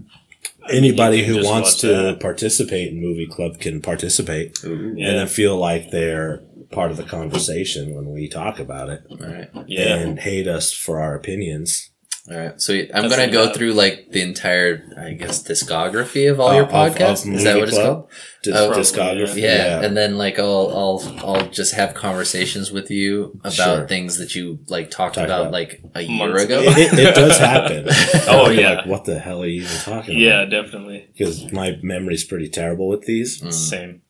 Speaker 1: anybody
Speaker 2: You can
Speaker 1: who
Speaker 2: just
Speaker 1: wants
Speaker 2: watch
Speaker 1: to
Speaker 2: that.
Speaker 1: participate in movie club can participate
Speaker 3: Ooh,
Speaker 2: Yeah.
Speaker 1: and then feel like they're part of the conversation when we talk about it
Speaker 3: all right,
Speaker 2: Yeah.
Speaker 1: and hate us for our opinions.
Speaker 3: all right. So I'm
Speaker 2: That's
Speaker 3: gonna go
Speaker 2: enough.
Speaker 3: through like the entire, I guess, discography of all
Speaker 1: Uh,
Speaker 3: your
Speaker 1: of- of
Speaker 3: podcasts. is that
Speaker 1: movie
Speaker 3: what it's
Speaker 1: club?
Speaker 3: called?
Speaker 1: Dis-
Speaker 3: Oh.
Speaker 1: discography.
Speaker 3: yeah,
Speaker 1: Yeah.
Speaker 3: and then like I'll I'll I'll just have conversations with you about
Speaker 1: Sure.
Speaker 3: things that you like talked
Speaker 1: Talk
Speaker 3: about,
Speaker 1: about.
Speaker 3: like a year
Speaker 2: Months
Speaker 3: ago.
Speaker 2: ago.
Speaker 1: It, it does happen.
Speaker 2: Oh,
Speaker 1: I'll be
Speaker 2: yeah.
Speaker 1: Like, what the hell are you even talking
Speaker 2: Yeah, definitely.
Speaker 1: Because my memory's pretty terrible with these.
Speaker 3: Mm.
Speaker 2: Same.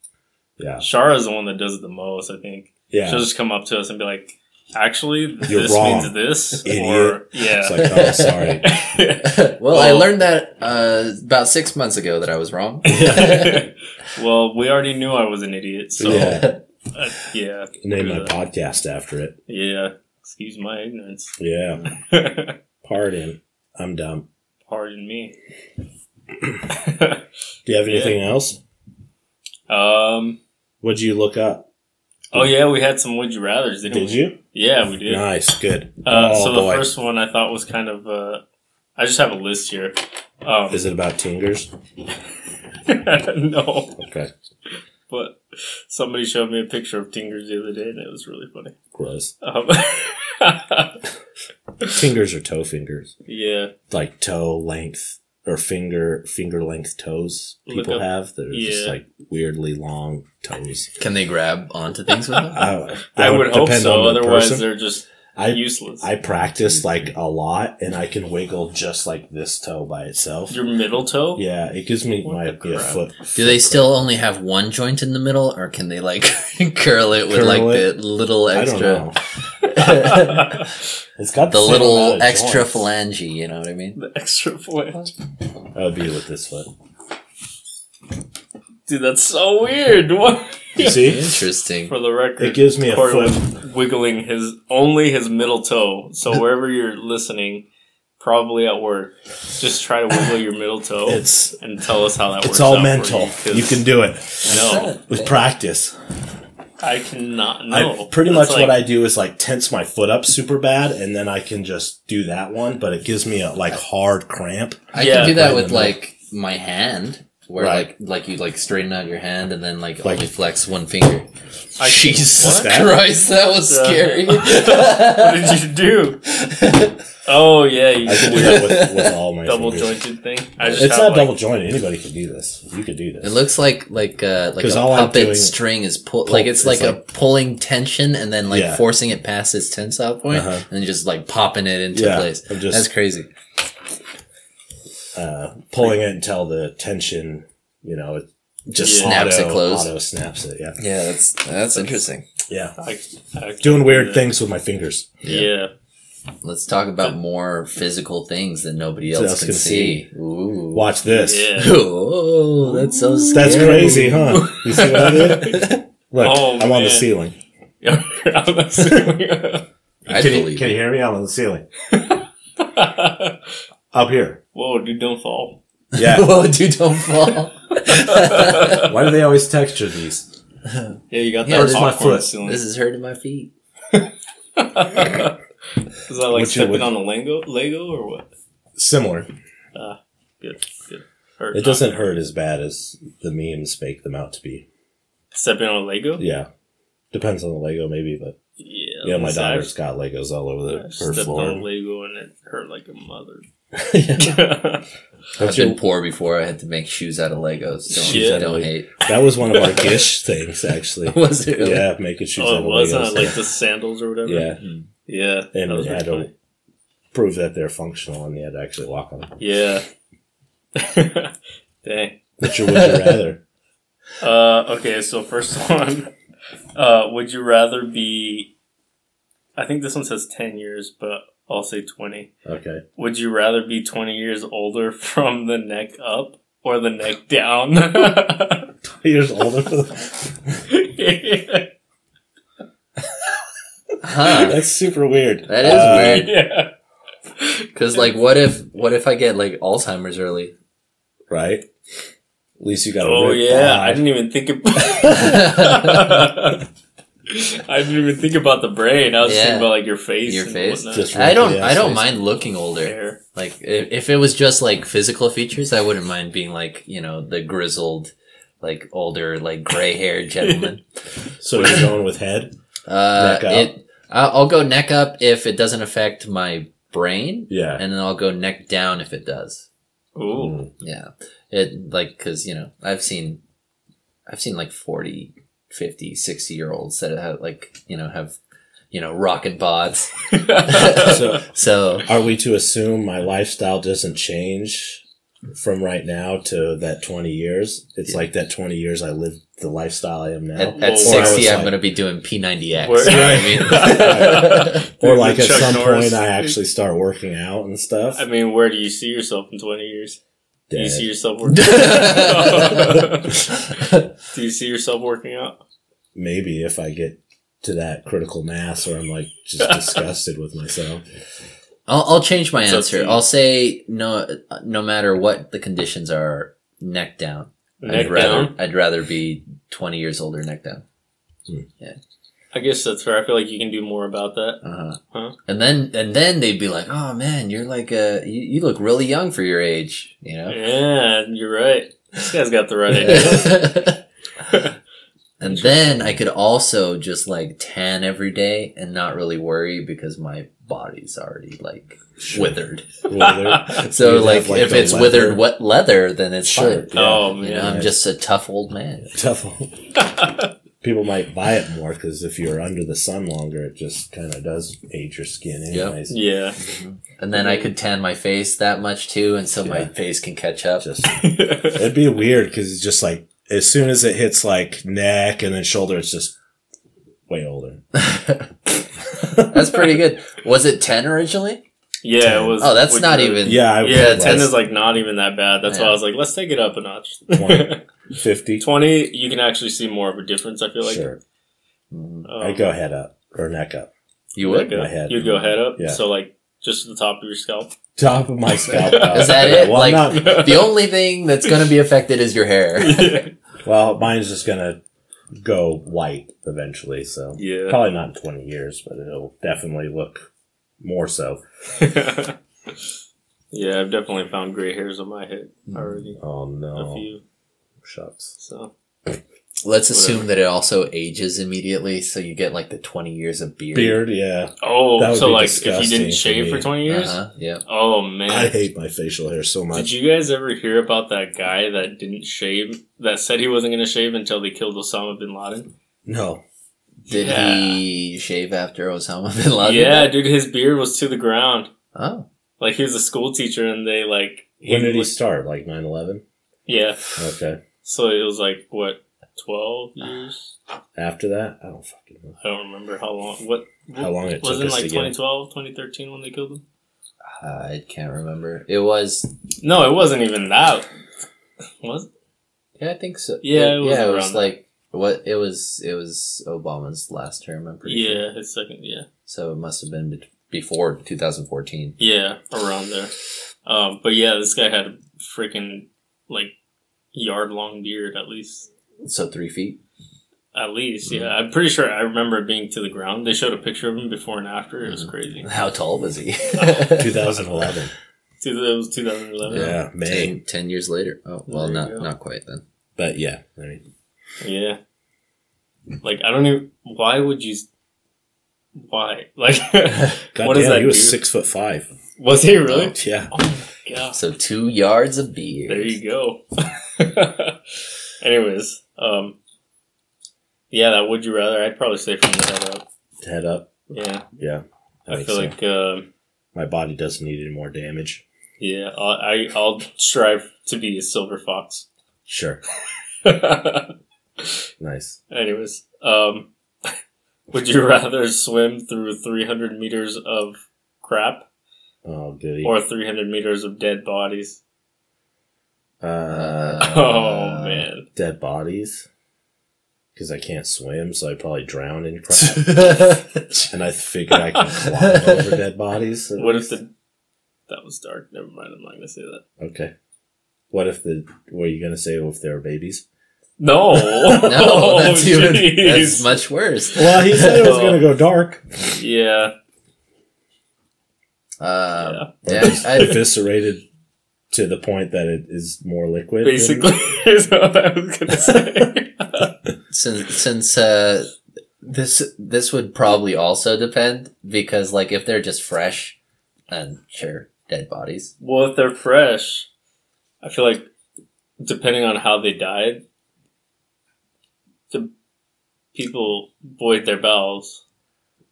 Speaker 1: Yeah.
Speaker 2: Shara's the one that does it the most, I think.
Speaker 1: Yeah.
Speaker 2: She'll just come up to us and be like, actually,
Speaker 1: You're
Speaker 2: this
Speaker 1: wrong,
Speaker 2: means this. Or,
Speaker 1: idiot.
Speaker 2: yeah.
Speaker 1: it's like, oh, sorry.
Speaker 3: well, I
Speaker 2: Well-
Speaker 3: learned that uh, about six months ago that I was wrong.
Speaker 2: well, we already knew I was an idiot, so
Speaker 1: Yeah.
Speaker 2: uh, yeah,
Speaker 1: Name my
Speaker 2: Yeah.
Speaker 1: podcast after it.
Speaker 2: yeah. Excuse my ignorance.
Speaker 1: Yeah. Pardon. I'm dumb.
Speaker 2: Pardon me.
Speaker 1: Do you have anything else?
Speaker 2: um.
Speaker 1: What'd you look up?
Speaker 2: Oh yeah, we had some would you rather's, didn't
Speaker 1: Did
Speaker 2: we?
Speaker 1: you?
Speaker 2: Yeah, we did.
Speaker 1: Nice. Good.
Speaker 2: Uh,
Speaker 1: oh,
Speaker 2: so the
Speaker 1: boy.
Speaker 2: first one I thought was kind of. Uh, I just have a list here. Um,
Speaker 1: Is it about Tingers?
Speaker 2: no,
Speaker 1: Okay.
Speaker 2: but somebody showed me a picture of Tingers the other day, and it was really funny.
Speaker 1: Gross.
Speaker 2: Um,
Speaker 1: Tingers are toe fingers.
Speaker 2: yeah,
Speaker 1: Like toe length or finger finger length toes people
Speaker 2: Look up-
Speaker 1: have. They're just
Speaker 2: yeah.
Speaker 1: like weirdly long toes.
Speaker 3: Can they grab onto things with them?
Speaker 1: Uh,
Speaker 2: I
Speaker 1: that
Speaker 2: would hope
Speaker 1: depend
Speaker 2: so.
Speaker 1: on the
Speaker 2: Otherwise,
Speaker 1: person.
Speaker 2: they're just
Speaker 1: I
Speaker 2: useless.
Speaker 1: I practice like a lot, and I can wiggle just like this toe by itself.
Speaker 2: Your middle toe.
Speaker 1: Yeah, it gives me
Speaker 2: What
Speaker 1: my
Speaker 2: the
Speaker 1: yeah,
Speaker 2: crap?
Speaker 1: foot.
Speaker 3: Do they still only have one joint in the middle, or can they like curl it with
Speaker 1: Curl
Speaker 3: like
Speaker 1: it?
Speaker 3: the little
Speaker 1: I
Speaker 3: extra?
Speaker 1: don't know. It's got
Speaker 3: the
Speaker 1: same amount
Speaker 3: little
Speaker 1: of
Speaker 3: extra
Speaker 1: joints.
Speaker 3: phalange, you know what I mean?
Speaker 2: the extra flange.
Speaker 1: That would be with this foot.
Speaker 2: Dude, that's so weird. What?
Speaker 1: You see?
Speaker 3: Interesting.
Speaker 2: For the record,
Speaker 1: It gives me a
Speaker 2: Corey
Speaker 1: flip.
Speaker 2: was wiggling his only his middle toe. So wherever you're listening, probably at work, just try to wiggle your middle toe
Speaker 1: It's
Speaker 2: and tell us how that works.
Speaker 1: it's all
Speaker 2: out for
Speaker 1: mental.
Speaker 2: You,
Speaker 1: You
Speaker 2: 'cause
Speaker 1: can do it
Speaker 2: no,
Speaker 1: with practice.
Speaker 2: I cannot
Speaker 1: I,
Speaker 2: know.
Speaker 1: pretty
Speaker 2: That's
Speaker 1: much
Speaker 2: like-
Speaker 1: what I do is like tense my foot up super bad, and then I can just do that one. But it gives me a like hard cramp.
Speaker 3: I
Speaker 2: Yeah,
Speaker 3: can do that
Speaker 1: right in
Speaker 3: with
Speaker 1: the middle.
Speaker 3: like my hand, where
Speaker 1: Right.
Speaker 3: like like you like straighten out your hand and then like,
Speaker 1: Like-
Speaker 3: only flex one finger.
Speaker 2: I can-
Speaker 3: Jesus
Speaker 1: What?
Speaker 3: Christ, that was
Speaker 2: Yeah.
Speaker 3: scary.
Speaker 2: What did you do? Oh yeah, you
Speaker 1: I can do that with, with all my
Speaker 2: double
Speaker 1: fingers.
Speaker 2: jointed thing. I just
Speaker 1: It's
Speaker 2: have,
Speaker 1: not
Speaker 2: like,
Speaker 1: double jointed. Anybody can do this. You could do
Speaker 3: It
Speaker 1: this.
Speaker 3: looks like like uh, like
Speaker 1: 'Cause
Speaker 3: a
Speaker 1: all I'm
Speaker 3: puppet
Speaker 1: doing-
Speaker 3: string is pull like it's
Speaker 1: it's
Speaker 3: like, a
Speaker 1: like-
Speaker 3: pulling tension and then like
Speaker 1: Yeah.
Speaker 3: forcing it past its tensile point
Speaker 1: Uh-huh.
Speaker 3: and then just like popping it into
Speaker 1: Yeah,
Speaker 3: place.
Speaker 1: I'm just-
Speaker 3: That's crazy.
Speaker 1: Uh, pulling it until the tension, you know, it just
Speaker 2: Yeah.
Speaker 3: Snaps it
Speaker 1: auto-
Speaker 3: closed.
Speaker 1: Auto snaps it. Yeah,
Speaker 3: Yeah, that's that's interesting.
Speaker 1: yeah.
Speaker 2: I, I
Speaker 1: Doing
Speaker 2: can
Speaker 1: weird
Speaker 2: do that.
Speaker 1: things with my fingers.
Speaker 2: Yeah.
Speaker 3: Let's talk about more physical things that nobody
Speaker 1: So
Speaker 3: else
Speaker 1: else
Speaker 3: can
Speaker 1: can
Speaker 3: see. Ooh.
Speaker 1: Watch this.
Speaker 2: Yeah.
Speaker 3: Oh, that's so scary.
Speaker 1: That's crazy, huh? You see what I did? Look,
Speaker 2: Oh,
Speaker 1: I'm on the
Speaker 2: man.
Speaker 1: ceiling.
Speaker 2: I'm assuming-
Speaker 3: I
Speaker 1: can, you,
Speaker 3: believe
Speaker 1: can
Speaker 3: it.
Speaker 1: you hear me? I'm on the ceiling. Up here.
Speaker 2: Whoa, dude, don't fall.
Speaker 1: Yeah.
Speaker 3: Whoa, dude, don't fall.
Speaker 1: Why do they always texture these?
Speaker 2: Yeah, you got
Speaker 3: Yeah,
Speaker 2: that
Speaker 3: this is
Speaker 1: my
Speaker 2: popcorn
Speaker 1: foot.
Speaker 2: ceiling.
Speaker 3: this is hurting my feet.
Speaker 2: Is that like
Speaker 1: What you-
Speaker 2: stepping
Speaker 1: what-
Speaker 2: on a Lego, Lego or what?
Speaker 1: Similar.
Speaker 2: Good, good. Or
Speaker 1: It
Speaker 2: not.
Speaker 1: doesn't hurt as bad as the memes make them out to be.
Speaker 2: stepping on a Lego.
Speaker 1: Yeah. Depends on the Lego, maybe, but
Speaker 2: Yeah,
Speaker 1: yeah, my
Speaker 2: I've-
Speaker 1: daughter's got Legos all over the,
Speaker 2: I've
Speaker 1: her
Speaker 2: stepped on a
Speaker 1: floor.
Speaker 2: Lego and it hurt like a mother. Oh,
Speaker 1: That's
Speaker 3: I've been
Speaker 1: your-
Speaker 3: poor before. I had to make shoes out of Legos. Don't,
Speaker 2: Shit.
Speaker 3: don't hate.
Speaker 1: that was one of our Gish things, actually.
Speaker 3: Was it really?
Speaker 1: Yeah, making shoes
Speaker 2: oh,
Speaker 1: out
Speaker 2: it
Speaker 1: of
Speaker 2: was
Speaker 1: Legos.
Speaker 2: not like the sandals or whatever.
Speaker 1: yeah,
Speaker 2: yeah.
Speaker 1: and
Speaker 2: that was
Speaker 1: I
Speaker 2: pretty
Speaker 1: had
Speaker 2: funny.
Speaker 1: to prove that they're functional, and you had to actually walk on them.
Speaker 2: Yeah. Dang.
Speaker 1: Which would you rather?
Speaker 2: Uh, okay, so first one. Uh, would you rather be. I think this one says 10 years, but I'll say 20.
Speaker 1: Okay.
Speaker 2: Would you rather be 20 years older from the neck up or the neck down?
Speaker 1: years older. For them.
Speaker 2: yeah.
Speaker 3: Huh.
Speaker 1: That's super weird.
Speaker 3: That is
Speaker 1: Uh,
Speaker 3: weird. Because like, what if what if I get like Alzheimer's early?
Speaker 1: right? At least you got.
Speaker 2: Oh,
Speaker 1: a ripped
Speaker 2: yeah.
Speaker 1: thigh.
Speaker 2: I didn't even think about. I didn't even think about the brain. I was
Speaker 3: Yeah.
Speaker 2: thinking about like your face.
Speaker 3: Your
Speaker 2: and
Speaker 3: face?
Speaker 2: whatnot.
Speaker 1: Just
Speaker 3: I don't.
Speaker 1: wrinkly
Speaker 3: I don't
Speaker 1: asses.
Speaker 3: mind looking older.
Speaker 2: hair.
Speaker 3: Like if, if it was just like physical features, I wouldn't mind being like you know the grizzled, like older, like gray haired gentleman.
Speaker 1: So you're going with head?
Speaker 3: Uh,
Speaker 1: Neck up.
Speaker 3: it. I- I'll go neck up if it doesn't affect my brain,
Speaker 1: Yeah.
Speaker 3: and then I'll go neck down if it does.
Speaker 2: Ooh.
Speaker 1: Mm.
Speaker 3: Yeah, it like because you know I've seen, I've seen like 40, 50, 60 year olds that have like you know have, you know rockin' bods.
Speaker 1: So
Speaker 3: Mm. So
Speaker 1: are we to assume my lifestyle doesn't change from right now to that 20 years? It's
Speaker 3: Yeah.
Speaker 1: like that 20 years I lived the lifestyle I am now.
Speaker 3: at,
Speaker 2: Well,
Speaker 3: at
Speaker 2: I
Speaker 3: sixty,
Speaker 1: was
Speaker 3: I'm
Speaker 1: like-
Speaker 3: gonna be doing P90X.
Speaker 2: Where-
Speaker 3: you know what I mean?
Speaker 1: or like at
Speaker 2: Chuck
Speaker 1: some
Speaker 2: Norris.
Speaker 1: point I actually start working out and stuff.
Speaker 2: I mean, where do you see yourself in 20 years? Do you
Speaker 1: Dead.
Speaker 2: see yourself working out? do you see yourself working out?
Speaker 1: Maybe if I get to that critical mass where I'm like just disgusted with myself.
Speaker 3: I'll, I'll change my
Speaker 2: It's up to
Speaker 3: answer.
Speaker 2: you.
Speaker 3: I'll say no, no matter what the conditions are, neck down.
Speaker 2: Neck
Speaker 3: I'd rather,
Speaker 2: down?
Speaker 3: I'd rather be twenty years older, neck down.
Speaker 2: I guess that's fair. I feel like you can do more about that.
Speaker 3: Uh-huh.
Speaker 2: Huh?
Speaker 3: And then, and then they'd be like, "Oh man, you're like a, you, you look really young for your age," you know.
Speaker 2: Yeah, you're right. This guy's got the right idea.
Speaker 3: and then I could also just like tan every day and not really worry because my body's already like withered.
Speaker 1: Whether-
Speaker 3: So
Speaker 1: You'd have,
Speaker 3: like,
Speaker 1: like,
Speaker 3: if
Speaker 1: the
Speaker 3: it's
Speaker 1: leather.
Speaker 3: withered wet leather, then it's
Speaker 1: Sure.
Speaker 3: fine.
Speaker 1: yeah.
Speaker 2: Oh,
Speaker 3: You
Speaker 2: man.
Speaker 3: know, I'm just a tough old man.
Speaker 1: tough one. People might buy it more because if you're under the sun longer, it just kind of does age your skin,
Speaker 3: Yep.
Speaker 1: anyways.
Speaker 2: Yeah.
Speaker 3: Mm-hmm. And then I could tan my face that much too, and so my
Speaker 1: Yeah.
Speaker 3: face can catch up.
Speaker 1: Just it'd be weird because it's just like as soon as it hits like neck and then shoulder, it's just way older.
Speaker 3: That's pretty good. Was it 10 originally?
Speaker 2: Yeah, it was.
Speaker 3: Oh, that's
Speaker 2: which
Speaker 3: not
Speaker 2: was-
Speaker 3: even.
Speaker 1: yeah, I
Speaker 2: Yeah, ten
Speaker 3: that's-
Speaker 2: is like not even that bad. That's why
Speaker 3: Yeah.
Speaker 2: I was like, let's take it up a notch.
Speaker 1: 20, 50.
Speaker 2: Twenty, you can actually see more of a difference. I feel like.
Speaker 1: sure.
Speaker 2: Um,
Speaker 3: Mm,
Speaker 1: I go head up or neck up.
Speaker 3: You would?
Speaker 2: Go,
Speaker 1: My head.
Speaker 2: You'd go head up.
Speaker 1: Yeah.
Speaker 2: So like just the top of your scalp.
Speaker 1: Top of my scalp. uh,
Speaker 3: Is that it?
Speaker 1: Well,
Speaker 3: Like-
Speaker 1: I'm not,
Speaker 3: The only thing that's going to be affected is your hair.
Speaker 1: well, mine's just gonna go white eventually. So
Speaker 2: yeah.
Speaker 1: probably not in twenty years, but it'll definitely look more so.
Speaker 2: yeah, I've definitely found gray hairs on my head already.
Speaker 1: Oh
Speaker 2: A
Speaker 1: no,
Speaker 2: few.
Speaker 1: shucks.
Speaker 2: So
Speaker 3: Let's
Speaker 2: Whatever.
Speaker 3: assume that it also ages immediately, so you get like the 20 years of beard.
Speaker 1: Beard, yeah. That
Speaker 2: oh,
Speaker 1: would
Speaker 2: so
Speaker 1: be
Speaker 2: like if you
Speaker 1: disgusting
Speaker 2: didn't
Speaker 1: for
Speaker 2: shave for
Speaker 1: me.
Speaker 2: twenty years.
Speaker 3: Uh-huh. Yeah.
Speaker 2: Oh man.
Speaker 1: I hate my facial hair so much.
Speaker 2: Did you guys ever hear about that guy that didn't shave? That said he wasn't going to shave until they killed Osama bin Laden.
Speaker 1: no,
Speaker 3: Did
Speaker 2: Yeah.
Speaker 3: he shave after Osama bin Laden?
Speaker 2: yeah, dude, his beard was to the ground.
Speaker 3: Oh.
Speaker 2: Like he was a school teacher, and they like
Speaker 1: when did he
Speaker 2: was-
Speaker 1: start? Like 9-11?
Speaker 2: Yeah,
Speaker 1: Okay.
Speaker 2: so it was like what twelve years?
Speaker 1: After that, I don't fucking know.
Speaker 2: I don't remember how long. What
Speaker 1: How long it
Speaker 2: was
Speaker 1: took
Speaker 2: it?
Speaker 1: us
Speaker 2: Like
Speaker 1: to get-
Speaker 2: 2012, 2013 when they killed him?
Speaker 3: I can't remember. It was.
Speaker 2: No, it wasn't even that. Was it?
Speaker 3: Yeah, I think so.
Speaker 2: Yeah, it was
Speaker 3: yeah, it
Speaker 2: around
Speaker 3: was
Speaker 2: that.
Speaker 3: like. What it was, it was Obama's last term. I'm pretty sure.
Speaker 2: yeah, his second. Yeah,
Speaker 3: So it must have been bet- before 2014.
Speaker 2: Yeah, around there. Um, but yeah, this guy had a freaking like yard long beard at least.
Speaker 3: So three feet.
Speaker 2: At least, yeah. I'm pretty sure I remember it being to the ground. They showed a picture of him before and after. It was crazy.
Speaker 3: How tall was he?
Speaker 1: 2011.
Speaker 2: Two- It was 2011.
Speaker 1: yeah, May.
Speaker 3: Ten, ten years later. Oh well,
Speaker 2: There you
Speaker 3: not
Speaker 2: go.
Speaker 3: not quite then.
Speaker 1: But yeah, I mean,
Speaker 2: Yeah. Like I don't even. Why would you? Why? Like,
Speaker 1: God
Speaker 2: what does that
Speaker 1: he was
Speaker 2: do?
Speaker 1: six foot five.
Speaker 2: was he really?
Speaker 1: Yeah.
Speaker 2: Oh my god.
Speaker 3: So two yards of beard.
Speaker 2: There you go. Anyways, um, yeah, that would you rather? I'd probably say from the head up.
Speaker 1: Head up.
Speaker 2: Yeah,
Speaker 1: Yeah.
Speaker 2: I,
Speaker 1: think
Speaker 2: feel
Speaker 1: so.
Speaker 2: like um
Speaker 1: my body doesn't need any more damage.
Speaker 2: yeah, I'll, I I'll strive to be a silver fox.
Speaker 1: Sure. Nice.
Speaker 2: Anyways, um, would you rather swim through 300 meters of crap
Speaker 1: Oh, goody.
Speaker 2: or 300 meters of dead bodies?
Speaker 1: uh,
Speaker 2: oh man,
Speaker 1: dead bodies. Because I can't swim, so I'd probably drown in crap. and I figured I could climb over dead bodies. at
Speaker 2: what
Speaker 1: least.
Speaker 2: if the that was dark? Never mind, I'm not gonna say that.
Speaker 1: Okay. What if the. Were you going to say if they were babies?
Speaker 2: No,
Speaker 3: No,
Speaker 2: Oh,
Speaker 3: that's even that's
Speaker 2: jeez.
Speaker 3: much worse.
Speaker 1: Well, he said it was
Speaker 2: Oh.
Speaker 1: going to go dark.
Speaker 2: yeah,
Speaker 3: Um, yeah,
Speaker 1: Or
Speaker 3: I,
Speaker 1: Eviscerated to the point that it is more liquid. than-
Speaker 2: basically is what I was gonna say.
Speaker 3: since since uh, this this would probably also depend because like if they're just fresh, and sure, dead bodies.
Speaker 2: well, if they're fresh, I feel like depending on how they died, the people void their bowels.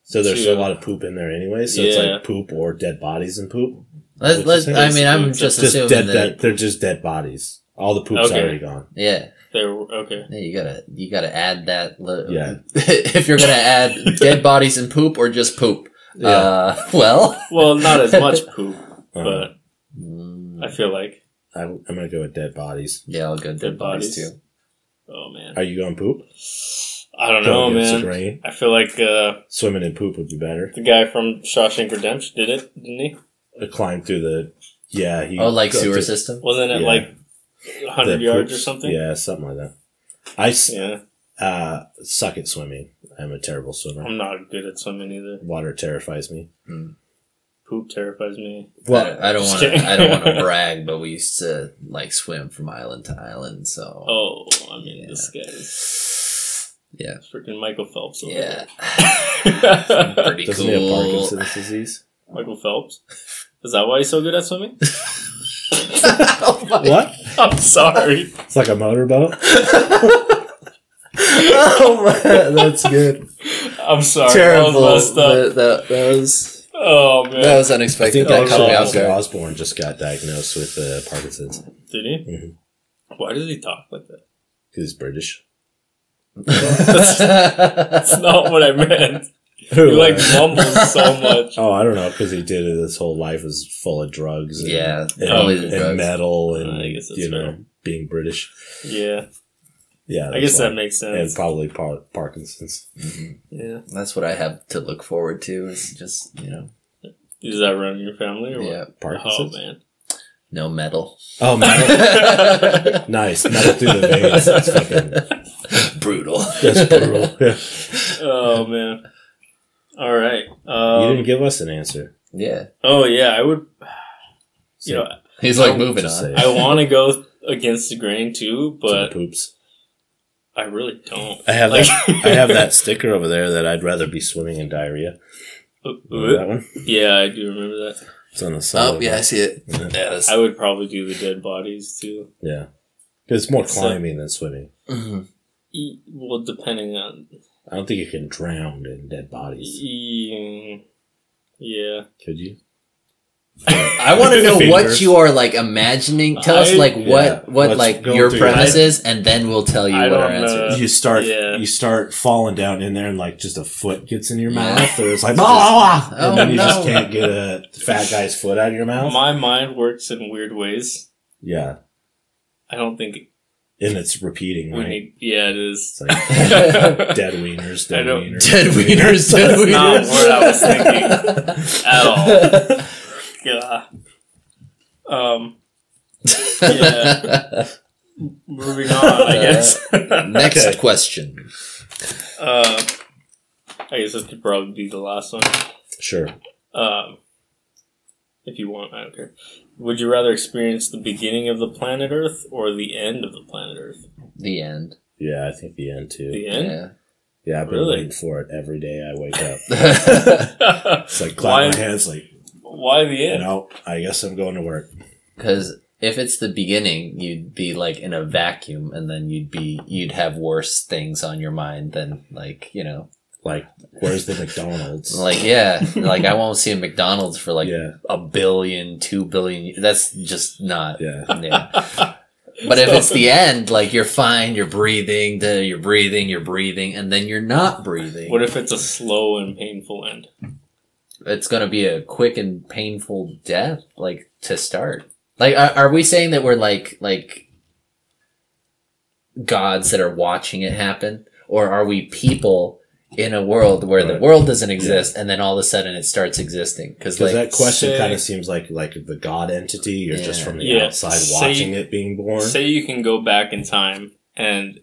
Speaker 1: So there's
Speaker 2: Yeah.
Speaker 1: a lot of poop in there anyway. So it's
Speaker 2: Yeah.
Speaker 1: like poop or dead bodies and poop.
Speaker 3: Let's,
Speaker 1: Which
Speaker 3: let's,
Speaker 1: is
Speaker 3: I mean, I'm
Speaker 2: basically
Speaker 3: just
Speaker 1: Just
Speaker 3: assuming
Speaker 1: dead,
Speaker 3: that.
Speaker 1: dead. They're just dead bodies. All the poop's
Speaker 2: Okay.
Speaker 1: already gone.
Speaker 3: Yeah,
Speaker 2: They were okay.
Speaker 3: Yeah, you gotta you gotta add that. Li-
Speaker 1: Yeah.
Speaker 3: if you're gonna add dead bodies and poop or just poop,
Speaker 1: Yeah.
Speaker 3: uh, well,
Speaker 2: Well, not as much poop,
Speaker 1: Um,
Speaker 2: but
Speaker 3: mm,
Speaker 2: I feel like
Speaker 1: I, am gonna go with dead bodies.
Speaker 3: yeah, I'll go dead,
Speaker 2: Dead
Speaker 3: bodies,
Speaker 2: bodies.
Speaker 3: too.
Speaker 2: oh man,
Speaker 1: Are you going poop?
Speaker 2: I don't know,
Speaker 1: Going against the
Speaker 2: man.
Speaker 1: grain?
Speaker 2: I feel like uh,
Speaker 1: Swimming in poop would be better.
Speaker 2: the guy from Shawshank Redemption did it, didn't he?
Speaker 1: A climb through the yeah. He
Speaker 3: Oh, like
Speaker 1: go
Speaker 3: sewer
Speaker 1: through
Speaker 3: system.
Speaker 2: Wasn't it
Speaker 1: Yeah.
Speaker 2: like
Speaker 1: the
Speaker 2: 100 yards
Speaker 1: poops.
Speaker 2: or something?
Speaker 1: Yeah, something like that. I s-
Speaker 2: Yeah.
Speaker 1: uh, suck at swimming. I'm a terrible swimmer.
Speaker 2: I'm not good at swimming either.
Speaker 1: Water terrifies me.
Speaker 2: Poop terrifies me.
Speaker 3: Well, I don't- I don't
Speaker 2: just
Speaker 3: want to.
Speaker 2: kidding.
Speaker 3: I don't want to brag, but we used to like swim from island to island. So
Speaker 2: Oh, I mean,
Speaker 3: Yeah.
Speaker 2: this guy's
Speaker 3: yeah,
Speaker 2: freaking Michael Phelps. over
Speaker 3: yeah,
Speaker 2: there.
Speaker 3: pretty
Speaker 1: Doesn't he have
Speaker 3: cool.
Speaker 1: Parkinson's disease?
Speaker 2: Michael Phelps? Is that why he's so good at swimming?
Speaker 3: Oh my-
Speaker 1: What?
Speaker 2: I'm sorry.
Speaker 1: It's like a motorboat.
Speaker 3: Oh man, that's good.
Speaker 2: I'm sorry.
Speaker 3: Terrible.
Speaker 2: That was messed up.
Speaker 3: That, that, that was
Speaker 2: Oh, man.
Speaker 3: that was
Speaker 1: I
Speaker 3: unexpected.
Speaker 1: think that
Speaker 3: That caught me off
Speaker 1: Ozzy
Speaker 3: guard.
Speaker 1: Osbourne just got diagnosed with uh, Parkinson's because
Speaker 2: Did he?
Speaker 1: Mhm.
Speaker 2: Why does he talk like that?
Speaker 1: he's British.
Speaker 2: That's not what I meant. He like mumbles so much.
Speaker 1: Oh, I don't know, because he did it. His whole life was full of drugs. And,
Speaker 3: Yeah,
Speaker 1: and,
Speaker 2: Oh,
Speaker 3: probably the
Speaker 1: and
Speaker 3: drugs.
Speaker 1: metal, and
Speaker 2: I guess that's
Speaker 1: you know,
Speaker 2: fair.
Speaker 1: being British.
Speaker 2: Yeah,
Speaker 1: Yeah,
Speaker 2: I guess
Speaker 1: that's
Speaker 2: that makes
Speaker 1: why. and
Speaker 2: sense.
Speaker 1: probably par- Parkinson's.
Speaker 3: Mhm.
Speaker 2: Yeah,
Speaker 3: That's what I have to look forward to. Is just you know,
Speaker 2: does that run in your family or
Speaker 3: yeah,
Speaker 2: what?
Speaker 1: Parkinson's.
Speaker 2: Oh man,
Speaker 3: no metal.
Speaker 1: Oh, metal. nice. Metal through the veins. That's fucking.
Speaker 3: brutal.
Speaker 1: That's brutal. Yeah.
Speaker 2: oh man. All right.
Speaker 1: you
Speaker 2: Um,
Speaker 1: didn't give us an answer.
Speaker 3: Yeah,
Speaker 2: oh yeah, I would.
Speaker 1: So
Speaker 2: You know,
Speaker 3: he's like
Speaker 2: I
Speaker 3: moving
Speaker 1: just
Speaker 3: on.
Speaker 1: say-
Speaker 2: I want to go against the grain too,
Speaker 1: to the
Speaker 2: but
Speaker 1: poops.
Speaker 2: I really don't.
Speaker 1: I have
Speaker 2: Like,
Speaker 1: that. I have that sticker over there that I'd rather be swimming in diarrhea. Remember that one?
Speaker 2: yeah, I do remember that.
Speaker 1: It's on the side.
Speaker 3: Oh yeah, I see it. Yeah, that's-
Speaker 2: I would probably do the dead bodies too.
Speaker 1: yeah. 'Cause It's more
Speaker 2: So-
Speaker 1: climbing than swimming.
Speaker 3: Mhm.
Speaker 2: E- well, depending on.
Speaker 1: I don't think you can drown in dead bodies.
Speaker 2: E- yeah.
Speaker 1: Could you?
Speaker 3: I want to know what
Speaker 1: Fingers.
Speaker 3: you are like imagining. Tell us
Speaker 2: I-
Speaker 3: like what
Speaker 1: Yeah.
Speaker 3: what
Speaker 1: Let's
Speaker 3: like
Speaker 1: go
Speaker 3: your
Speaker 1: through it.
Speaker 3: premise is, and then we'll tell you
Speaker 2: I
Speaker 3: what our
Speaker 2: don't
Speaker 3: answer
Speaker 2: know.
Speaker 3: is.
Speaker 1: you start
Speaker 2: Uh, yeah.
Speaker 1: you start falling down in there and like just a foot gets in your
Speaker 3: Yeah.
Speaker 1: mouth or it's like
Speaker 3: Just-
Speaker 1: "Ah, ah, ah,"
Speaker 3: Oh,
Speaker 1: and then you just
Speaker 3: no.
Speaker 1: can't get a fat guy's foot out of your mouth
Speaker 2: My mind works in weird ways.
Speaker 1: yeah
Speaker 2: I don't think
Speaker 1: and it's repeating
Speaker 2: we
Speaker 1: right
Speaker 2: need. Yeah, it
Speaker 1: it's
Speaker 2: is.
Speaker 1: like
Speaker 2: That's
Speaker 1: dead wieners
Speaker 2: I
Speaker 1: dead
Speaker 2: don't-
Speaker 1: wieners
Speaker 3: Dead wieners, dead wieners.
Speaker 2: not what I was thinking at all. Yeah. Um, Yeah. moving on, I guess.
Speaker 3: Next
Speaker 1: Okay.
Speaker 3: question.
Speaker 2: uh, I guess this could probably be the last one.
Speaker 1: sure
Speaker 2: Um, if you want, I don't care. Would you rather experience the beginning of the planet Earth or the end of the planet Earth?
Speaker 3: The end.
Speaker 1: yeah i think the end too
Speaker 2: The end.
Speaker 1: yeah i've been
Speaker 2: Really?
Speaker 1: waiting for it every day i wake up
Speaker 3: Yeah.
Speaker 1: it's like
Speaker 2: Why-
Speaker 1: clap my hands like
Speaker 2: Why the
Speaker 1: you
Speaker 2: end?
Speaker 1: know i guess i'm going to work
Speaker 3: Because if it's the beginning, you'd be like in a vacuum, and then you'd be you'd have worse things on your mind than like you know,
Speaker 1: like where's the mcdonald's
Speaker 3: like yeah, like I won't see a McDonald's for like
Speaker 1: yeah
Speaker 3: a billion, two billion. That's just not.
Speaker 1: yeah
Speaker 3: Yeah. But if it's the end, like you're fine, you're breathing, duh, you're breathing, you're breathing, and then you're not breathing.
Speaker 2: What if it's a slow and painful end?
Speaker 3: it's going to be a quick and painful death, like to start. Like, are, are we saying that we're like like gods that are watching it happen, or are we people in a world where the
Speaker 1: Right.
Speaker 3: world doesn't exist and then all of a sudden it starts existing? Because
Speaker 1: Because
Speaker 3: like
Speaker 1: that question
Speaker 2: say-
Speaker 1: kind of seems like like the god entity. You're just
Speaker 3: Yeah.
Speaker 1: from the
Speaker 2: Yeah.
Speaker 1: outside
Speaker 2: Say-
Speaker 1: watching it being born.
Speaker 2: Say you can go back in time and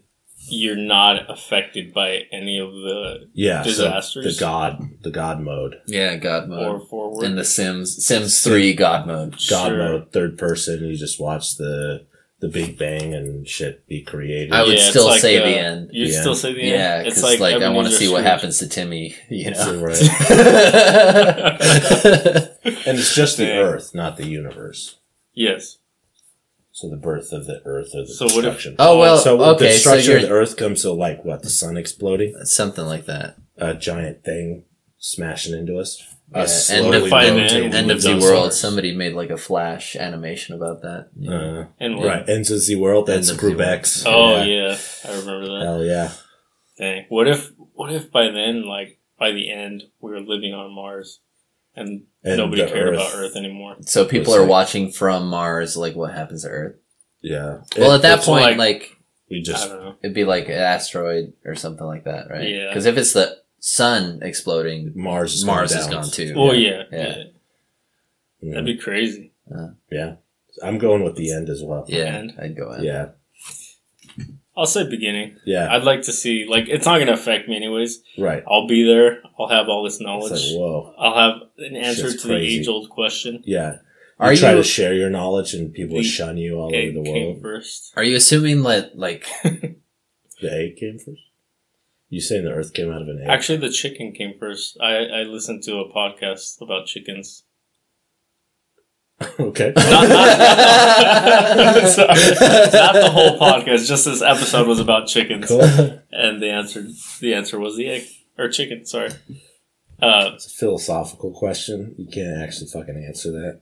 Speaker 2: you're not affected by any of the
Speaker 1: yeah, so the
Speaker 2: disasters
Speaker 1: god, the god mode,
Speaker 3: yeah, God
Speaker 2: or
Speaker 3: mode
Speaker 2: forward.
Speaker 3: in the Sims Sims Three God mode.
Speaker 1: god
Speaker 2: Sure.
Speaker 1: mode, third person. You just watch the the Big Bang and shit be created.
Speaker 3: I would
Speaker 2: it's
Speaker 3: still say the
Speaker 2: uh,
Speaker 3: end.
Speaker 2: You'd
Speaker 1: The
Speaker 2: still
Speaker 1: end.
Speaker 2: say the
Speaker 3: Yeah,
Speaker 2: end.
Speaker 3: because like, I want to
Speaker 2: Ebenezer
Speaker 3: see what
Speaker 2: Scrooge.
Speaker 3: happens to Timmy. You
Speaker 1: So,
Speaker 3: know.
Speaker 1: right. and it's just the
Speaker 2: Yeah.
Speaker 1: Earth, not the universe.
Speaker 2: Yes.
Speaker 1: So the birth of the Earth or the
Speaker 2: So what if-
Speaker 1: destruction.
Speaker 3: oh well.
Speaker 1: so the
Speaker 3: okay, so
Speaker 1: destruction
Speaker 3: you're
Speaker 1: of the Earth comes to like what the sun exploding,
Speaker 3: something like that.
Speaker 1: a giant thing smashing into us.
Speaker 3: Yeah,
Speaker 1: us
Speaker 3: end
Speaker 1: slowly
Speaker 3: of
Speaker 2: Find an
Speaker 1: rotating
Speaker 2: end.
Speaker 3: End of the
Speaker 1: those
Speaker 3: world.
Speaker 1: stars.
Speaker 3: Somebody made like a flash animation about that.
Speaker 1: Uh,
Speaker 2: And what?
Speaker 1: Right, ends of the world. That's
Speaker 3: End of the world.
Speaker 1: Quebec's.
Speaker 2: Oh yeah. I remember that.
Speaker 1: hell yeah.
Speaker 2: Dang. What if what if by then, like by the end, we were living on Mars and,
Speaker 1: And
Speaker 2: nobody
Speaker 1: the
Speaker 2: cared
Speaker 1: Earth.
Speaker 2: about Earth anymore?
Speaker 3: So people
Speaker 1: Looks
Speaker 3: are
Speaker 1: like-
Speaker 3: watching from Mars, like what happens to Earth.
Speaker 1: Yeah.
Speaker 3: Well, at that
Speaker 2: it's
Speaker 3: point,
Speaker 2: like-
Speaker 3: like,
Speaker 1: we
Speaker 2: I
Speaker 1: just
Speaker 2: don't know.
Speaker 3: it'd be like an asteroid or something like that, right?
Speaker 2: Yeah.
Speaker 3: Because if it's the sun exploding,
Speaker 1: Mars is
Speaker 3: Mars
Speaker 1: going
Speaker 3: is
Speaker 1: down.
Speaker 3: gone too.
Speaker 2: Well yeah, yeah.
Speaker 3: Yeah.
Speaker 1: Mm,
Speaker 2: That'd be crazy.
Speaker 1: yeah. I'm going with the end as well.
Speaker 3: yeah,
Speaker 2: And-
Speaker 3: I'd go in.
Speaker 1: Yeah.
Speaker 2: I'll say beginning.
Speaker 1: Yeah.
Speaker 2: I'd like to see like it's not gonna affect me anyways.
Speaker 1: right.
Speaker 2: I'll be there, I'll have all this
Speaker 1: It's
Speaker 2: knowledge.
Speaker 1: like, whoa.
Speaker 2: I'll have an answer
Speaker 1: Shit's
Speaker 2: to
Speaker 1: crazy.
Speaker 2: the age old question.
Speaker 1: Yeah.
Speaker 3: Are
Speaker 1: you try
Speaker 3: you-
Speaker 1: to share your knowledge and people
Speaker 2: The
Speaker 1: shun you all over
Speaker 2: Egg
Speaker 1: the
Speaker 2: came
Speaker 1: world.
Speaker 2: first.
Speaker 3: Are you assuming that like
Speaker 1: The egg came first? You saying the earth came out of an egg?
Speaker 2: Actually the chicken came first. I, I listened to a podcast about chickens.
Speaker 1: okay.
Speaker 2: not, not- Sorry. Not the whole podcast. Just this episode was about chickens,
Speaker 1: Cool. It's
Speaker 2: and the answer the answer was the egg or chicken. Sorry. Uh,
Speaker 1: a philosophical question. You can't actually fucking answer that.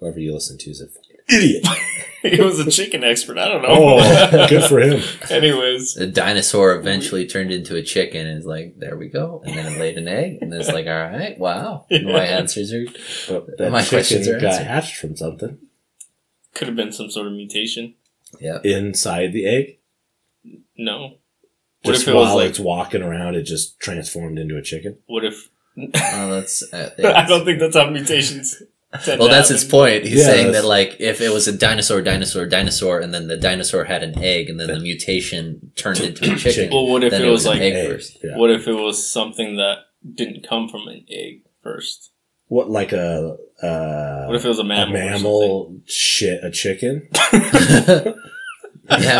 Speaker 1: Whoever you listen to is a fucking idiot.
Speaker 2: he was a chicken expert. I don't know.
Speaker 1: Oh, good for him.
Speaker 2: Anyways,
Speaker 3: The dinosaur eventually turned into a chicken and is like, there we go. And then it laid an egg and it's like, all right, wow. My answers are
Speaker 1: But that
Speaker 3: My
Speaker 1: chicken
Speaker 3: questions are
Speaker 1: got
Speaker 3: answered.
Speaker 1: hatched from something
Speaker 2: could have been some sort of mutation.
Speaker 1: inside the egg.
Speaker 2: No. What
Speaker 1: Just
Speaker 2: if it was
Speaker 1: while
Speaker 2: like-
Speaker 1: it's walking around, it just transformed into a chicken.
Speaker 2: What if?
Speaker 3: Oh, that's, uh,
Speaker 2: I don't think that's how mutations. tend
Speaker 3: well,
Speaker 2: to
Speaker 3: that's
Speaker 2: happen.
Speaker 3: its point. He's
Speaker 1: Yeah,
Speaker 3: saying
Speaker 1: that's-
Speaker 3: that, like, if it was a dinosaur, dinosaur, dinosaur, and then the dinosaur had an egg, and then the mutation turned into a chicken,
Speaker 2: Well, what if
Speaker 3: then
Speaker 2: it was
Speaker 3: an
Speaker 2: like?
Speaker 3: egg
Speaker 1: Egg,
Speaker 3: first.
Speaker 1: yeah.
Speaker 2: What if it was something that didn't come from an egg first?
Speaker 1: What like a uh,
Speaker 2: What if it was a
Speaker 1: a
Speaker 2: mammal? or something?
Speaker 1: mammal shit a chicken?
Speaker 3: yeah,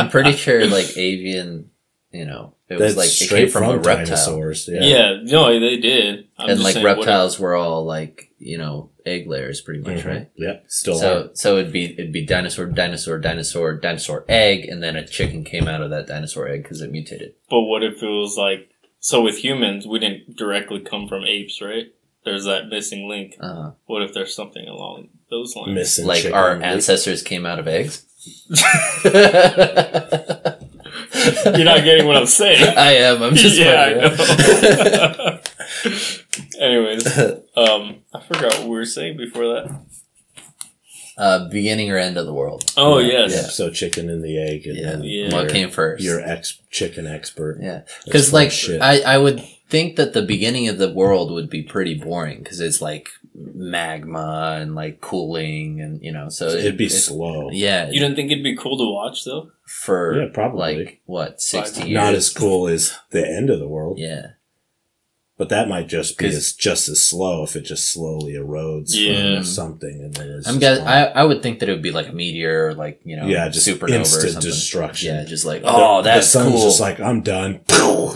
Speaker 3: I'm pretty sure, like, avian, you know, it was like, it came from, a reptile.
Speaker 1: dinosaurs. Yeah.
Speaker 2: Yeah. no, they did. I'm
Speaker 3: and,
Speaker 2: just
Speaker 3: like,
Speaker 2: saying, what if-
Speaker 3: reptiles were all, like, you know, egg layers, pretty much,
Speaker 1: Mhm.
Speaker 3: right?
Speaker 1: Yep. Still are.
Speaker 3: So, so it'd be it'd be dinosaur, dinosaur, dinosaur, dinosaur egg, and then a chicken came out of that dinosaur egg because it mutated.
Speaker 2: But what if it was like so with humans, we didn't directly come from apes, right? There's that missing link.
Speaker 3: Uh,
Speaker 2: What if there's something along those lines?
Speaker 1: missing
Speaker 3: like
Speaker 1: chicken.
Speaker 3: our ancestors came out of eggs.
Speaker 2: You're not getting what I'm saying.
Speaker 3: I am. I'm just
Speaker 2: yeah, I
Speaker 3: playing.
Speaker 2: know. Anyways, um, I forgot what we were saying before that.
Speaker 3: uh, beginning or end of the world.
Speaker 2: Oh
Speaker 1: Yeah.
Speaker 2: yes,
Speaker 1: So chicken and the egg. And
Speaker 3: Yeah,
Speaker 2: Yeah.
Speaker 3: what came first?
Speaker 1: Your ex chicken expert.
Speaker 3: yeah,
Speaker 1: That's
Speaker 3: because like
Speaker 1: bullshit.
Speaker 3: I, I would think that the beginning of the world would be pretty boring because it's like magma and like cooling and you know so
Speaker 1: it'd be
Speaker 3: it-
Speaker 1: slow.
Speaker 3: yeah
Speaker 2: you don't think it'd be cool to watch though?
Speaker 3: for
Speaker 1: Yeah, probably.
Speaker 3: like what sixty years.
Speaker 1: Not as cool as the end of the world,
Speaker 3: yeah,
Speaker 1: but that might just be
Speaker 3: 'Cause-
Speaker 1: as, just as slow if it just slowly erodes
Speaker 2: Yeah.
Speaker 1: from something and then it's
Speaker 3: I'm
Speaker 1: just
Speaker 3: guess
Speaker 1: gone.
Speaker 3: I I would think that it would be like a meteor, like you know,
Speaker 1: yeah, just
Speaker 3: supernova or
Speaker 1: instant
Speaker 3: something.
Speaker 1: destruction.
Speaker 3: Yeah, just like oh,
Speaker 1: the,
Speaker 3: that's
Speaker 1: the sun's
Speaker 3: cool.
Speaker 1: just like I'm done,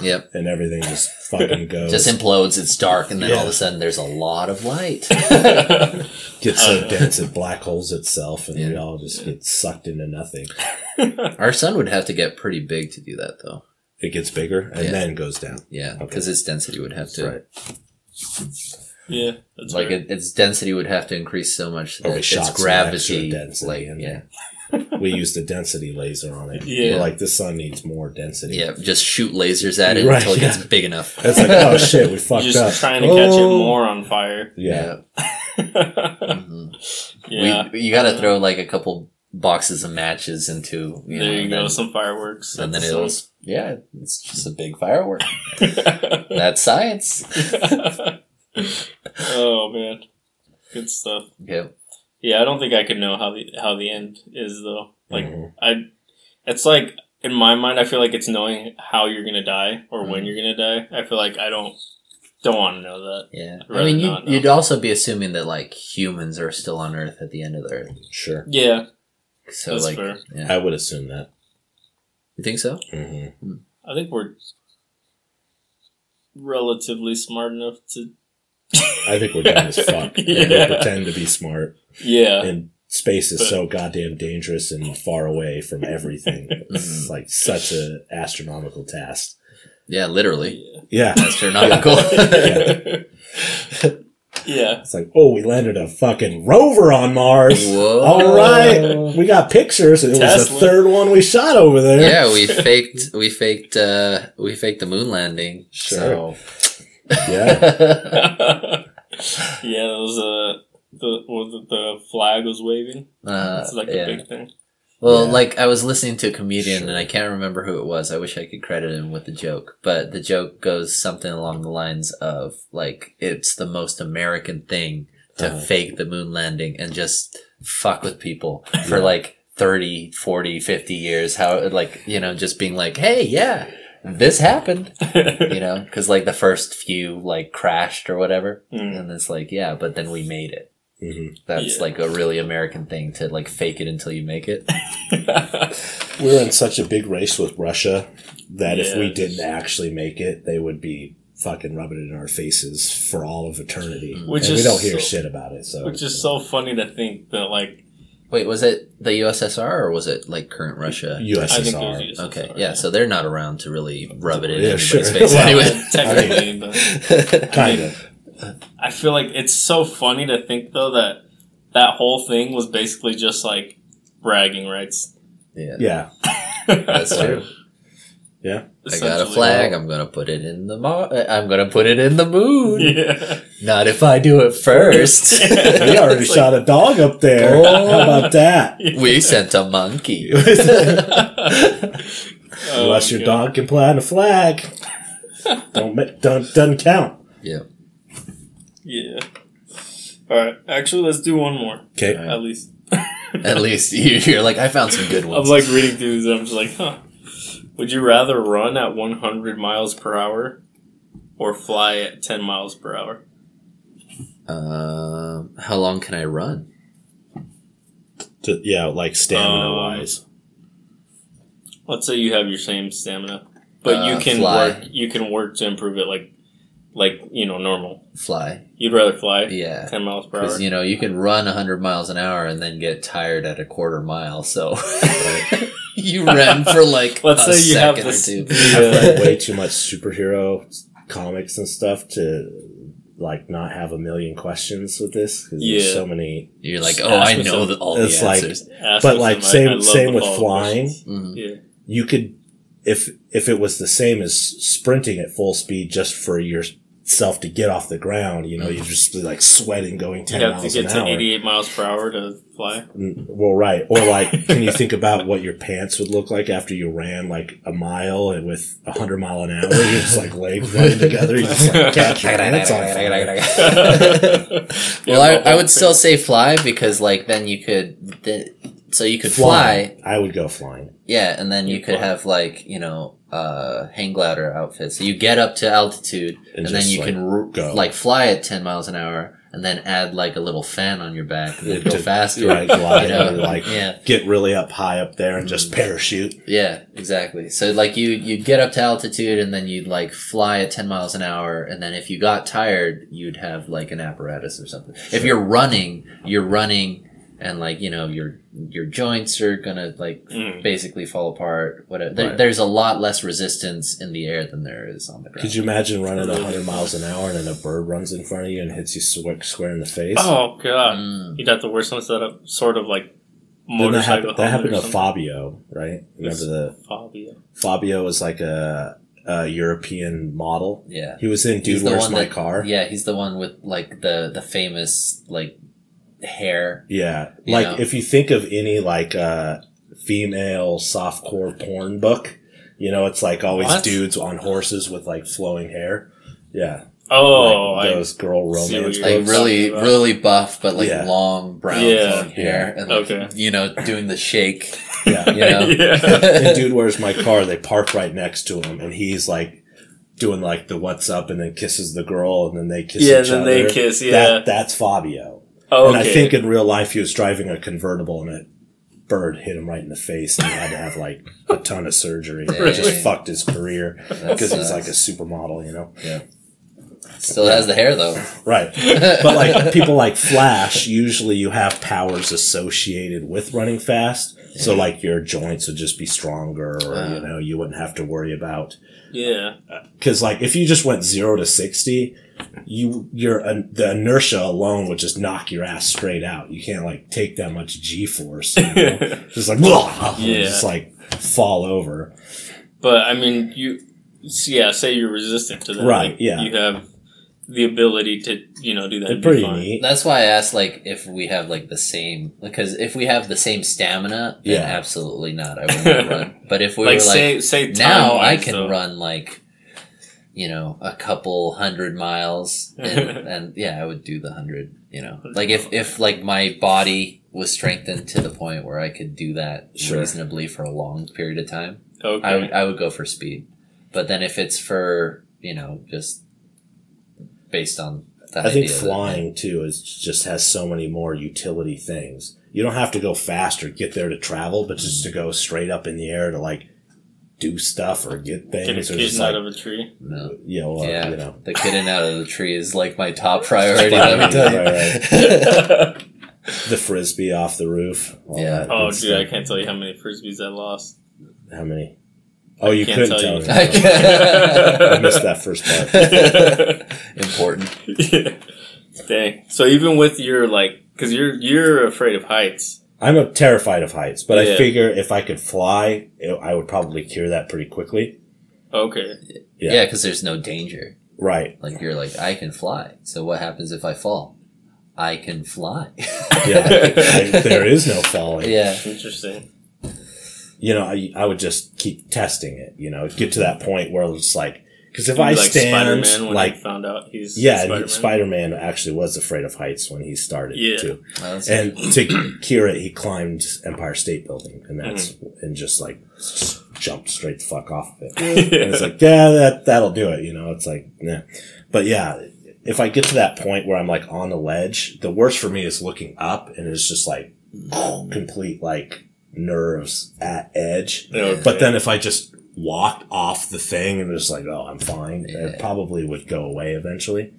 Speaker 3: yep,
Speaker 1: and everything just fucking goes.
Speaker 3: just implodes. It's dark, and then all of
Speaker 1: Yeah.
Speaker 3: a sudden there's a lot of light.
Speaker 1: gets so dense it black holes itself, and we
Speaker 3: Yeah.
Speaker 1: all just get sucked into nothing.
Speaker 3: Our sun would have to get pretty big to do that, though.
Speaker 1: It gets bigger and
Speaker 3: Yeah.
Speaker 1: then goes down.
Speaker 3: Yeah,
Speaker 1: Okay.
Speaker 3: because its density would have to
Speaker 1: Right.
Speaker 2: Yeah, that's
Speaker 3: like
Speaker 2: fair.
Speaker 3: it, its density would have to increase so much
Speaker 1: Or we
Speaker 3: that
Speaker 1: shot
Speaker 3: its
Speaker 1: some
Speaker 3: gravity,
Speaker 1: extra density
Speaker 3: like
Speaker 1: in
Speaker 3: yeah,
Speaker 1: there. We used the density laser on it.
Speaker 2: Yeah.
Speaker 1: We're like the sun needs more density.
Speaker 3: yeah, just shoot lasers at it
Speaker 1: Right,
Speaker 3: until it
Speaker 1: yeah.
Speaker 3: gets big enough.
Speaker 1: It's like, oh shit, we fucked
Speaker 2: You're just
Speaker 1: up.
Speaker 2: trying to catch it
Speaker 1: Oh.
Speaker 2: more on fire.
Speaker 1: Yeah.
Speaker 2: yeah,
Speaker 3: Mhm. We, you got to throw like a couple boxes of matches into you
Speaker 2: there
Speaker 3: know,
Speaker 2: you
Speaker 3: and
Speaker 2: go.
Speaker 3: then-
Speaker 2: Some fireworks.
Speaker 3: and then
Speaker 2: That's
Speaker 3: it'll
Speaker 2: some-
Speaker 3: yeah, it's just a big firework. That's science.
Speaker 2: oh man, good stuff.
Speaker 3: Yeah,
Speaker 2: Yeah, I don't think I could know how the how the end is though. Like
Speaker 3: Mm.
Speaker 1: Mhm.
Speaker 2: I, it's like in my mind, I feel like it's knowing how you're gonna die or when
Speaker 3: Mhm.
Speaker 2: you're gonna die. I feel like I don't don't want to know that.
Speaker 3: yeah. I
Speaker 2: Rather
Speaker 3: mean, you,
Speaker 2: not, no.
Speaker 3: you'd also be assuming that like humans are still on Earth at the end of the Earth.
Speaker 1: sure.
Speaker 2: Yeah,
Speaker 3: So
Speaker 2: That's
Speaker 3: like,
Speaker 2: fair.
Speaker 3: yeah.
Speaker 1: I would assume that.
Speaker 3: you think so?
Speaker 1: hmm
Speaker 2: I think we're relatively smart enough to.
Speaker 1: I think we're dumb as fuck. And
Speaker 2: Yeah.
Speaker 1: we pretend to be smart.
Speaker 2: Yeah,
Speaker 1: And space is
Speaker 2: But-
Speaker 1: so goddamn dangerous and far away from everything. it's
Speaker 3: Mhm.
Speaker 1: like such an astronomical task.
Speaker 3: Yeah, literally
Speaker 1: Yeah.
Speaker 3: astronomical.
Speaker 2: yeah.
Speaker 1: It's like, oh, we landed a fucking rover on Mars.
Speaker 3: Whoa!
Speaker 1: All right. We got pictures. It was the
Speaker 2: Tesla.
Speaker 1: third one we shot over there.
Speaker 3: Yeah, we faked. We faked. uh We faked the moon landing.
Speaker 1: Sure.
Speaker 3: So.
Speaker 1: Yeah.
Speaker 2: yeah, that was uh, the was it the flag was waving.
Speaker 3: Uh,
Speaker 2: It's like
Speaker 3: yeah.
Speaker 2: a big thing.
Speaker 3: Well,
Speaker 1: Yeah.
Speaker 3: like I was listening to a comedian
Speaker 1: Sure.
Speaker 3: and I can't remember who it was. I wish I could credit him with the joke, but the joke goes something along the lines of like it's the most American thing to
Speaker 1: Uh-huh.
Speaker 3: fake the moon landing and just fuck with people for
Speaker 1: Yeah.
Speaker 3: like 30, 40, 50 years how like, you know, just being like, "Hey, yeah, this happened." you know, cuz like the first few like crashed or whatever.
Speaker 2: Mm.
Speaker 3: And it's like, "Yeah, but then we made it."
Speaker 1: Mhm.
Speaker 3: That's
Speaker 2: Yeah.
Speaker 3: like a really American thing to like fake it until you make it.
Speaker 1: We were in such a big race with Russia that if we
Speaker 2: Yes.
Speaker 1: didn't actually make it, they would be fucking rubbing it in our faces for all of eternity.
Speaker 2: Which
Speaker 1: And
Speaker 2: is
Speaker 1: we don't hear
Speaker 2: so-
Speaker 1: shit about it. So
Speaker 2: Which is so funny to think that like
Speaker 3: Wait, was it the USSR or was it like current Russia?
Speaker 1: USSR.
Speaker 2: I think it was USSR.
Speaker 3: Okay, yeah, so they're not around to really rub it in
Speaker 1: Yeah,
Speaker 3: anybody's
Speaker 1: sure.
Speaker 3: face
Speaker 1: Well,
Speaker 3: anyway.
Speaker 2: technically, but
Speaker 1: kind of.
Speaker 2: I feel like it's so funny to think though that that whole thing was basically just like bragging rights.
Speaker 3: Yeah.
Speaker 1: Yeah.
Speaker 3: That's true.
Speaker 1: Yeah.
Speaker 3: I got a
Speaker 2: Essentially.
Speaker 3: flag. I'm gonna put it in the mo- I'm gonna put it in the moon.
Speaker 2: Yeah.
Speaker 3: Not if I do it first.
Speaker 1: We already
Speaker 2: It's like-
Speaker 1: shot a dog up there.
Speaker 3: Oh.
Speaker 1: How about that?
Speaker 3: we sent a monkey.
Speaker 2: Oh,
Speaker 1: Unless your
Speaker 2: God.
Speaker 1: dog can plant a flag, don't ma- don't doesn't count.
Speaker 3: yeah.
Speaker 2: Yeah. All right. Actually, let's do one more
Speaker 1: Okay.
Speaker 3: Alright.
Speaker 2: at least.
Speaker 3: At least you, you're like, I found some good
Speaker 2: I'm
Speaker 3: ones.
Speaker 2: like reading through these. and I'm just like, huh. Would you rather run at 100 miles per hour or fly at 10 miles per hour?
Speaker 3: Um, how long can I run?
Speaker 1: To, yeah, like stamina wise.
Speaker 2: Let's say you have your same stamina, but
Speaker 3: Uh,
Speaker 2: you can
Speaker 3: fly.
Speaker 2: work. You can work to improve it, like, like you know, normal.
Speaker 3: Fly.
Speaker 2: You'd rather fly
Speaker 3: Yeah.
Speaker 2: 10 miles per hour.
Speaker 3: Because you know you can run 100 miles an hour and then get tired at a quarter mile, so you ran for like
Speaker 2: Let's
Speaker 3: a
Speaker 2: say you have
Speaker 3: second
Speaker 2: this-
Speaker 3: or two.
Speaker 1: I've
Speaker 2: the,
Speaker 1: read way too much superhero comics and stuff to like not have a million questions with this because
Speaker 2: Yeah.
Speaker 1: there's so many.
Speaker 3: You're like,
Speaker 2: Just
Speaker 3: oh,
Speaker 2: ask
Speaker 3: I
Speaker 2: me
Speaker 3: know
Speaker 2: some-
Speaker 3: the, all
Speaker 1: It's
Speaker 3: the
Speaker 1: like-
Speaker 3: answers.
Speaker 2: Ask
Speaker 1: but
Speaker 2: me
Speaker 1: like
Speaker 2: something,
Speaker 1: same
Speaker 2: I- I love
Speaker 1: same
Speaker 2: the
Speaker 1: with
Speaker 2: follow-up
Speaker 1: flying,
Speaker 2: questions.
Speaker 3: Mhm.
Speaker 2: Yeah.
Speaker 1: you could if if it was the same as sprinting at full speed just for yourself to get off the ground, you know, you'd just be like sweating going ten
Speaker 2: You have to
Speaker 1: miles
Speaker 2: get
Speaker 1: an
Speaker 2: to
Speaker 1: hour.
Speaker 2: 88 miles per hour to fly.
Speaker 1: Mm, Well, right. Or like, can you think about what your pants would look like after you ran like a mile and with a hundred mile an hour? You're just like legs running together. You just like catch your pants on fire.
Speaker 3: well, I, I
Speaker 2: Yeah,
Speaker 3: would still say fly because like then you could, th- so you could fly.
Speaker 1: Flying. I would go flying.
Speaker 3: Yeah, and then you
Speaker 2: Yeah,
Speaker 3: could
Speaker 2: fly.
Speaker 3: have like you know uh, hang glider outfits. So you get up to altitude,
Speaker 1: And
Speaker 3: and, then
Speaker 1: just,
Speaker 3: you
Speaker 1: like,
Speaker 3: can ro-
Speaker 1: go.
Speaker 3: like fly at ten miles an hour, and then add like a little fan on your back and go
Speaker 1: To-
Speaker 3: faster.
Speaker 1: Right, glide
Speaker 3: You know,
Speaker 1: and like
Speaker 3: yeah,
Speaker 1: get really up high up there and
Speaker 2: Mm.
Speaker 1: just parachute.
Speaker 3: yeah, exactly. So like you you'd get up to altitude, and then you'd like fly at ten miles an hour, and then if you got tired, you'd have like an apparatus or something. If you're running, you're running, and like you know your your joints are gonna like
Speaker 2: Mm.
Speaker 3: basically fall apart. Whatever. There,
Speaker 1: Right.
Speaker 3: There's a lot less resistance in the air than there is on the ground.
Speaker 1: Could you imagine running hundred miles an hour and then a bird runs in front of you and hits you sw- square in the face?
Speaker 2: Oh, God.
Speaker 1: uh,
Speaker 3: Mm.
Speaker 2: You'd have to wear some sort of sort of like
Speaker 1: Didn't that
Speaker 2: motorcycle.
Speaker 1: happen, that happened to
Speaker 2: helmet or
Speaker 1: Fabio, right? Remember
Speaker 2: Yes.
Speaker 1: the
Speaker 2: something. Fabio.
Speaker 1: Fabio was like a, a European model.
Speaker 3: Yeah.
Speaker 1: He was in Dude,
Speaker 3: He's the
Speaker 1: Where's
Speaker 3: one
Speaker 1: My
Speaker 3: that-
Speaker 1: Car?
Speaker 3: Yeah, he's the one with like the the famous like hair.
Speaker 1: Yeah.
Speaker 3: You
Speaker 1: Like
Speaker 3: know?
Speaker 1: if you think of any like uh female softcore porn book, you know, it's like always
Speaker 2: What?
Speaker 1: dudes on horses with like flowing hair. Yeah.
Speaker 2: Oh,
Speaker 1: like,
Speaker 2: I,
Speaker 1: those girl
Speaker 2: see what
Speaker 1: romance
Speaker 2: you're
Speaker 1: books.
Speaker 3: Like really,
Speaker 2: Talking about-
Speaker 3: really buff, but like
Speaker 1: Yeah.
Speaker 3: long brown
Speaker 2: Yeah.
Speaker 3: flowing hair, and like,
Speaker 2: Okay.
Speaker 3: you know, doing the shake.
Speaker 1: Yeah.
Speaker 3: You know,
Speaker 2: Yeah.
Speaker 1: and dude, where's my car? They park right next to him and he's like doing like the what's up and then kisses the girl and then they kiss
Speaker 2: yeah,
Speaker 1: each
Speaker 2: then
Speaker 1: other.
Speaker 2: they kiss. Yeah.
Speaker 1: That that's Fabio.
Speaker 2: okay.
Speaker 1: And I think in real life he was driving a convertible and a bird hit him right in the face and he had to have like a ton of surgery. It
Speaker 3: Really?
Speaker 1: just fucked his career.
Speaker 3: That
Speaker 1: because he's
Speaker 3: sucks.
Speaker 1: like a supermodel, you know?
Speaker 3: still has the hair though.
Speaker 1: Right. But like people like Flash, usually you have powers associated with running fast. So like your joints would just be stronger or,
Speaker 3: Ah.
Speaker 1: you know, you wouldn't have to worry about.
Speaker 2: yeah.
Speaker 1: Cause like if you just went zero to 60, you, your, uh, the inertia alone would just knock your ass straight out. You can't like take that much G force. You know? just like, yeah.
Speaker 2: Yeah.
Speaker 1: just like fall over.
Speaker 2: But I mean, you. s- Yeah, say you're resistant to that.
Speaker 1: Right,
Speaker 2: Like,
Speaker 1: yeah.
Speaker 2: You have the ability to you know do that.
Speaker 1: They're
Speaker 2: and be
Speaker 1: pretty
Speaker 2: fine.
Speaker 1: neat.
Speaker 3: That's why I asked like if we have like the same because if we have the same stamina, then
Speaker 1: Yeah.
Speaker 3: absolutely not. I wouldn't run. But if we
Speaker 2: like,
Speaker 3: were like
Speaker 2: say say
Speaker 3: now I
Speaker 2: time-wise,
Speaker 3: can
Speaker 2: though.
Speaker 3: run like you know a couple hundred miles and, and yeah I would do the hundred you know like if if like my body was strengthened to the point where I could do that
Speaker 1: Sure.
Speaker 3: reasonably for a long period of time
Speaker 2: Okay.
Speaker 3: I would I would go for speed but then if it's for you know just based on that
Speaker 1: I think
Speaker 3: idea that-
Speaker 1: flying too is just has so many more utility things. You don't have to go fast or get there to travel, but just to go straight up in the air to like do stuff or get
Speaker 2: Get a
Speaker 1: things or just
Speaker 2: kitten
Speaker 1: like
Speaker 2: out of a tree.
Speaker 3: no.
Speaker 1: you know, uh,
Speaker 3: yeah
Speaker 1: you know.
Speaker 3: the kitten out of the tree is like my top priority let me
Speaker 1: Right,
Speaker 3: tell you
Speaker 1: right, right. The frisbee off the roof. all
Speaker 3: Yeah.
Speaker 1: that
Speaker 2: Oh,
Speaker 1: good
Speaker 2: dude, I
Speaker 1: stuff.
Speaker 2: can't tell you how many frisbees I lost.
Speaker 1: How many? Oh, you
Speaker 2: can't
Speaker 1: couldn't
Speaker 2: tell
Speaker 1: tell. me.
Speaker 2: you.
Speaker 3: I can't-
Speaker 1: I missed that first part.
Speaker 3: important
Speaker 2: Dang. So even with your like, because you're you're afraid of heights,
Speaker 1: I'm a terrified of heights, but I
Speaker 2: Yeah.
Speaker 1: figure if I could fly, it, I would probably cure that pretty quickly.
Speaker 2: Okay.
Speaker 1: Yeah.
Speaker 3: Yeah, because there's no danger.
Speaker 1: Right.
Speaker 3: Like you're like, I can fly. So what happens if I fall? I can fly.
Speaker 1: Yeah. I- there is no falling.
Speaker 3: yeah.
Speaker 2: Interesting.
Speaker 1: You know, I, I would just keep testing it, you know, get to that point where it's like, because if
Speaker 2: You'd
Speaker 1: I
Speaker 2: be like
Speaker 1: stand,
Speaker 2: Spider-Man when
Speaker 1: like,
Speaker 2: he found out he's
Speaker 1: yeah,
Speaker 2: Spider-Man.
Speaker 1: and Spider Man actually was afraid of heights when he started,
Speaker 2: Yeah.
Speaker 1: too.
Speaker 3: Well, that's-
Speaker 1: And to cure it, he climbed Empire State Building, and that's
Speaker 2: Mm-hmm.
Speaker 1: and just like s- jumped straight the fuck off of it. And it's like, yeah, that that'll do it. You know, it's like, nah. But yeah, if I get to that point where I'm like on the ledge, the worst for me is looking up, and it's just like
Speaker 3: mm.
Speaker 1: complete like nerves at edge.
Speaker 2: Okay.
Speaker 1: But then if I just walked off the thing and was like, oh, I'm fine, it probably would go away eventually.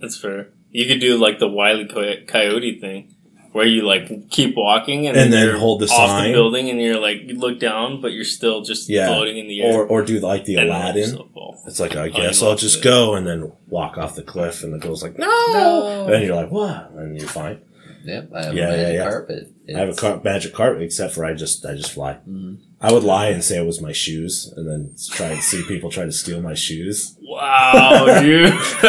Speaker 2: That's fair. You could do like the Wiley Co- Coyote thing, where you like keep walking and,
Speaker 1: And then
Speaker 2: you're
Speaker 1: hold the
Speaker 2: off
Speaker 1: sign.
Speaker 2: the building, and you're like you look down, but you're still just
Speaker 1: Yeah.
Speaker 2: floating in the air.
Speaker 1: Or or do like the
Speaker 2: And let
Speaker 1: Aladdin.
Speaker 2: yourself fall.
Speaker 1: It's like I
Speaker 2: you
Speaker 1: guess I'll
Speaker 2: lost
Speaker 1: just
Speaker 2: it.
Speaker 1: go and then walk off the cliff, and the girl's like, "No!"
Speaker 3: No.
Speaker 1: And then you're like, "What?" And you're fine.
Speaker 3: Yep, I have
Speaker 1: Yeah,
Speaker 3: a magic
Speaker 1: yeah, yeah.
Speaker 3: carpet.
Speaker 1: I have a
Speaker 3: It's-
Speaker 1: car- magic carpet, except for I just I just fly.
Speaker 3: Mhm.
Speaker 1: I would lie and say it was my shoes, and then try and see people try to steal my shoes.
Speaker 2: Wow, dude.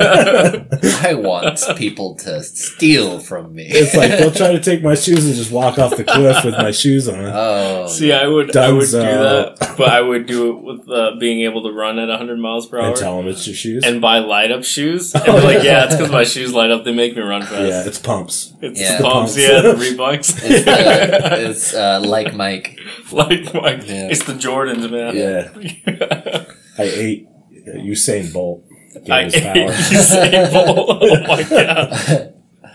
Speaker 3: I want people to steal from me.
Speaker 1: It's like they'll try to take my shoes and just walk off the cliff with my shoes
Speaker 2: Uh,
Speaker 1: on.
Speaker 3: oh,
Speaker 2: See, I would, I would do
Speaker 1: Dunzo.
Speaker 2: that, but I would do it with uh, being able to run at 100 miles per
Speaker 1: And
Speaker 2: hour
Speaker 1: tell them it's your shoes.
Speaker 2: and buy light up shoes. And be like, yeah, it's because my shoes light up; they make me run fast.
Speaker 1: yeah, it's pumps.
Speaker 2: It's
Speaker 3: Yeah.
Speaker 2: the pumps,
Speaker 1: Pumps.
Speaker 2: yeah, the Reeboks.
Speaker 3: it's, uh, it's uh, like Mike.
Speaker 2: like, like
Speaker 3: Yeah.
Speaker 2: it's the Jordans, man.
Speaker 1: Yeah, I ate Usain Bolt. Gave
Speaker 2: I
Speaker 1: his
Speaker 2: ate
Speaker 1: power.
Speaker 2: Usain Bolt. Oh my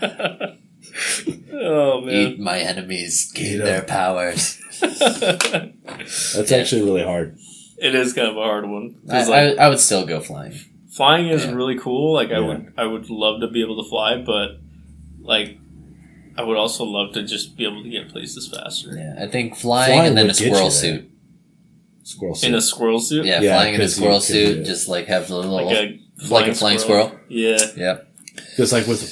Speaker 2: god. oh man.
Speaker 3: Eat my enemies,
Speaker 1: Eat
Speaker 3: gain
Speaker 1: 'em.
Speaker 3: their powers.
Speaker 1: That's actually really hard.
Speaker 2: It is kind of a hard one. 'Cause,
Speaker 3: I,
Speaker 2: like,
Speaker 3: I, I would still go flying.
Speaker 2: flying is
Speaker 3: Yeah.
Speaker 2: really cool. Like I
Speaker 1: Yeah.
Speaker 2: would I would love to be able to fly, but like I would also love to just be able to get places faster.
Speaker 3: Yeah, I think flying,
Speaker 1: Flying
Speaker 3: and then
Speaker 1: would
Speaker 3: a
Speaker 1: get you
Speaker 3: squirrel
Speaker 1: there.
Speaker 3: suit.
Speaker 1: Squirrel
Speaker 2: In
Speaker 1: suit.
Speaker 2: a squirrel suit?
Speaker 3: Yeah,
Speaker 1: Yeah,
Speaker 3: flying in a
Speaker 1: 'cause you
Speaker 3: squirrel
Speaker 1: can do
Speaker 3: suit,
Speaker 1: it.
Speaker 3: just like have the little
Speaker 2: Like a
Speaker 3: like a flying squirrel.
Speaker 2: Yeah.
Speaker 3: Yeah,
Speaker 1: Because like with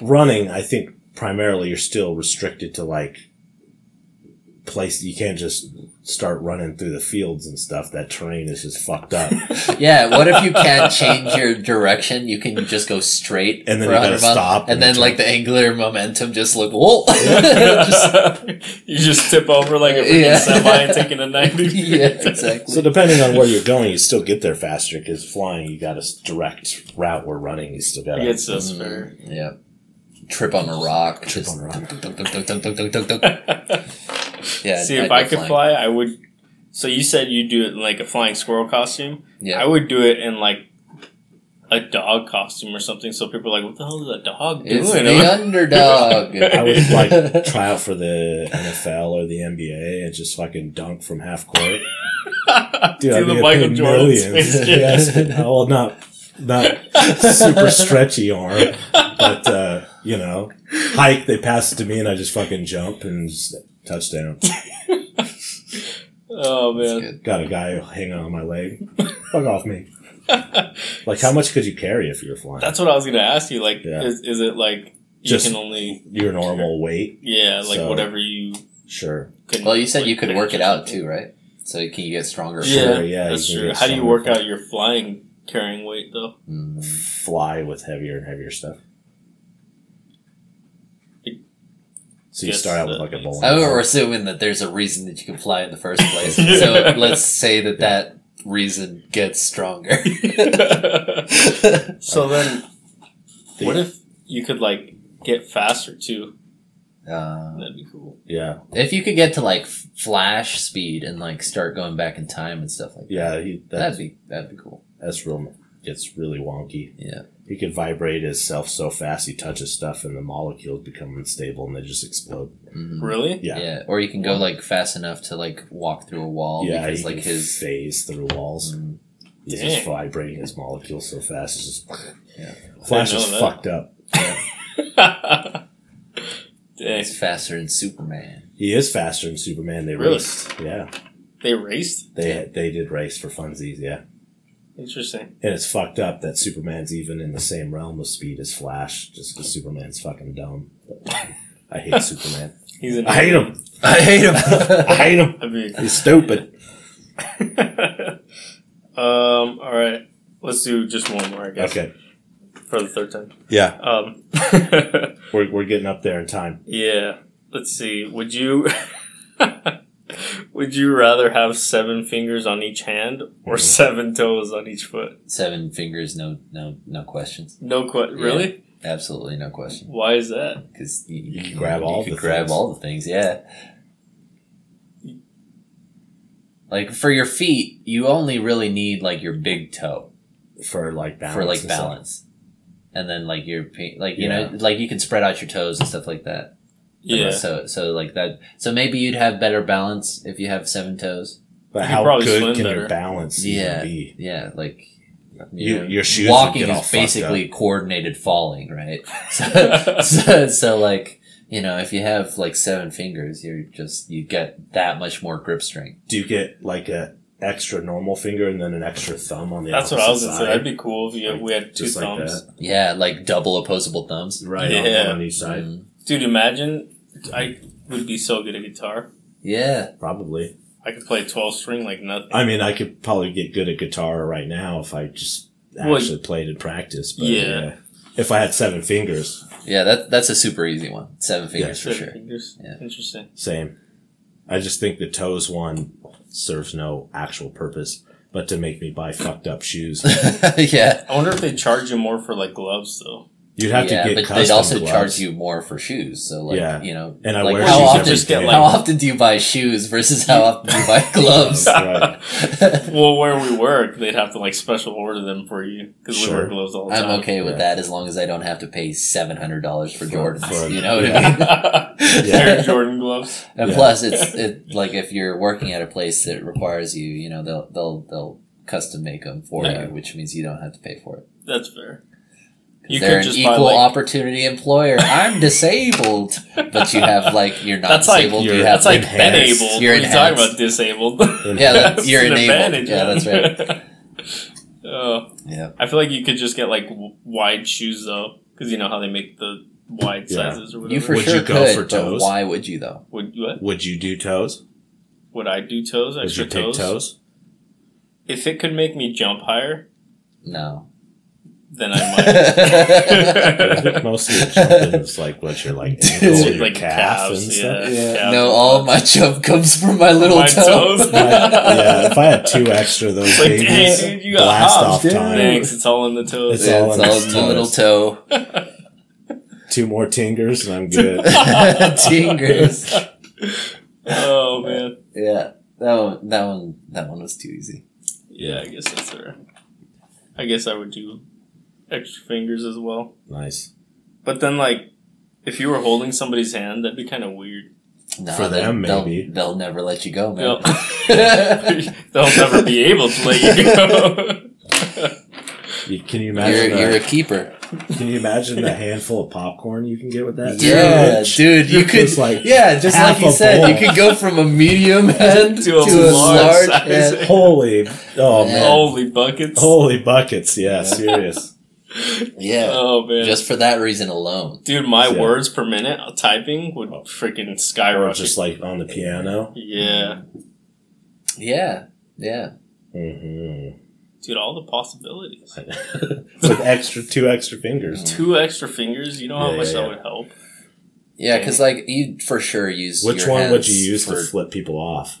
Speaker 1: running, I think primarily you're still restricted to like place. You can't just start running through the fields and stuff. That terrain is just fucked up,
Speaker 3: yeah. What if you can't change your direction? You can just go straight
Speaker 1: And then
Speaker 3: for
Speaker 1: you
Speaker 3: 100
Speaker 1: gotta
Speaker 3: miles,
Speaker 1: stop
Speaker 3: and
Speaker 1: and
Speaker 3: then
Speaker 1: then
Speaker 3: like the angular momentum just like whoa. Just-
Speaker 2: you just tip over like a freaking
Speaker 3: Yeah.
Speaker 2: semi and taking a ninety.
Speaker 3: yeah, exactly.
Speaker 1: so depending on where you're going, you still get there faster. Because flying, you got a direct route. Where running, you still got to
Speaker 2: It's just fair.
Speaker 3: Yeah. Trip on a rock.
Speaker 1: Trip
Speaker 3: just
Speaker 1: on a rock.
Speaker 3: dunk, dunk, dunk, dunk, dunk, dunk, dunk, dunk. Yeah.
Speaker 2: See,
Speaker 3: I'd
Speaker 2: if
Speaker 3: go
Speaker 2: I could
Speaker 3: flying.
Speaker 2: fly, I would. So you said you do it in like a flying squirrel costume. I
Speaker 3: yeah,
Speaker 2: would do it in like a dog costume or something. So people are like, "What the hell is that dog doing?"
Speaker 3: it's the underdog.
Speaker 1: I would like try out for the NFL or the NBA and just fucking dunk from half court. Dude,
Speaker 2: Do
Speaker 1: I'd
Speaker 2: the
Speaker 1: get
Speaker 2: Michael
Speaker 1: paid
Speaker 2: Jordan
Speaker 1: millions.
Speaker 2: Space Jam.
Speaker 1: yes. Well, not not super stretchy arm, but uh, you know, hike. They pass it to me, and I just fucking jump and just touchdown.
Speaker 2: oh man,
Speaker 1: Got a guy hanging on my leg. Fuck off me. Like, how much could you carry if you were flying?
Speaker 2: that's what I was gonna ask you. Like,
Speaker 1: Yeah.
Speaker 2: is, is it like you
Speaker 1: Just-
Speaker 2: can only
Speaker 1: your normal weight,
Speaker 2: yeah, like
Speaker 1: So-
Speaker 2: whatever you
Speaker 1: sure.
Speaker 2: can.
Speaker 3: Well, you said you could
Speaker 2: like,
Speaker 3: work it
Speaker 2: or
Speaker 3: out
Speaker 2: something.
Speaker 3: too, right? So you can get stronger.
Speaker 2: Yeah,
Speaker 1: Sure, yeah,
Speaker 2: that's
Speaker 1: you can
Speaker 2: true.
Speaker 1: get
Speaker 2: How do you
Speaker 1: stronger.
Speaker 2: work out your flying carrying weight though?
Speaker 3: Mm.
Speaker 1: Fly with heavier and heavier stuff. So you
Speaker 2: Guess
Speaker 1: start out with
Speaker 2: that
Speaker 1: like a
Speaker 2: makes
Speaker 1: bowling.
Speaker 3: I
Speaker 1: ball.
Speaker 3: Oh, we're assuming that there's a reason that you can fly in the first place.
Speaker 2: Yeah.
Speaker 3: So let's say that that reason gets stronger.
Speaker 2: so then,
Speaker 1: The-
Speaker 2: what if you could like get faster too?
Speaker 3: Uh,
Speaker 2: That'd be cool.
Speaker 1: Yeah,
Speaker 3: if you could get to like f- flash speed and like start going back in time and stuff like
Speaker 1: yeah. He,
Speaker 3: that,
Speaker 1: that
Speaker 3: that'd be that'd be cool.
Speaker 1: that's real. Gets really wonky.
Speaker 3: Yeah.
Speaker 1: He could vibrate himself so fast he touches stuff and the molecules become unstable and they just explode.
Speaker 3: Mhm.
Speaker 2: Really?
Speaker 1: Yeah.
Speaker 3: Yeah. or you can go like fast enough to like walk through a wall
Speaker 1: yeah,
Speaker 3: because
Speaker 1: he
Speaker 3: like
Speaker 1: can
Speaker 3: his
Speaker 1: phase through walls.
Speaker 3: Mm.
Speaker 1: He's
Speaker 2: Dang.
Speaker 1: just vibrating his molecules so fast. It's just
Speaker 3: Yeah.
Speaker 1: Flash
Speaker 2: I didn't
Speaker 1: is
Speaker 2: know that.
Speaker 1: fucked up.
Speaker 2: Dang.
Speaker 3: he's faster than Superman.
Speaker 1: He is faster than Superman. They
Speaker 2: Really?
Speaker 1: raced. Yeah,
Speaker 2: They raced?
Speaker 1: they they did race for funsies. Yeah,
Speaker 2: Interesting.
Speaker 1: and it's fucked up that Superman's even in the same realm of speed as Flash, just because Superman's fucking dumb. I hate Superman.
Speaker 2: He's an
Speaker 1: I hate him.
Speaker 3: I hate him.
Speaker 1: I hate him.
Speaker 2: I mean,
Speaker 1: He's stupid.
Speaker 2: um, all right. Let's do just one more, I guess,
Speaker 1: Okay.
Speaker 2: for the third time.
Speaker 1: Yeah.
Speaker 2: Um,
Speaker 1: We're, we're getting up there in time.
Speaker 2: yeah. Let's see. Would you would you rather have seven fingers on each hand or
Speaker 1: Mhm.
Speaker 2: seven toes on each foot?
Speaker 3: Seven fingers, no, no, no questions.
Speaker 2: No, qu-
Speaker 3: Yeah.
Speaker 2: really?
Speaker 3: Absolutely no question.
Speaker 2: Why is that?
Speaker 3: Because you, you
Speaker 1: can grab all
Speaker 3: You
Speaker 1: the
Speaker 3: could grab
Speaker 1: things.
Speaker 3: all the things. Yeah. Like for your feet, you only really need like your big toe
Speaker 1: For like balance.
Speaker 3: for like
Speaker 1: and stuff.
Speaker 3: balance, and then like your pa- like you
Speaker 1: Yeah.
Speaker 3: know like you can spread out your toes and stuff like that.
Speaker 2: Yeah.
Speaker 3: So so like that. So maybe you'd have better balance if you have seven toes.
Speaker 1: But
Speaker 2: You
Speaker 1: how
Speaker 2: probably
Speaker 1: good
Speaker 2: swim
Speaker 1: can
Speaker 2: better.
Speaker 1: your balance
Speaker 3: Yeah.
Speaker 1: even be?
Speaker 3: Yeah. Like.
Speaker 1: You- your shoes would
Speaker 3: walking
Speaker 1: get all
Speaker 3: is
Speaker 1: fucked
Speaker 3: basically coordinated falling, right? So, so, so like you know, if you have like seven fingers, you're just you get that much more grip strength.
Speaker 1: Do you get like a extra normal finger and then an extra thumb on the
Speaker 2: That's what I was gonna say. That'd be cool if you,
Speaker 1: Like,
Speaker 2: we had two
Speaker 1: just like
Speaker 2: thumbs.
Speaker 3: Yeah, like double opposable thumbs.
Speaker 1: Right
Speaker 2: Yeah.
Speaker 1: on, on each side.
Speaker 3: Mm.
Speaker 2: Dude, imagine I would be so good at guitar.
Speaker 3: yeah,
Speaker 1: Probably.
Speaker 2: I could play twelve string like nothing.
Speaker 1: I mean, I could probably get good at guitar right now if I just
Speaker 2: Well,
Speaker 1: actually played and practiced. But
Speaker 2: yeah.
Speaker 1: yeah. If I had seven fingers,
Speaker 3: yeah. That that's a super easy one. Seven fingers for
Speaker 2: Seven
Speaker 3: sure.
Speaker 2: fingers.
Speaker 3: Yeah.
Speaker 2: Interesting.
Speaker 1: same. I just think the toes one serves no actual purpose but to make me buy fucked up shoes.
Speaker 3: yeah,
Speaker 2: I wonder if they charge you more for like gloves though.
Speaker 1: You'd have
Speaker 3: yeah.
Speaker 1: to get
Speaker 3: but
Speaker 1: custom
Speaker 3: they'd also
Speaker 1: gloves.
Speaker 3: charge you more for shoes. So like
Speaker 1: Yeah.
Speaker 3: you know,
Speaker 1: And I
Speaker 3: like
Speaker 1: wear
Speaker 3: how
Speaker 1: shoes
Speaker 3: often
Speaker 1: every
Speaker 2: just get,
Speaker 1: day.
Speaker 3: how often do you buy shoes versus how often do you buy gloves?
Speaker 1: Right.
Speaker 2: well, where we work, they'd have to like special order them for you because we wear
Speaker 1: Sure.
Speaker 2: gloves all the time.
Speaker 3: I'm okay with
Speaker 1: Yeah.
Speaker 3: that as long as I don't have to pay seven hundred dollars for
Speaker 1: For-
Speaker 3: Jordans.
Speaker 1: for-
Speaker 3: you know what
Speaker 1: yeah.
Speaker 3: I mean?
Speaker 2: Pair of Jordan gloves.
Speaker 3: And
Speaker 1: Yeah.
Speaker 3: plus, it's it like if you're working at a place that requires you, you know, they'll they'll they'll custom make them for
Speaker 1: Yeah.
Speaker 3: you, which means you don't have to pay for it.
Speaker 2: That's fair.
Speaker 3: 'Cause
Speaker 2: You
Speaker 3: They're
Speaker 2: could
Speaker 3: an
Speaker 2: just buy
Speaker 3: equal
Speaker 2: like
Speaker 3: opportunity employer. I'm disabled, but you have like you're not
Speaker 2: That's like
Speaker 3: disabled.
Speaker 1: your-
Speaker 3: you have
Speaker 2: that's like
Speaker 1: enhanced.
Speaker 2: enabled.
Speaker 3: You're
Speaker 2: What are you talking
Speaker 3: enhanced.
Speaker 2: about disabled.
Speaker 3: yeah, that, you're
Speaker 2: an
Speaker 3: enabled.
Speaker 2: advantage,
Speaker 3: Yeah, that's right.
Speaker 2: man. Uh,
Speaker 3: Yeah,
Speaker 2: I feel like you could just get like w- wide shoes though, because you know how they make the wide
Speaker 1: Yeah.
Speaker 2: sizes or whatever.
Speaker 3: you for
Speaker 1: Would
Speaker 3: sure
Speaker 1: you go
Speaker 3: could,
Speaker 1: for
Speaker 3: but
Speaker 1: toes?
Speaker 3: why would you though?
Speaker 2: would what
Speaker 1: Would you do toes?
Speaker 2: would I do toes?
Speaker 1: Would
Speaker 2: Extra
Speaker 1: you take
Speaker 2: toes?
Speaker 1: toes?
Speaker 2: If it could make me jump higher,
Speaker 3: No.
Speaker 2: then I might.
Speaker 1: Mostly it's something that's like what you're like, ankle,
Speaker 3: It's
Speaker 1: your
Speaker 2: like
Speaker 1: calf
Speaker 2: calves,
Speaker 1: and
Speaker 2: yeah.
Speaker 1: stuff.
Speaker 3: Yeah,
Speaker 2: Calves
Speaker 3: no,
Speaker 2: and
Speaker 3: all my jump comes from my little
Speaker 2: My
Speaker 3: toe.
Speaker 2: toes.
Speaker 1: yeah, if I had two extra of those
Speaker 2: It's like,
Speaker 1: babies,
Speaker 2: dang, dude, you got
Speaker 1: blast
Speaker 2: hops,
Speaker 1: off
Speaker 3: dude.
Speaker 1: time.
Speaker 2: Thanks, it's all in the toes.
Speaker 1: It's
Speaker 3: Yeah,
Speaker 1: all
Speaker 3: it's
Speaker 1: in
Speaker 3: all
Speaker 1: his
Speaker 3: in my little
Speaker 1: toes.
Speaker 3: toe.
Speaker 1: Two more tingers and I'm good.
Speaker 3: Tingers.
Speaker 2: oh man,
Speaker 3: Yeah, that one, that one, that one was too easy.
Speaker 2: yeah, I guess that's fair. I guess I would do extra fingers as well,
Speaker 1: nice
Speaker 2: but then like if you were holding somebody's hand, that'd be kind of weird.
Speaker 3: No,
Speaker 1: For them,
Speaker 3: they'll,
Speaker 1: maybe.
Speaker 3: they'll, they'll never let you go, man.
Speaker 2: They'll, they'll never be able to let you go.
Speaker 1: You- can you
Speaker 3: you're,
Speaker 1: imagine?
Speaker 3: you're a
Speaker 1: the-
Speaker 3: keeper.
Speaker 1: can you imagine the handful of popcorn you can get with that?
Speaker 3: Yeah,
Speaker 1: Huge.
Speaker 3: dude, you
Speaker 1: It's
Speaker 3: could.
Speaker 1: like
Speaker 3: Yeah, just
Speaker 1: half
Speaker 3: like you
Speaker 1: a
Speaker 3: said,
Speaker 1: bowl.
Speaker 3: you could go from a medium hand to, a, large,
Speaker 2: large
Speaker 3: hand.
Speaker 2: size.
Speaker 1: holy, oh man,
Speaker 2: Holy buckets!
Speaker 1: holy buckets. Yeah, serious.
Speaker 3: Yeah,
Speaker 2: Oh man,
Speaker 3: just for that reason alone.
Speaker 2: dude, my
Speaker 1: Yeah. Oh.
Speaker 2: words per minute of typing would freaking
Speaker 1: Or
Speaker 2: skyrocket.
Speaker 1: just like on the piano.
Speaker 2: yeah,
Speaker 3: Yeah, yeah.
Speaker 1: hmm
Speaker 2: dude, all the possibilities.
Speaker 1: With extra two extra fingers.
Speaker 2: Two extra fingers. You know how
Speaker 1: Yeah,
Speaker 2: much
Speaker 1: yeah,
Speaker 2: that
Speaker 1: yeah.
Speaker 2: would help.
Speaker 3: Yeah, because like you for sure use
Speaker 1: Which
Speaker 3: Mm-hmm. your
Speaker 1: one would
Speaker 3: hands
Speaker 1: you use
Speaker 3: for
Speaker 1: to flip people off?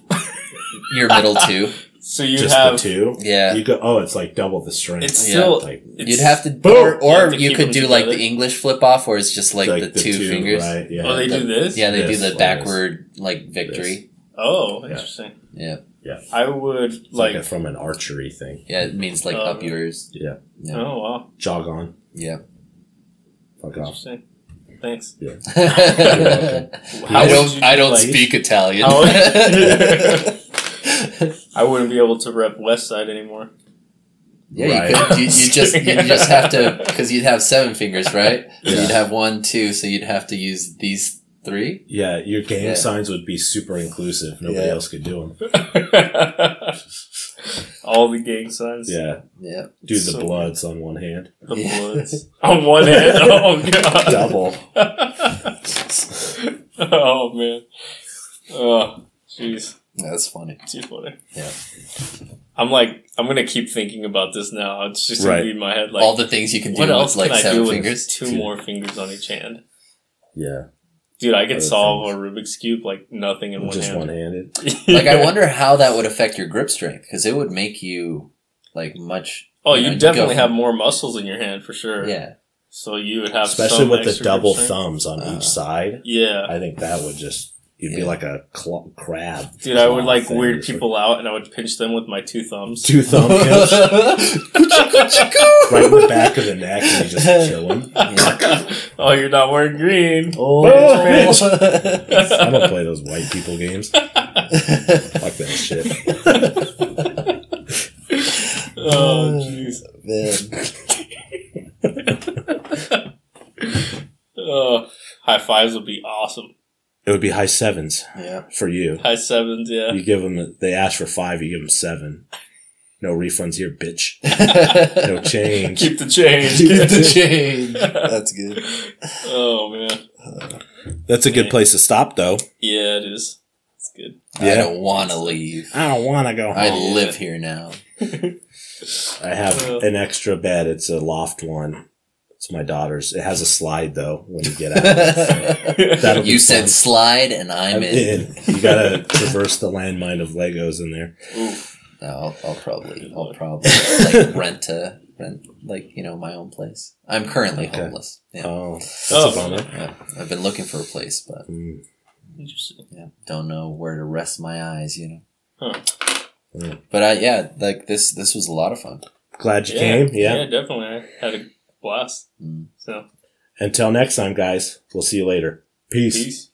Speaker 3: your middle two?
Speaker 2: So you'd
Speaker 1: just
Speaker 2: have
Speaker 1: the two.
Speaker 3: Yeah,
Speaker 1: You go. Oh, it's like double the strength.
Speaker 2: it's
Speaker 3: Yeah.
Speaker 2: still
Speaker 1: like,
Speaker 2: it's,
Speaker 3: you'd have to,
Speaker 1: Boom!
Speaker 3: or,
Speaker 2: You have
Speaker 3: or
Speaker 2: to
Speaker 3: you
Speaker 2: keep
Speaker 3: could
Speaker 2: them
Speaker 3: do like the
Speaker 2: together.
Speaker 3: English flip off, where it's just like, the, two, fingers.
Speaker 1: Right? Yeah.
Speaker 2: Oh, they do this.
Speaker 3: Yeah, they
Speaker 1: Yes, like
Speaker 3: do the
Speaker 1: this.
Speaker 3: backward like victory.
Speaker 2: Oh,
Speaker 1: Yeah.
Speaker 2: interesting.
Speaker 3: Yeah,
Speaker 2: I would
Speaker 1: It's like,
Speaker 2: like.
Speaker 1: a- from an archery thing.
Speaker 3: yeah, it means like
Speaker 2: Um,
Speaker 3: up yours.
Speaker 1: Yeah.
Speaker 3: Yeah.
Speaker 2: Oh wow,
Speaker 1: Jog on.
Speaker 3: Yeah.
Speaker 1: Fuck off.
Speaker 2: interesting. Thanks.
Speaker 3: I
Speaker 2: How would
Speaker 3: don't.
Speaker 2: you
Speaker 3: I don't
Speaker 2: like-
Speaker 3: speak Italian.
Speaker 2: How would- I wouldn't be able to rep West Side anymore.
Speaker 3: yeah, you,
Speaker 1: Right.
Speaker 3: could, you, you just you just have to because you'd have seven fingers, right? So
Speaker 1: Yeah.
Speaker 3: you'd have one, two, so you'd have to use these three.
Speaker 1: Yeah, your game
Speaker 3: Yeah.
Speaker 1: signs would be super inclusive. Nobody
Speaker 3: Yeah.
Speaker 1: else could do them.
Speaker 2: all the gang signs.
Speaker 1: Yeah,
Speaker 3: Yeah.
Speaker 1: dude, the
Speaker 2: So-
Speaker 1: Bloods on one hand,
Speaker 2: The
Speaker 3: Yeah.
Speaker 2: Bloods. On one hand. Oh, God.
Speaker 1: double.
Speaker 2: oh, man. Oh, jeez.
Speaker 3: That's funny.
Speaker 2: Too funny.
Speaker 3: Yeah.
Speaker 2: I'm like, I'm going to keep thinking about this now. It's just
Speaker 1: Right.
Speaker 2: going to be in my head. Like,
Speaker 3: All the things you can
Speaker 2: what
Speaker 3: do
Speaker 2: else
Speaker 3: with like
Speaker 2: can I do
Speaker 3: seven
Speaker 2: with
Speaker 3: fingers.
Speaker 2: two more fingers on each hand?
Speaker 1: Yeah,
Speaker 2: Dude, I could
Speaker 1: Other
Speaker 2: solve a Rubik's Cube like nothing in one
Speaker 1: just
Speaker 2: hand.
Speaker 1: one handed.
Speaker 3: Like I wonder how that would affect your grip strength because it would make you like much.
Speaker 2: Oh,
Speaker 3: know,
Speaker 2: you
Speaker 3: go
Speaker 2: definitely
Speaker 3: from-
Speaker 2: have more muscles in your hand for sure.
Speaker 3: Yeah,
Speaker 2: So you would have
Speaker 1: Especially
Speaker 2: some
Speaker 1: with the
Speaker 2: extra
Speaker 1: double
Speaker 2: grip strength.
Speaker 1: thumbs on
Speaker 3: Uh.
Speaker 1: each side,
Speaker 2: Yeah,
Speaker 1: I think that would just you'd be
Speaker 3: Yeah.
Speaker 1: like a cl- crab.
Speaker 2: dude, I would
Speaker 1: claw
Speaker 2: like
Speaker 1: thing
Speaker 2: weird
Speaker 1: or something.
Speaker 2: people out, and I would pinch them with my two thumbs.
Speaker 1: Two thumb kills right in the back of the neck, and you just kill him.
Speaker 2: oh, you're not wearing green.
Speaker 1: I don't play those white people games. Fuck that shit.
Speaker 2: Oh, jeez. Oh, high fives would be awesome.
Speaker 1: It would be high sevens
Speaker 3: yeah.
Speaker 1: for you.
Speaker 2: High sevens, yeah.
Speaker 1: You give them. They ask for five. You give them seven. No refunds here, bitch. No change.
Speaker 2: Keep the change.
Speaker 3: Keep the change. That's good.
Speaker 2: oh man,
Speaker 1: That's a good place to stop, though.
Speaker 2: yeah, it is. It's good.
Speaker 1: Yeah.
Speaker 3: I don't want to leave.
Speaker 1: I don't want to go home.
Speaker 3: I
Speaker 1: I,
Speaker 3: live here now.
Speaker 1: have an extra bed. It's a loft one. It's my daughter's. It has a slide though. When you get out, that'll
Speaker 3: you
Speaker 1: be
Speaker 3: said
Speaker 1: fun.
Speaker 3: slide, and I'm,
Speaker 1: I'm
Speaker 3: in.
Speaker 1: in. You gotta traverse the landmine of Legos in there.
Speaker 2: Oof.
Speaker 3: No, I'll, Oh, I'll probably, I'll probably like rent a rent, like you know, my own place. I'm currently
Speaker 1: Okay.
Speaker 3: homeless. Yeah.
Speaker 1: Oh, that's
Speaker 2: Oh.
Speaker 1: a bummer.
Speaker 3: yeah, I've been looking for a place, but
Speaker 1: Mm,
Speaker 2: Interesting.
Speaker 3: yeah, don't know where to rest my eyes. You know.
Speaker 2: Huh.
Speaker 1: Yeah.
Speaker 3: But I, yeah, like this, this was a lot of fun.
Speaker 1: Glad you
Speaker 2: Yeah,
Speaker 1: came. Yeah.
Speaker 2: yeah, definitely. I had a blast.
Speaker 3: Mm.
Speaker 2: So
Speaker 1: Until next time, guys. We'll see you later. Peace.
Speaker 2: peace.